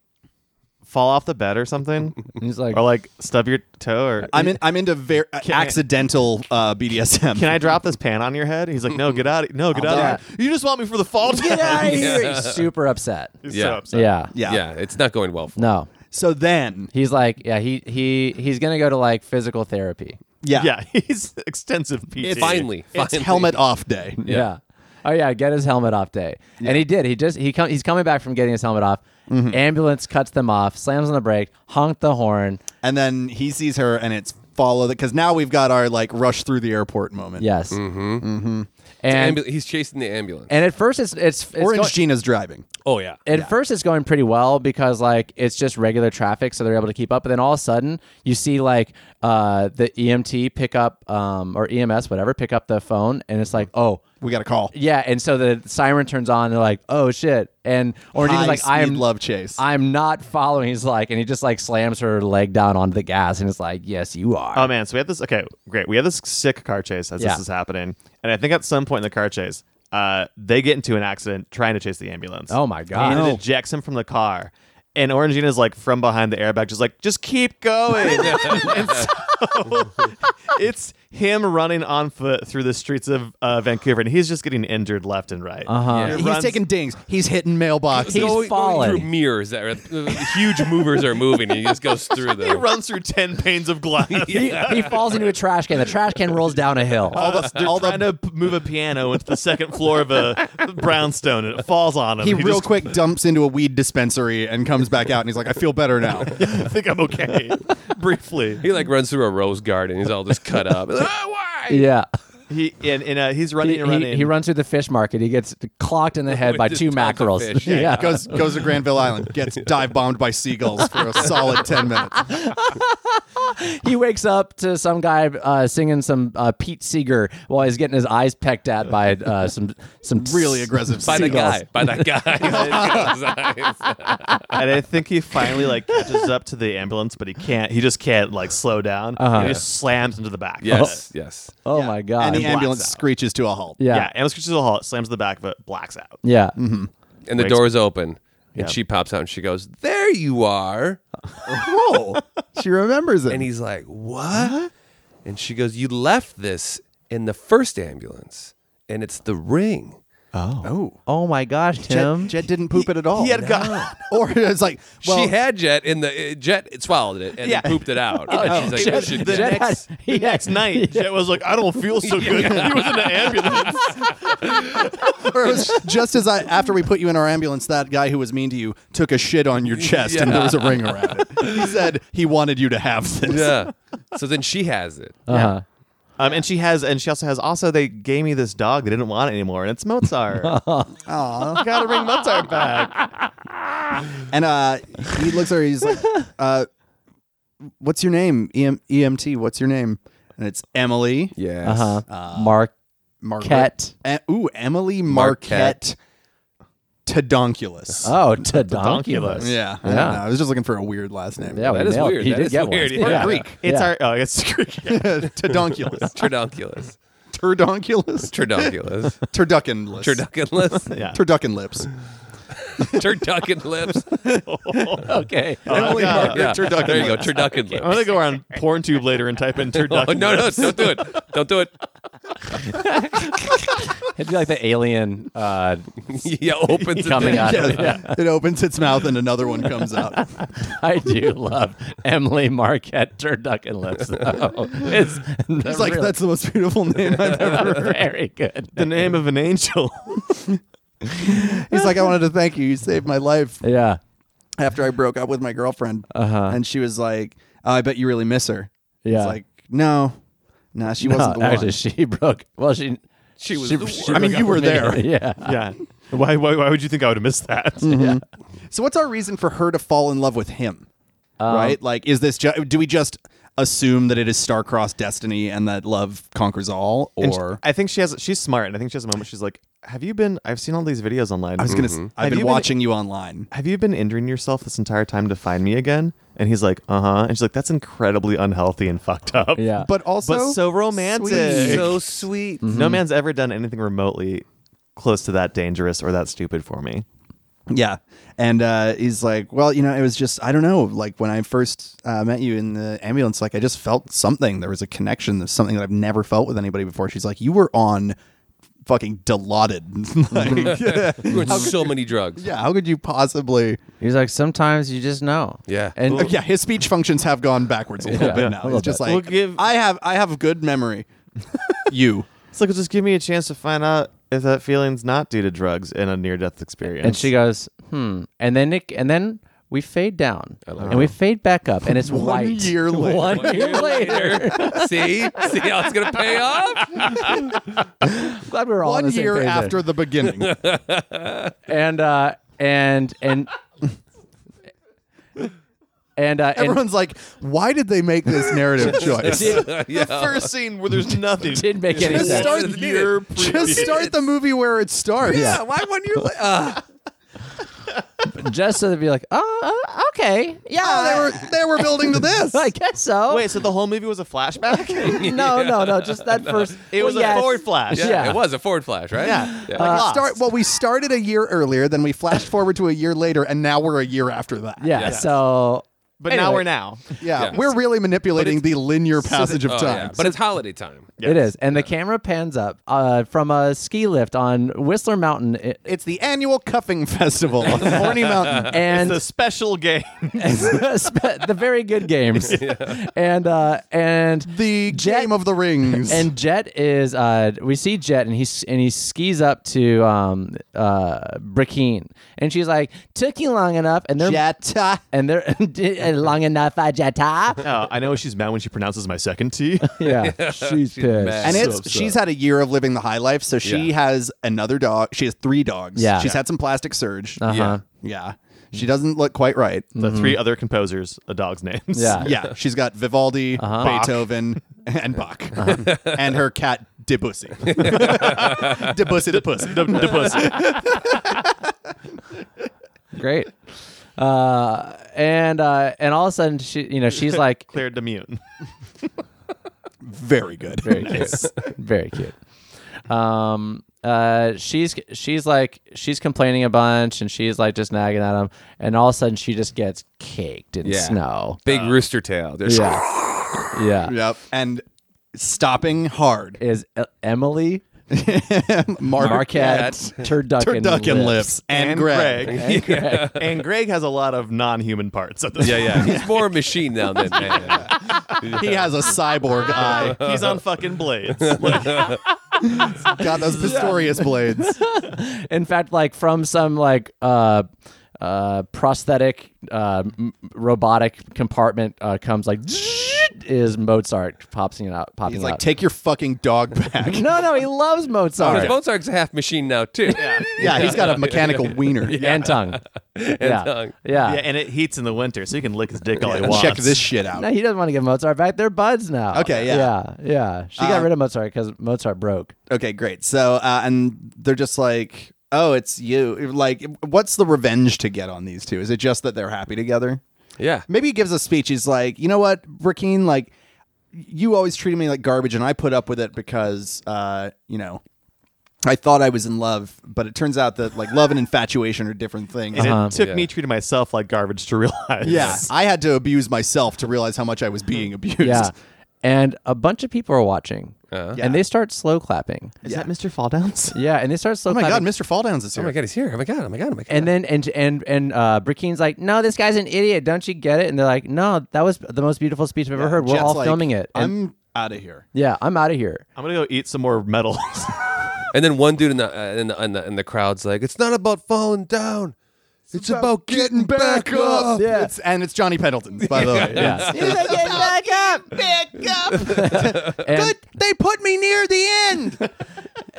[SPEAKER 5] fall off the bed or something,
[SPEAKER 2] He's like,
[SPEAKER 5] or like stub your toe, or
[SPEAKER 3] I'm in. I'm into very
[SPEAKER 5] I-
[SPEAKER 3] accidental uh, BDSM.
[SPEAKER 5] can I drop this pan on your head? He's like, No, get out! No, get
[SPEAKER 3] I'll
[SPEAKER 5] out!
[SPEAKER 2] do
[SPEAKER 5] Of here. You just want me for the fall.
[SPEAKER 2] get out of here. He's super upset.
[SPEAKER 5] He's
[SPEAKER 4] Yeah.
[SPEAKER 5] so upset.
[SPEAKER 2] Yeah.
[SPEAKER 3] Yeah.
[SPEAKER 4] yeah, it's not going well." For
[SPEAKER 2] No.
[SPEAKER 3] So then,
[SPEAKER 2] He's like, yeah, he he he's gonna go to like physical therapy.
[SPEAKER 3] yeah,
[SPEAKER 5] yeah, he's extensive PT.
[SPEAKER 4] him. Finally,
[SPEAKER 3] it's
[SPEAKER 4] finally.
[SPEAKER 3] helmet off day.
[SPEAKER 2] Yeah. Oh yeah, get his helmet off day. And he did. He just he come he's coming back from getting his helmet off. Ambulance cuts them off, slams on the brake, honked the horn.
[SPEAKER 3] And then he sees her, and it's follow that because now we've got our like rush through the airport moment.
[SPEAKER 2] Yes. Mm-hmm. Mm-hmm. And
[SPEAKER 4] Ambu- he's chasing the ambulance.
[SPEAKER 2] and at first it's it's, it's
[SPEAKER 3] Orange
[SPEAKER 2] going-
[SPEAKER 3] Gina's driving.
[SPEAKER 4] oh yeah,
[SPEAKER 2] at first it's going pretty well because like it's just regular traffic so they're able to keep up but then all of a sudden you see like uh the emt pick up um or ems whatever pick up the phone and it's like oh
[SPEAKER 3] We got a call.
[SPEAKER 2] yeah and so the siren turns on and they're like oh shit and orange
[SPEAKER 3] High
[SPEAKER 2] is like i am
[SPEAKER 3] speed love chase.
[SPEAKER 2] i'm not following he's like and he just like slams her leg down onto the gas and it's like yes you are
[SPEAKER 5] Oh man, so we have this. Okay, great. We have this sick car chase as
[SPEAKER 2] Yeah.
[SPEAKER 5] this is happening, and I think at some point in the car chase, uh, they get into an accident trying to chase the ambulance.
[SPEAKER 2] Oh, my God.
[SPEAKER 5] And
[SPEAKER 2] No.
[SPEAKER 5] it ejects him from the car, and Orangina's like from behind the airbag, just like just keep going. and so it's him running on foot through the streets of uh, Vancouver, and he's just getting injured left and right. Uh-huh.
[SPEAKER 4] Yeah.
[SPEAKER 3] He's taking dings. He's hitting mailboxes.
[SPEAKER 2] He's
[SPEAKER 4] Going-
[SPEAKER 2] falling.
[SPEAKER 4] going through oh, mirrors that are uh, huge movers are moving, and he just goes through
[SPEAKER 5] He
[SPEAKER 4] them.
[SPEAKER 5] runs through ten panes of glass.
[SPEAKER 2] he, he falls into a trash can the trash can rolls down a hill
[SPEAKER 5] all the, they're trying to p- move a piano into the second floor of a brownstone and it falls on him.
[SPEAKER 3] he real
[SPEAKER 5] just-
[SPEAKER 3] quick dumps into a weed dispensary and comes back out, and he's like, "I feel better now."
[SPEAKER 5] I think I'm okay. Briefly,
[SPEAKER 4] He like runs through a rose garden. He's all just cut up. Ah, why?
[SPEAKER 2] yeah
[SPEAKER 5] he and, and uh, he's
[SPEAKER 2] he,
[SPEAKER 5] running and running.
[SPEAKER 2] he, he runs through the fish market. He gets clocked in the head
[SPEAKER 4] With
[SPEAKER 2] by
[SPEAKER 4] just
[SPEAKER 2] two
[SPEAKER 4] tons of
[SPEAKER 2] mackerels.
[SPEAKER 4] fish. Yeah.
[SPEAKER 2] yeah.
[SPEAKER 3] goes goes to Granville Island, gets dive bombed by seagulls for a solid ten minutes.
[SPEAKER 2] he wakes up to some guy uh, singing some uh, Pete Seeger while he's getting his eyes pecked at by uh, some some
[SPEAKER 3] Really aggressive
[SPEAKER 4] By that
[SPEAKER 3] seagulls.
[SPEAKER 4] guy. By that guy.
[SPEAKER 5] and I think he finally like catches up to the ambulance, but he can't. He just can't like slow down.
[SPEAKER 2] Uh-huh.
[SPEAKER 5] And he just slams into the back.
[SPEAKER 4] yes. Yes.
[SPEAKER 2] Oh my god.
[SPEAKER 3] And the
[SPEAKER 5] blacks
[SPEAKER 3] ambulance
[SPEAKER 5] out.
[SPEAKER 3] screeches to a halt.
[SPEAKER 5] Yeah.
[SPEAKER 2] Yeah.
[SPEAKER 5] yeah ambulance screeches a halt, slams the back, but blacks out.
[SPEAKER 2] yeah.
[SPEAKER 4] And the
[SPEAKER 5] Wakes-
[SPEAKER 4] door's open, and
[SPEAKER 5] Yeah.
[SPEAKER 4] she pops out and she goes, "There you are."
[SPEAKER 3] Oh, she remembers it.
[SPEAKER 4] And he's like, What? And she goes, You left this in the first ambulance, and it's the ring.
[SPEAKER 3] oh,
[SPEAKER 2] Oh my gosh, Tim.
[SPEAKER 3] Jet, Jet didn't poop it at all.
[SPEAKER 5] He had gone.
[SPEAKER 3] or it's like, well,
[SPEAKER 4] she had Jet in the uh, Jet swallowed it and
[SPEAKER 5] Yeah.
[SPEAKER 4] then pooped it out. And she's like,
[SPEAKER 5] Jet-
[SPEAKER 4] "You should
[SPEAKER 5] the
[SPEAKER 4] do that."
[SPEAKER 5] next, the
[SPEAKER 2] yeah.
[SPEAKER 5] next night, Jet was like, "I don't feel so good." he was in the ambulance.
[SPEAKER 3] or it was just as I after we put you in our ambulance, that guy who was mean to you took a shit on your chest, and there was a ring around it. He said he wanted you to have this.
[SPEAKER 4] Yeah. So then she has it.
[SPEAKER 2] Uh-huh.
[SPEAKER 5] Um, and she has, and she also has. Also, they gave me this dog. They didn't want it anymore, and it's Mozart.
[SPEAKER 3] Aw.
[SPEAKER 5] Gotta bring Mozart back.
[SPEAKER 3] And uh, he looks at her. He's like, uh, "What's your name? E EM- EMT. What's your name?" And it's Emily.
[SPEAKER 4] Yes. Uh,
[SPEAKER 2] Uh-huh. Mark
[SPEAKER 3] Marquette.
[SPEAKER 2] Ket.
[SPEAKER 3] E- ooh, Emily Marquette, Tedonculus.
[SPEAKER 2] Oh, Tadonculus.
[SPEAKER 3] yeah, I, don't
[SPEAKER 2] Yeah.
[SPEAKER 3] know. I was just looking for a weird last name.
[SPEAKER 2] Yeah,
[SPEAKER 4] That
[SPEAKER 2] we
[SPEAKER 4] is
[SPEAKER 2] nailed it.
[SPEAKER 4] weird.
[SPEAKER 2] He
[SPEAKER 4] That
[SPEAKER 2] did
[SPEAKER 4] is
[SPEAKER 2] get
[SPEAKER 4] weird.
[SPEAKER 2] one.
[SPEAKER 4] We're
[SPEAKER 2] Yeah.
[SPEAKER 4] Greek.
[SPEAKER 5] It's
[SPEAKER 2] Yeah.
[SPEAKER 5] our. Oh, it's Greek.
[SPEAKER 3] Tedonculus.
[SPEAKER 4] Tridonculus.
[SPEAKER 3] Turdonculus.
[SPEAKER 4] Tridonculus.
[SPEAKER 3] Turduckinless.
[SPEAKER 4] Turduckinless.
[SPEAKER 5] Yeah.
[SPEAKER 3] Turducken lips.
[SPEAKER 4] Turduckin lips.
[SPEAKER 2] Okay.
[SPEAKER 4] Uh-huh.
[SPEAKER 3] Emily
[SPEAKER 5] yeah.
[SPEAKER 3] Marquette
[SPEAKER 4] Yeah.
[SPEAKER 3] Turducken
[SPEAKER 4] There you go.
[SPEAKER 3] lips.
[SPEAKER 4] Turduckin
[SPEAKER 5] I'm gonna
[SPEAKER 4] lips.
[SPEAKER 5] go on PornTube later and type in turducken.
[SPEAKER 4] Oh, no, no, don't do it. Don't do it.
[SPEAKER 2] It'd be like the alien uh,
[SPEAKER 4] Yeah, opens it
[SPEAKER 2] coming
[SPEAKER 4] there.
[SPEAKER 2] out.
[SPEAKER 3] Yeah, It opens its mouth and another one comes out.
[SPEAKER 2] I do love Emily Marquette Turducken Lips. though. It's,
[SPEAKER 3] It's like, that's the most beautiful name I've ever
[SPEAKER 2] very good.
[SPEAKER 5] The name of an angel.
[SPEAKER 3] He's like, I wanted to thank you. You saved my life
[SPEAKER 2] Yeah.
[SPEAKER 3] after I broke up with my girlfriend.
[SPEAKER 2] Uh-huh.
[SPEAKER 3] And she was like, oh, I bet you really miss her.
[SPEAKER 2] Yeah.
[SPEAKER 3] It's like, no. No, she wasn't the
[SPEAKER 2] actually,
[SPEAKER 3] one.
[SPEAKER 2] she broke. Well, she
[SPEAKER 4] She was the
[SPEAKER 2] she
[SPEAKER 4] worst.
[SPEAKER 3] I mean,
[SPEAKER 2] broke
[SPEAKER 3] you
[SPEAKER 2] up
[SPEAKER 3] were
[SPEAKER 2] with me.
[SPEAKER 3] there.
[SPEAKER 2] yeah.
[SPEAKER 5] yeah. Why, why? Why would you think I would have missed that?
[SPEAKER 3] So what's our reason for her to fall in love with him? right? Like, is this ju- do we just assume that it is star-crossed destiny and that love conquers all,
[SPEAKER 5] And sh-
[SPEAKER 3] or
[SPEAKER 5] I think she has. She's smart, and I think she has a moment. She's like, "Have you been? I've seen all these videos online.
[SPEAKER 3] I was gonna, s- I've
[SPEAKER 5] Have
[SPEAKER 3] been
[SPEAKER 5] you
[SPEAKER 3] watching you online.
[SPEAKER 5] Have you been injuring yourself this entire time to find me again?" And he's like, "Uh huh." And she's like, "That's incredibly unhealthy and fucked up."
[SPEAKER 2] Yeah.
[SPEAKER 3] But also,
[SPEAKER 5] but so romantic.
[SPEAKER 3] sweet.
[SPEAKER 4] So sweet.
[SPEAKER 3] Mm-hmm.
[SPEAKER 5] No man's ever done anything remotely close to that dangerous or that stupid for me.
[SPEAKER 3] Yeah. And uh, he's like, well, you know, it was just, I don't know. Like when I first uh, met you in the ambulance, like I just felt something. There was a connection. There's something that I've never felt with anybody before. She's like, you were on fucking Dilaudid. like, yeah.
[SPEAKER 4] We're on so many drugs.
[SPEAKER 3] yeah. How could you possibly?
[SPEAKER 2] He's like, sometimes you just know.
[SPEAKER 4] Yeah.
[SPEAKER 2] And
[SPEAKER 3] Uh, yeah. His speech functions have gone backwards a little
[SPEAKER 2] Yeah.
[SPEAKER 3] bit
[SPEAKER 2] Yeah,
[SPEAKER 3] now.
[SPEAKER 2] a little
[SPEAKER 3] It's just
[SPEAKER 2] bit.
[SPEAKER 3] like,
[SPEAKER 5] We'll give-
[SPEAKER 3] I have, I have good memory. you.
[SPEAKER 5] It's like, well, just give me a chance to find out if that feeling's not due to drugs and a near-death experience.
[SPEAKER 2] and she goes, hmm. And then it, and then we fade down,
[SPEAKER 4] like
[SPEAKER 2] and we fade back up, and it's
[SPEAKER 3] One
[SPEAKER 2] white.
[SPEAKER 3] year later.
[SPEAKER 2] One year later.
[SPEAKER 4] See? See how it's gonna pay off?
[SPEAKER 2] Glad we were all on
[SPEAKER 3] One
[SPEAKER 2] the same
[SPEAKER 3] year
[SPEAKER 2] page eh? there.
[SPEAKER 3] after the beginning.
[SPEAKER 2] and uh, and and and uh, and
[SPEAKER 3] Everyone's like, why did they make this narrative choice?
[SPEAKER 5] first scene where there's nothing.
[SPEAKER 2] didn't make any
[SPEAKER 3] Just
[SPEAKER 2] sense.
[SPEAKER 3] start
[SPEAKER 4] Just
[SPEAKER 3] year. Just start the movie where it starts.
[SPEAKER 4] Yeah. Why one year later? Uh,
[SPEAKER 2] Just so they'd be like, oh, uh, okay, yeah,
[SPEAKER 3] Oh, they were they were building to this.
[SPEAKER 2] I guess so.
[SPEAKER 5] Wait, so the whole movie was a flashback?
[SPEAKER 2] no, no, no, just that first.
[SPEAKER 5] It was
[SPEAKER 2] well, yes.
[SPEAKER 5] a forward flash.
[SPEAKER 4] yeah,
[SPEAKER 2] Yeah. Uh,
[SPEAKER 4] It was a Ford Flash, right?
[SPEAKER 5] Yeah.
[SPEAKER 4] Yeah.
[SPEAKER 5] Like Lost.
[SPEAKER 3] start well, we started a year earlier, then we flashed forward to a year later, and now we're a year after that.
[SPEAKER 2] Yeah, so
[SPEAKER 5] but now
[SPEAKER 2] Anyway.
[SPEAKER 5] we're now.
[SPEAKER 3] yeah.
[SPEAKER 4] Yeah.
[SPEAKER 3] We're really manipulating the linear passage
[SPEAKER 4] Oh,
[SPEAKER 3] of
[SPEAKER 4] yeah.
[SPEAKER 3] time.
[SPEAKER 4] But it's holiday time.
[SPEAKER 2] it is, and the camera pans up uh, from a ski lift on Whistler Mountain, i-
[SPEAKER 3] it's the annual cuffing festival on Horny Mountain.
[SPEAKER 2] and
[SPEAKER 5] It's a special game.
[SPEAKER 2] spe- the very good games, and uh, and
[SPEAKER 3] The
[SPEAKER 2] Jet-
[SPEAKER 3] Game of the Rings.
[SPEAKER 2] And Jet is uh, we see Jet and he's and he skis up to um uh Brickeen and she's like took you long enough and they're
[SPEAKER 3] Jetta.
[SPEAKER 2] and they're and long enough uh, Jetta
[SPEAKER 5] Oh, I know she's mad when she pronounces my second T.
[SPEAKER 2] yeah, she's pissed
[SPEAKER 4] mad.
[SPEAKER 3] And
[SPEAKER 4] So
[SPEAKER 3] it's she's had a year of living the high life, so she
[SPEAKER 4] Yeah.
[SPEAKER 3] has another dog. She has three dogs.
[SPEAKER 2] Yeah.
[SPEAKER 3] She's had some plastic surge.
[SPEAKER 2] uh-huh.
[SPEAKER 3] Yeah. She doesn't look quite right.
[SPEAKER 5] the three other composers, a dog's names.
[SPEAKER 2] yeah
[SPEAKER 3] yeah, she's got Vivaldi, Beethoven, and Uh-huh. Bach, Uh-huh. and her cat Debussy. Debussy the pussy.
[SPEAKER 5] The, the pussy.
[SPEAKER 2] great uh and uh and all of a sudden she you know she's like
[SPEAKER 5] Cleared to mute.
[SPEAKER 3] Very good.
[SPEAKER 2] very cute very cute um uh she's she's like she's complaining a bunch and she's like just nagging at him and all of a sudden she just gets caked in
[SPEAKER 4] Yeah.
[SPEAKER 2] snow
[SPEAKER 3] Uh,
[SPEAKER 4] Big rooster tail. There's
[SPEAKER 2] yeah yeah
[SPEAKER 3] Yep. And stopping hard.
[SPEAKER 2] is E- Emily
[SPEAKER 3] Mark
[SPEAKER 2] Marquette Turducken,
[SPEAKER 3] Turducken lips and, Greg.
[SPEAKER 5] And Greg. and Greg has a lot of non-human parts at this
[SPEAKER 4] Yeah, yeah. He's more a machine now than man.
[SPEAKER 3] He has a cyborg eye.
[SPEAKER 5] point. He's on fucking blades.
[SPEAKER 3] Got those Pistorius blades.
[SPEAKER 2] In fact, like from some like uh uh prosthetic uh m- robotic compartment uh comes like is Mozart popping it out popping
[SPEAKER 3] He's
[SPEAKER 2] it
[SPEAKER 3] like,
[SPEAKER 2] out.
[SPEAKER 3] take your fucking dog back.
[SPEAKER 2] no, no, he loves Mozart.
[SPEAKER 4] Because Mozart's a half machine now too. Yeah.
[SPEAKER 3] Yeah, he's got a mechanical wiener.
[SPEAKER 2] And tongue. yeah.
[SPEAKER 4] tongue.
[SPEAKER 2] Yeah.
[SPEAKER 5] yeah, and it heats in the winter, so you can lick his dick all he wants.
[SPEAKER 3] Check this shit out.
[SPEAKER 2] No, he doesn't want to give Mozart back. They're buds now.
[SPEAKER 3] Okay, yeah.
[SPEAKER 2] Yeah. Yeah. She got
[SPEAKER 3] Uh,
[SPEAKER 2] rid of Mozart because Mozart broke.
[SPEAKER 3] Okay, great. So, uh, and they're just like, oh, it's you. Like, what's the revenge to get on these two? Is it just that they're happy together?
[SPEAKER 4] Yeah.
[SPEAKER 3] Maybe he gives a speech. He's like, you know what, Rakeen, like, you always treated me like garbage, and I put up with it because, uh, you know, I thought I was in love, but it turns out that like love and infatuation are different things.
[SPEAKER 5] And it took
[SPEAKER 4] Yeah.
[SPEAKER 5] me treating myself like garbage to realize.
[SPEAKER 3] Yeah, I had to abuse myself to realize how much I was being abused.
[SPEAKER 2] Yeah. And a bunch of people are watching.
[SPEAKER 3] Yeah.
[SPEAKER 2] And they start slow clapping.
[SPEAKER 5] Is that Mr. Falldowns?
[SPEAKER 2] Yeah, and they start slow
[SPEAKER 3] Oh my
[SPEAKER 2] clapping.
[SPEAKER 3] God, Mr. Falldowns is
[SPEAKER 4] Oh
[SPEAKER 3] here.
[SPEAKER 4] my god, he's here. Oh my god. Oh my god. Oh my god.
[SPEAKER 2] And then and and and uh Brickin's like, "No, this guy's an idiot. Don't you get it?" And they're like, "No, that was the most beautiful speech I've ever heard. We're
[SPEAKER 3] Jet's
[SPEAKER 2] all
[SPEAKER 3] like,
[SPEAKER 2] filming it." And
[SPEAKER 3] I'm out of here.
[SPEAKER 2] yeah, I'm out of here.
[SPEAKER 5] I'm gonna go eat some more metals.
[SPEAKER 4] And then one dude in the uh, in the, in the in the crowd's like, "It's not about falling down. It's, about, getting back up."
[SPEAKER 2] Yeah.
[SPEAKER 3] It's, and it's Johnny Pendleton, by the way.
[SPEAKER 2] Yeah. And
[SPEAKER 3] They put me near the end.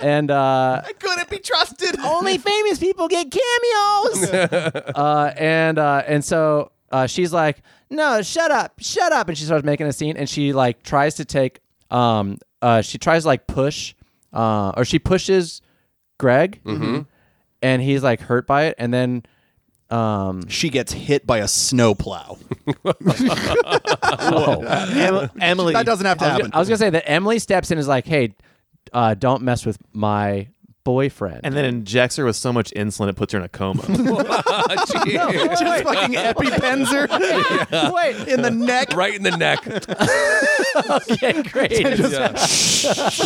[SPEAKER 2] and uh
[SPEAKER 3] Couldn't be trusted.
[SPEAKER 2] only famous people get cameos. uh and uh and so uh, she's like, "No, shut up, shut up," and she starts making a scene, and she like tries to take, um, uh, she tries to like push, uh, or she pushes Greg, and he's like hurt by it, and then, um,
[SPEAKER 3] She gets hit by a snowplow.
[SPEAKER 5] Em- Emily,
[SPEAKER 3] that doesn't have to
[SPEAKER 2] I was,
[SPEAKER 3] happen.
[SPEAKER 2] gonna, I was gonna say that Emily steps in and is like, "Hey, uh, don't mess with my boyfriend,"
[SPEAKER 5] and then injects her with so much insulin it puts her in a coma.
[SPEAKER 4] Jeez.
[SPEAKER 3] Just fucking epipenser
[SPEAKER 2] wait,
[SPEAKER 3] in the neck.
[SPEAKER 4] right in the neck.
[SPEAKER 2] okay, great.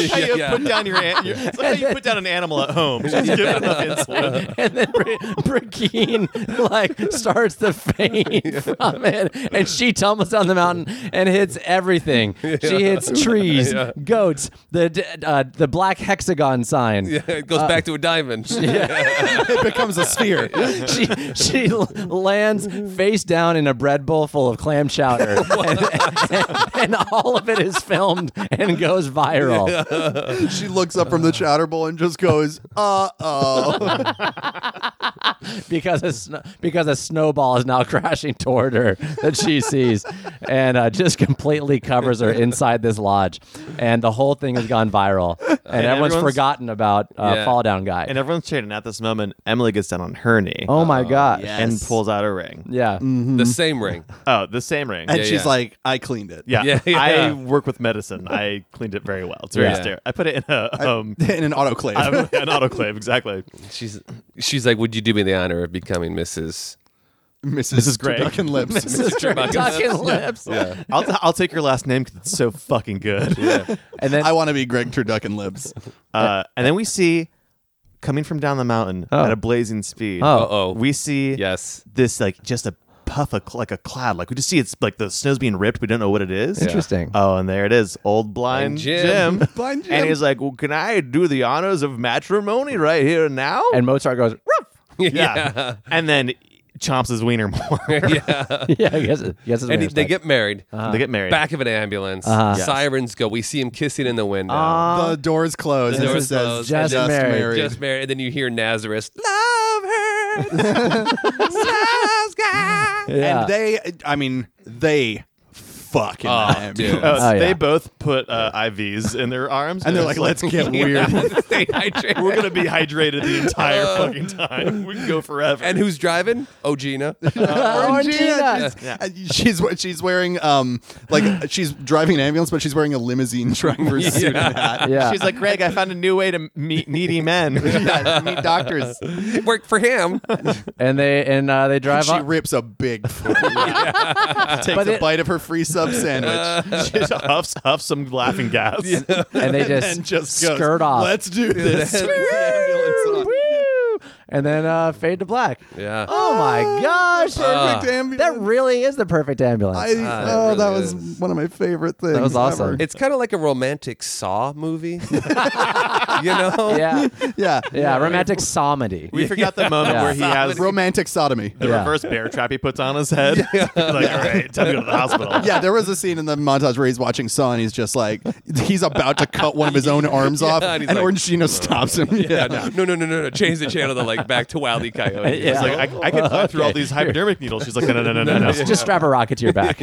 [SPEAKER 5] How you
[SPEAKER 4] Yeah.
[SPEAKER 5] put down your, an- your it's like how you put down an animal at home. Just give it enough insulin.
[SPEAKER 2] and then Bri- Brickeen like starts to faint from it, and she tumbles down the mountain and hits everything. She hits trees, goats, the d- uh, the black hexagon sign.
[SPEAKER 4] It goes back to a diamond.
[SPEAKER 3] It becomes a sphere.
[SPEAKER 2] She she l- lands face down in a bread bowl full of clam chowder, and, and all of it is filmed and goes viral.
[SPEAKER 3] She looks up from the chowder bowl and just goes, uh oh.
[SPEAKER 2] because a sn- because a snowball is now crashing toward her that she sees, and uh, just completely covers her inside this lodge, and the whole thing has gone viral, and, everyone's,
[SPEAKER 5] everyone's-
[SPEAKER 2] forgotten about uh,
[SPEAKER 4] Yeah.
[SPEAKER 2] fall down guy.
[SPEAKER 5] And everyone's cheering. At this moment, Emily gets down on her knee
[SPEAKER 2] oh my gosh! Mm-hmm.
[SPEAKER 3] yeah.
[SPEAKER 5] and
[SPEAKER 3] yes.
[SPEAKER 5] pulls out a ring.
[SPEAKER 2] Yeah,
[SPEAKER 4] the same ring.
[SPEAKER 5] Oh, the same ring.
[SPEAKER 3] And
[SPEAKER 4] Yeah,
[SPEAKER 3] she's
[SPEAKER 4] yeah.
[SPEAKER 3] like, I cleaned it.
[SPEAKER 5] Yeah.
[SPEAKER 4] Yeah, yeah.
[SPEAKER 5] I work with medicine. I cleaned it very well. It's very
[SPEAKER 4] Yeah.
[SPEAKER 5] sterile. I put it in a um,
[SPEAKER 3] In an autoclave.
[SPEAKER 5] I'm an autoclave. Exactly.
[SPEAKER 4] She's she's like, would you do me the honor of becoming Mrs.
[SPEAKER 3] Mrs.
[SPEAKER 5] This is great.
[SPEAKER 3] Turducken lips.
[SPEAKER 2] Tucking lips.
[SPEAKER 5] I'll, t- I'll take your last name because it's so fucking good.
[SPEAKER 2] And then
[SPEAKER 3] I want to be Greg Turducken lips.
[SPEAKER 5] Uh, and then we see coming from down the mountain at a blazing speed.
[SPEAKER 2] Oh.
[SPEAKER 4] Uh-oh.
[SPEAKER 5] we see
[SPEAKER 4] Yes.
[SPEAKER 5] this like just a puff of cl- like a cloud. Like we just see it's like the snow's being ripped. We don't know what it is.
[SPEAKER 2] Interesting.
[SPEAKER 5] Oh, and there it is, old blind
[SPEAKER 4] Blind Jim.
[SPEAKER 5] Jim.
[SPEAKER 3] Blind Jim.
[SPEAKER 5] And he's like, "Well, can I do the honors of matrimony right here and now?"
[SPEAKER 2] and Mozart goes. "Ruff."
[SPEAKER 5] yeah. and then chomps his wiener more.
[SPEAKER 2] yeah, I guess it, I guess it's
[SPEAKER 4] And he- they get married.
[SPEAKER 5] they get Uh-huh. married. Uh-huh.
[SPEAKER 4] Back of an ambulance. Sirens go. We see him kissing in the window.
[SPEAKER 5] Ah.
[SPEAKER 2] Um,
[SPEAKER 3] the doors close.
[SPEAKER 4] The
[SPEAKER 3] and it
[SPEAKER 4] doors
[SPEAKER 3] says,
[SPEAKER 4] close.
[SPEAKER 2] Just married.
[SPEAKER 4] Just married. And then you hear Nazareth.
[SPEAKER 2] Yeah.
[SPEAKER 3] And they, I mean, they fucking.
[SPEAKER 4] Oh, dude.
[SPEAKER 5] Uh,
[SPEAKER 2] Oh, yeah.
[SPEAKER 5] They both put uh, IVs in their arms,
[SPEAKER 3] and they're
[SPEAKER 5] it's
[SPEAKER 3] like, let's get
[SPEAKER 4] Yeah.
[SPEAKER 3] weird.
[SPEAKER 4] Stay hydrated.
[SPEAKER 5] "We're gonna be hydrated the entire fucking time. We can go forever."
[SPEAKER 4] And who's driving? Oh, Gina.
[SPEAKER 2] Orangina.
[SPEAKER 3] She's, uh, she's we- she's wearing um like she's driving an ambulance, but she's wearing a limousine driver's suit and hat.
[SPEAKER 2] Yeah.
[SPEAKER 5] She's like, Greg, I found a new way to meet needy men.
[SPEAKER 3] Yeah, meet doctors.
[SPEAKER 4] Work for him.
[SPEAKER 2] and they and uh, they drive
[SPEAKER 3] She
[SPEAKER 2] on.
[SPEAKER 3] rips a big foot. takes
[SPEAKER 2] But
[SPEAKER 3] a
[SPEAKER 2] it-
[SPEAKER 3] bite of her free sub sandwich.
[SPEAKER 5] she just huffs, huffs some laughing gas.
[SPEAKER 2] and they just,
[SPEAKER 3] and just goes,
[SPEAKER 2] skirt off.
[SPEAKER 3] Let's do this.
[SPEAKER 4] That's-
[SPEAKER 3] Ambulance on.
[SPEAKER 2] Woo! And then uh, fade to black.
[SPEAKER 4] Yeah. Uh.
[SPEAKER 2] Oh my gosh!
[SPEAKER 3] Perfect ambulance.
[SPEAKER 2] That really is the perfect ambulance.
[SPEAKER 3] I,
[SPEAKER 4] Ah,
[SPEAKER 3] oh,
[SPEAKER 4] it
[SPEAKER 3] that
[SPEAKER 4] really
[SPEAKER 3] was
[SPEAKER 4] is.
[SPEAKER 3] one of my favorite things.
[SPEAKER 2] was awesome.
[SPEAKER 4] It's kind of like a romantic Saw movie. you know?
[SPEAKER 2] yeah,
[SPEAKER 3] ever. yeah,
[SPEAKER 2] yeah, romantic psalmody.
[SPEAKER 5] We forgot the moment
[SPEAKER 2] Yeah.
[SPEAKER 5] where he has
[SPEAKER 3] romantic sodomy.
[SPEAKER 5] the
[SPEAKER 2] Yeah.
[SPEAKER 5] reverse bear trap he puts on his head. like, all right, time to go to the hospital.
[SPEAKER 3] Yeah, there was a scene in the montage where he's watching Saw and he's just like, he's about to cut one of his own arms off,
[SPEAKER 4] and
[SPEAKER 3] and,
[SPEAKER 4] he's like,
[SPEAKER 3] Orangino stops him.
[SPEAKER 4] Yeah, no, no, no, no, no, no. Change the channel to like back to Wile E. Coyote.
[SPEAKER 2] Yeah.
[SPEAKER 5] He's like, I, I could climb through all these hypodermic needles. She's like, no, no, no, no, no. no.
[SPEAKER 2] Just strap a rocket to your back.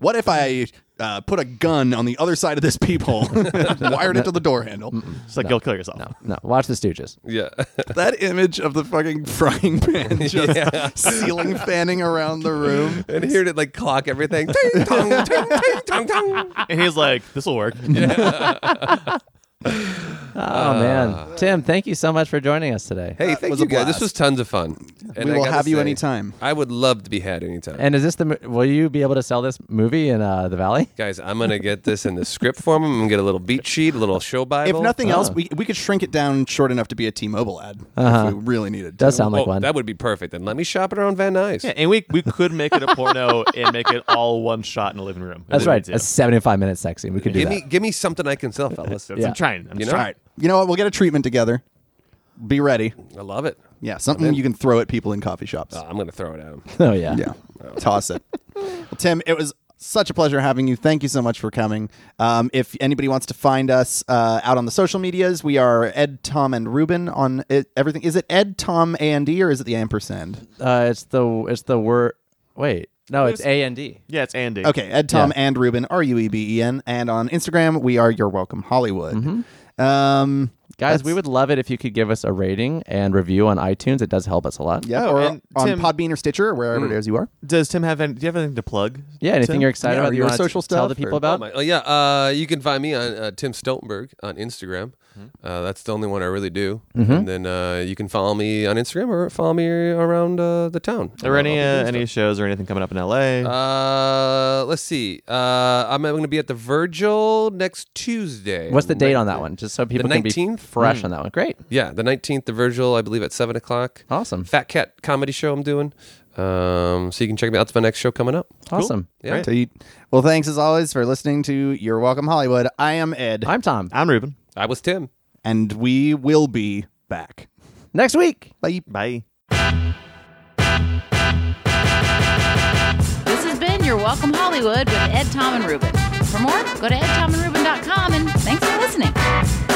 [SPEAKER 3] What if I uh, put a gun on the other side of this peephole, wired it to the door handle?
[SPEAKER 5] She's like, you'll kill yourself.
[SPEAKER 2] No, watch the Stooges.
[SPEAKER 4] Yeah.
[SPEAKER 3] That image of the fucking frying pan just ceiling fanning around the room.
[SPEAKER 4] And here it like clock everything. Ting, tong, ting, ting, tong, tong.
[SPEAKER 5] And he's like, this will work.
[SPEAKER 2] Oh man, Tim, thank you so much for joining us today.
[SPEAKER 4] Uh. Hey,
[SPEAKER 3] That
[SPEAKER 4] thank
[SPEAKER 3] was
[SPEAKER 4] you
[SPEAKER 3] a
[SPEAKER 4] guys. This
[SPEAKER 3] blast.
[SPEAKER 4] was tons of fun. And
[SPEAKER 3] We
[SPEAKER 4] I
[SPEAKER 3] will
[SPEAKER 4] gotta
[SPEAKER 3] have you
[SPEAKER 4] say,
[SPEAKER 3] anytime.
[SPEAKER 4] I would love to be had anytime.
[SPEAKER 2] And is this the? mo- Will you be able to sell this movie in uh, the Valley?
[SPEAKER 4] guys, I'm gonna get this in the script form. I'm gonna get a little beat sheet, a little show
[SPEAKER 3] If
[SPEAKER 4] bible.
[SPEAKER 3] nothing else, we, we could shrink it down short enough to be a T-Mobile ad
[SPEAKER 4] Uh-huh.
[SPEAKER 3] if we really needed.
[SPEAKER 2] Does
[SPEAKER 3] to.
[SPEAKER 2] sound like
[SPEAKER 4] oh,
[SPEAKER 2] one.
[SPEAKER 4] that would be perfect. Then let me shop it around Van Nuys.
[SPEAKER 5] Yeah, and we, we could make it a porno and make it all one shot in a living room.
[SPEAKER 2] That's
[SPEAKER 5] We
[SPEAKER 2] right.
[SPEAKER 5] need to.
[SPEAKER 2] A seventy-five minute sex scene. We could do
[SPEAKER 4] Give
[SPEAKER 2] that.
[SPEAKER 4] me, give me something I can sell, fellas.
[SPEAKER 5] That's- I'm trying. I'm
[SPEAKER 4] You know?
[SPEAKER 5] trying.
[SPEAKER 3] All right. You know what? We'll get a treatment together. Be ready.
[SPEAKER 4] I love it.
[SPEAKER 3] Yeah, something you can throw at people in coffee shops.
[SPEAKER 4] Oh, I'm gonna throw it at him.
[SPEAKER 2] Oh yeah.
[SPEAKER 3] Yeah, toss it. Well, Tim, it was such a pleasure having you. Thank you so much for coming. Um, if anybody wants to find us uh, out on the social medias, we are Ed, Tom, and Ruben on it, everything. Is it Ed, Tom, and D, or is it the ampersand?
[SPEAKER 2] Uh, it's the it's the word. Wait. No, it's A and D.
[SPEAKER 5] Yeah, it's Andy.
[SPEAKER 3] Okay, Ed, Tom, and Ruben, R U E B E N. And on Instagram, we are Your Welcome Hollywood.
[SPEAKER 5] Mm-hmm.
[SPEAKER 3] Um,
[SPEAKER 2] Guys,
[SPEAKER 3] that's-
[SPEAKER 2] we would love it if you could give us a rating and review on iTunes. It does help us a lot.
[SPEAKER 3] Yeah,
[SPEAKER 5] Oh,
[SPEAKER 3] or
[SPEAKER 5] and
[SPEAKER 3] on
[SPEAKER 5] Tim- Mm.
[SPEAKER 3] Podbean or Stitcher, or wherever it is you are.
[SPEAKER 5] Does Tim have any? Do you have anything to plug?
[SPEAKER 2] Yeah, anything
[SPEAKER 5] Tim?
[SPEAKER 2] you're excited
[SPEAKER 3] Yeah,
[SPEAKER 2] about
[SPEAKER 3] or
[SPEAKER 2] that you
[SPEAKER 3] your
[SPEAKER 2] want to
[SPEAKER 3] social
[SPEAKER 2] tell
[SPEAKER 3] stuff
[SPEAKER 2] the
[SPEAKER 3] or-
[SPEAKER 2] people
[SPEAKER 4] Oh,
[SPEAKER 2] about?
[SPEAKER 4] my, oh, yeah. Uh, you can find me on uh, Tim Stoltenberg on Instagram. Uh, that's the only one I really do.
[SPEAKER 2] Mm-hmm.
[SPEAKER 4] And then uh, you can follow me on Instagram or follow me around uh, the town.
[SPEAKER 5] Are there any uh,
[SPEAKER 4] I'll be doing
[SPEAKER 5] any shows or anything coming up in L.A.?
[SPEAKER 4] Uh, let's see. Uh, I'm, going to be at the Virgil next Tuesday.
[SPEAKER 2] What's the date on that
[SPEAKER 4] Right-
[SPEAKER 2] one? Just so people
[SPEAKER 4] The
[SPEAKER 2] can be
[SPEAKER 4] 19th?
[SPEAKER 3] Hmm.
[SPEAKER 2] fresh on that one. Great.
[SPEAKER 4] Yeah, the 19th, the Virgil, I believe at 7 o'clock.
[SPEAKER 2] Awesome.
[SPEAKER 4] Fat Cat comedy show I'm doing. Um, so you can check me out. It's my next show coming up.
[SPEAKER 2] Awesome.
[SPEAKER 4] Yeah.
[SPEAKER 5] Great.
[SPEAKER 3] So you- well, thanks as always for listening to Your Welcome Hollywood. I am Ed,
[SPEAKER 2] I'm Tom.
[SPEAKER 5] I'm Ruben.
[SPEAKER 4] I was Tim.
[SPEAKER 3] and we will be back.
[SPEAKER 2] Next week.
[SPEAKER 3] Bye.
[SPEAKER 5] Bye.
[SPEAKER 1] This has been Your Welcome Hollywood with Ed, Tom, and Ruben. For more, go to edtomandruben.com and thanks for listening.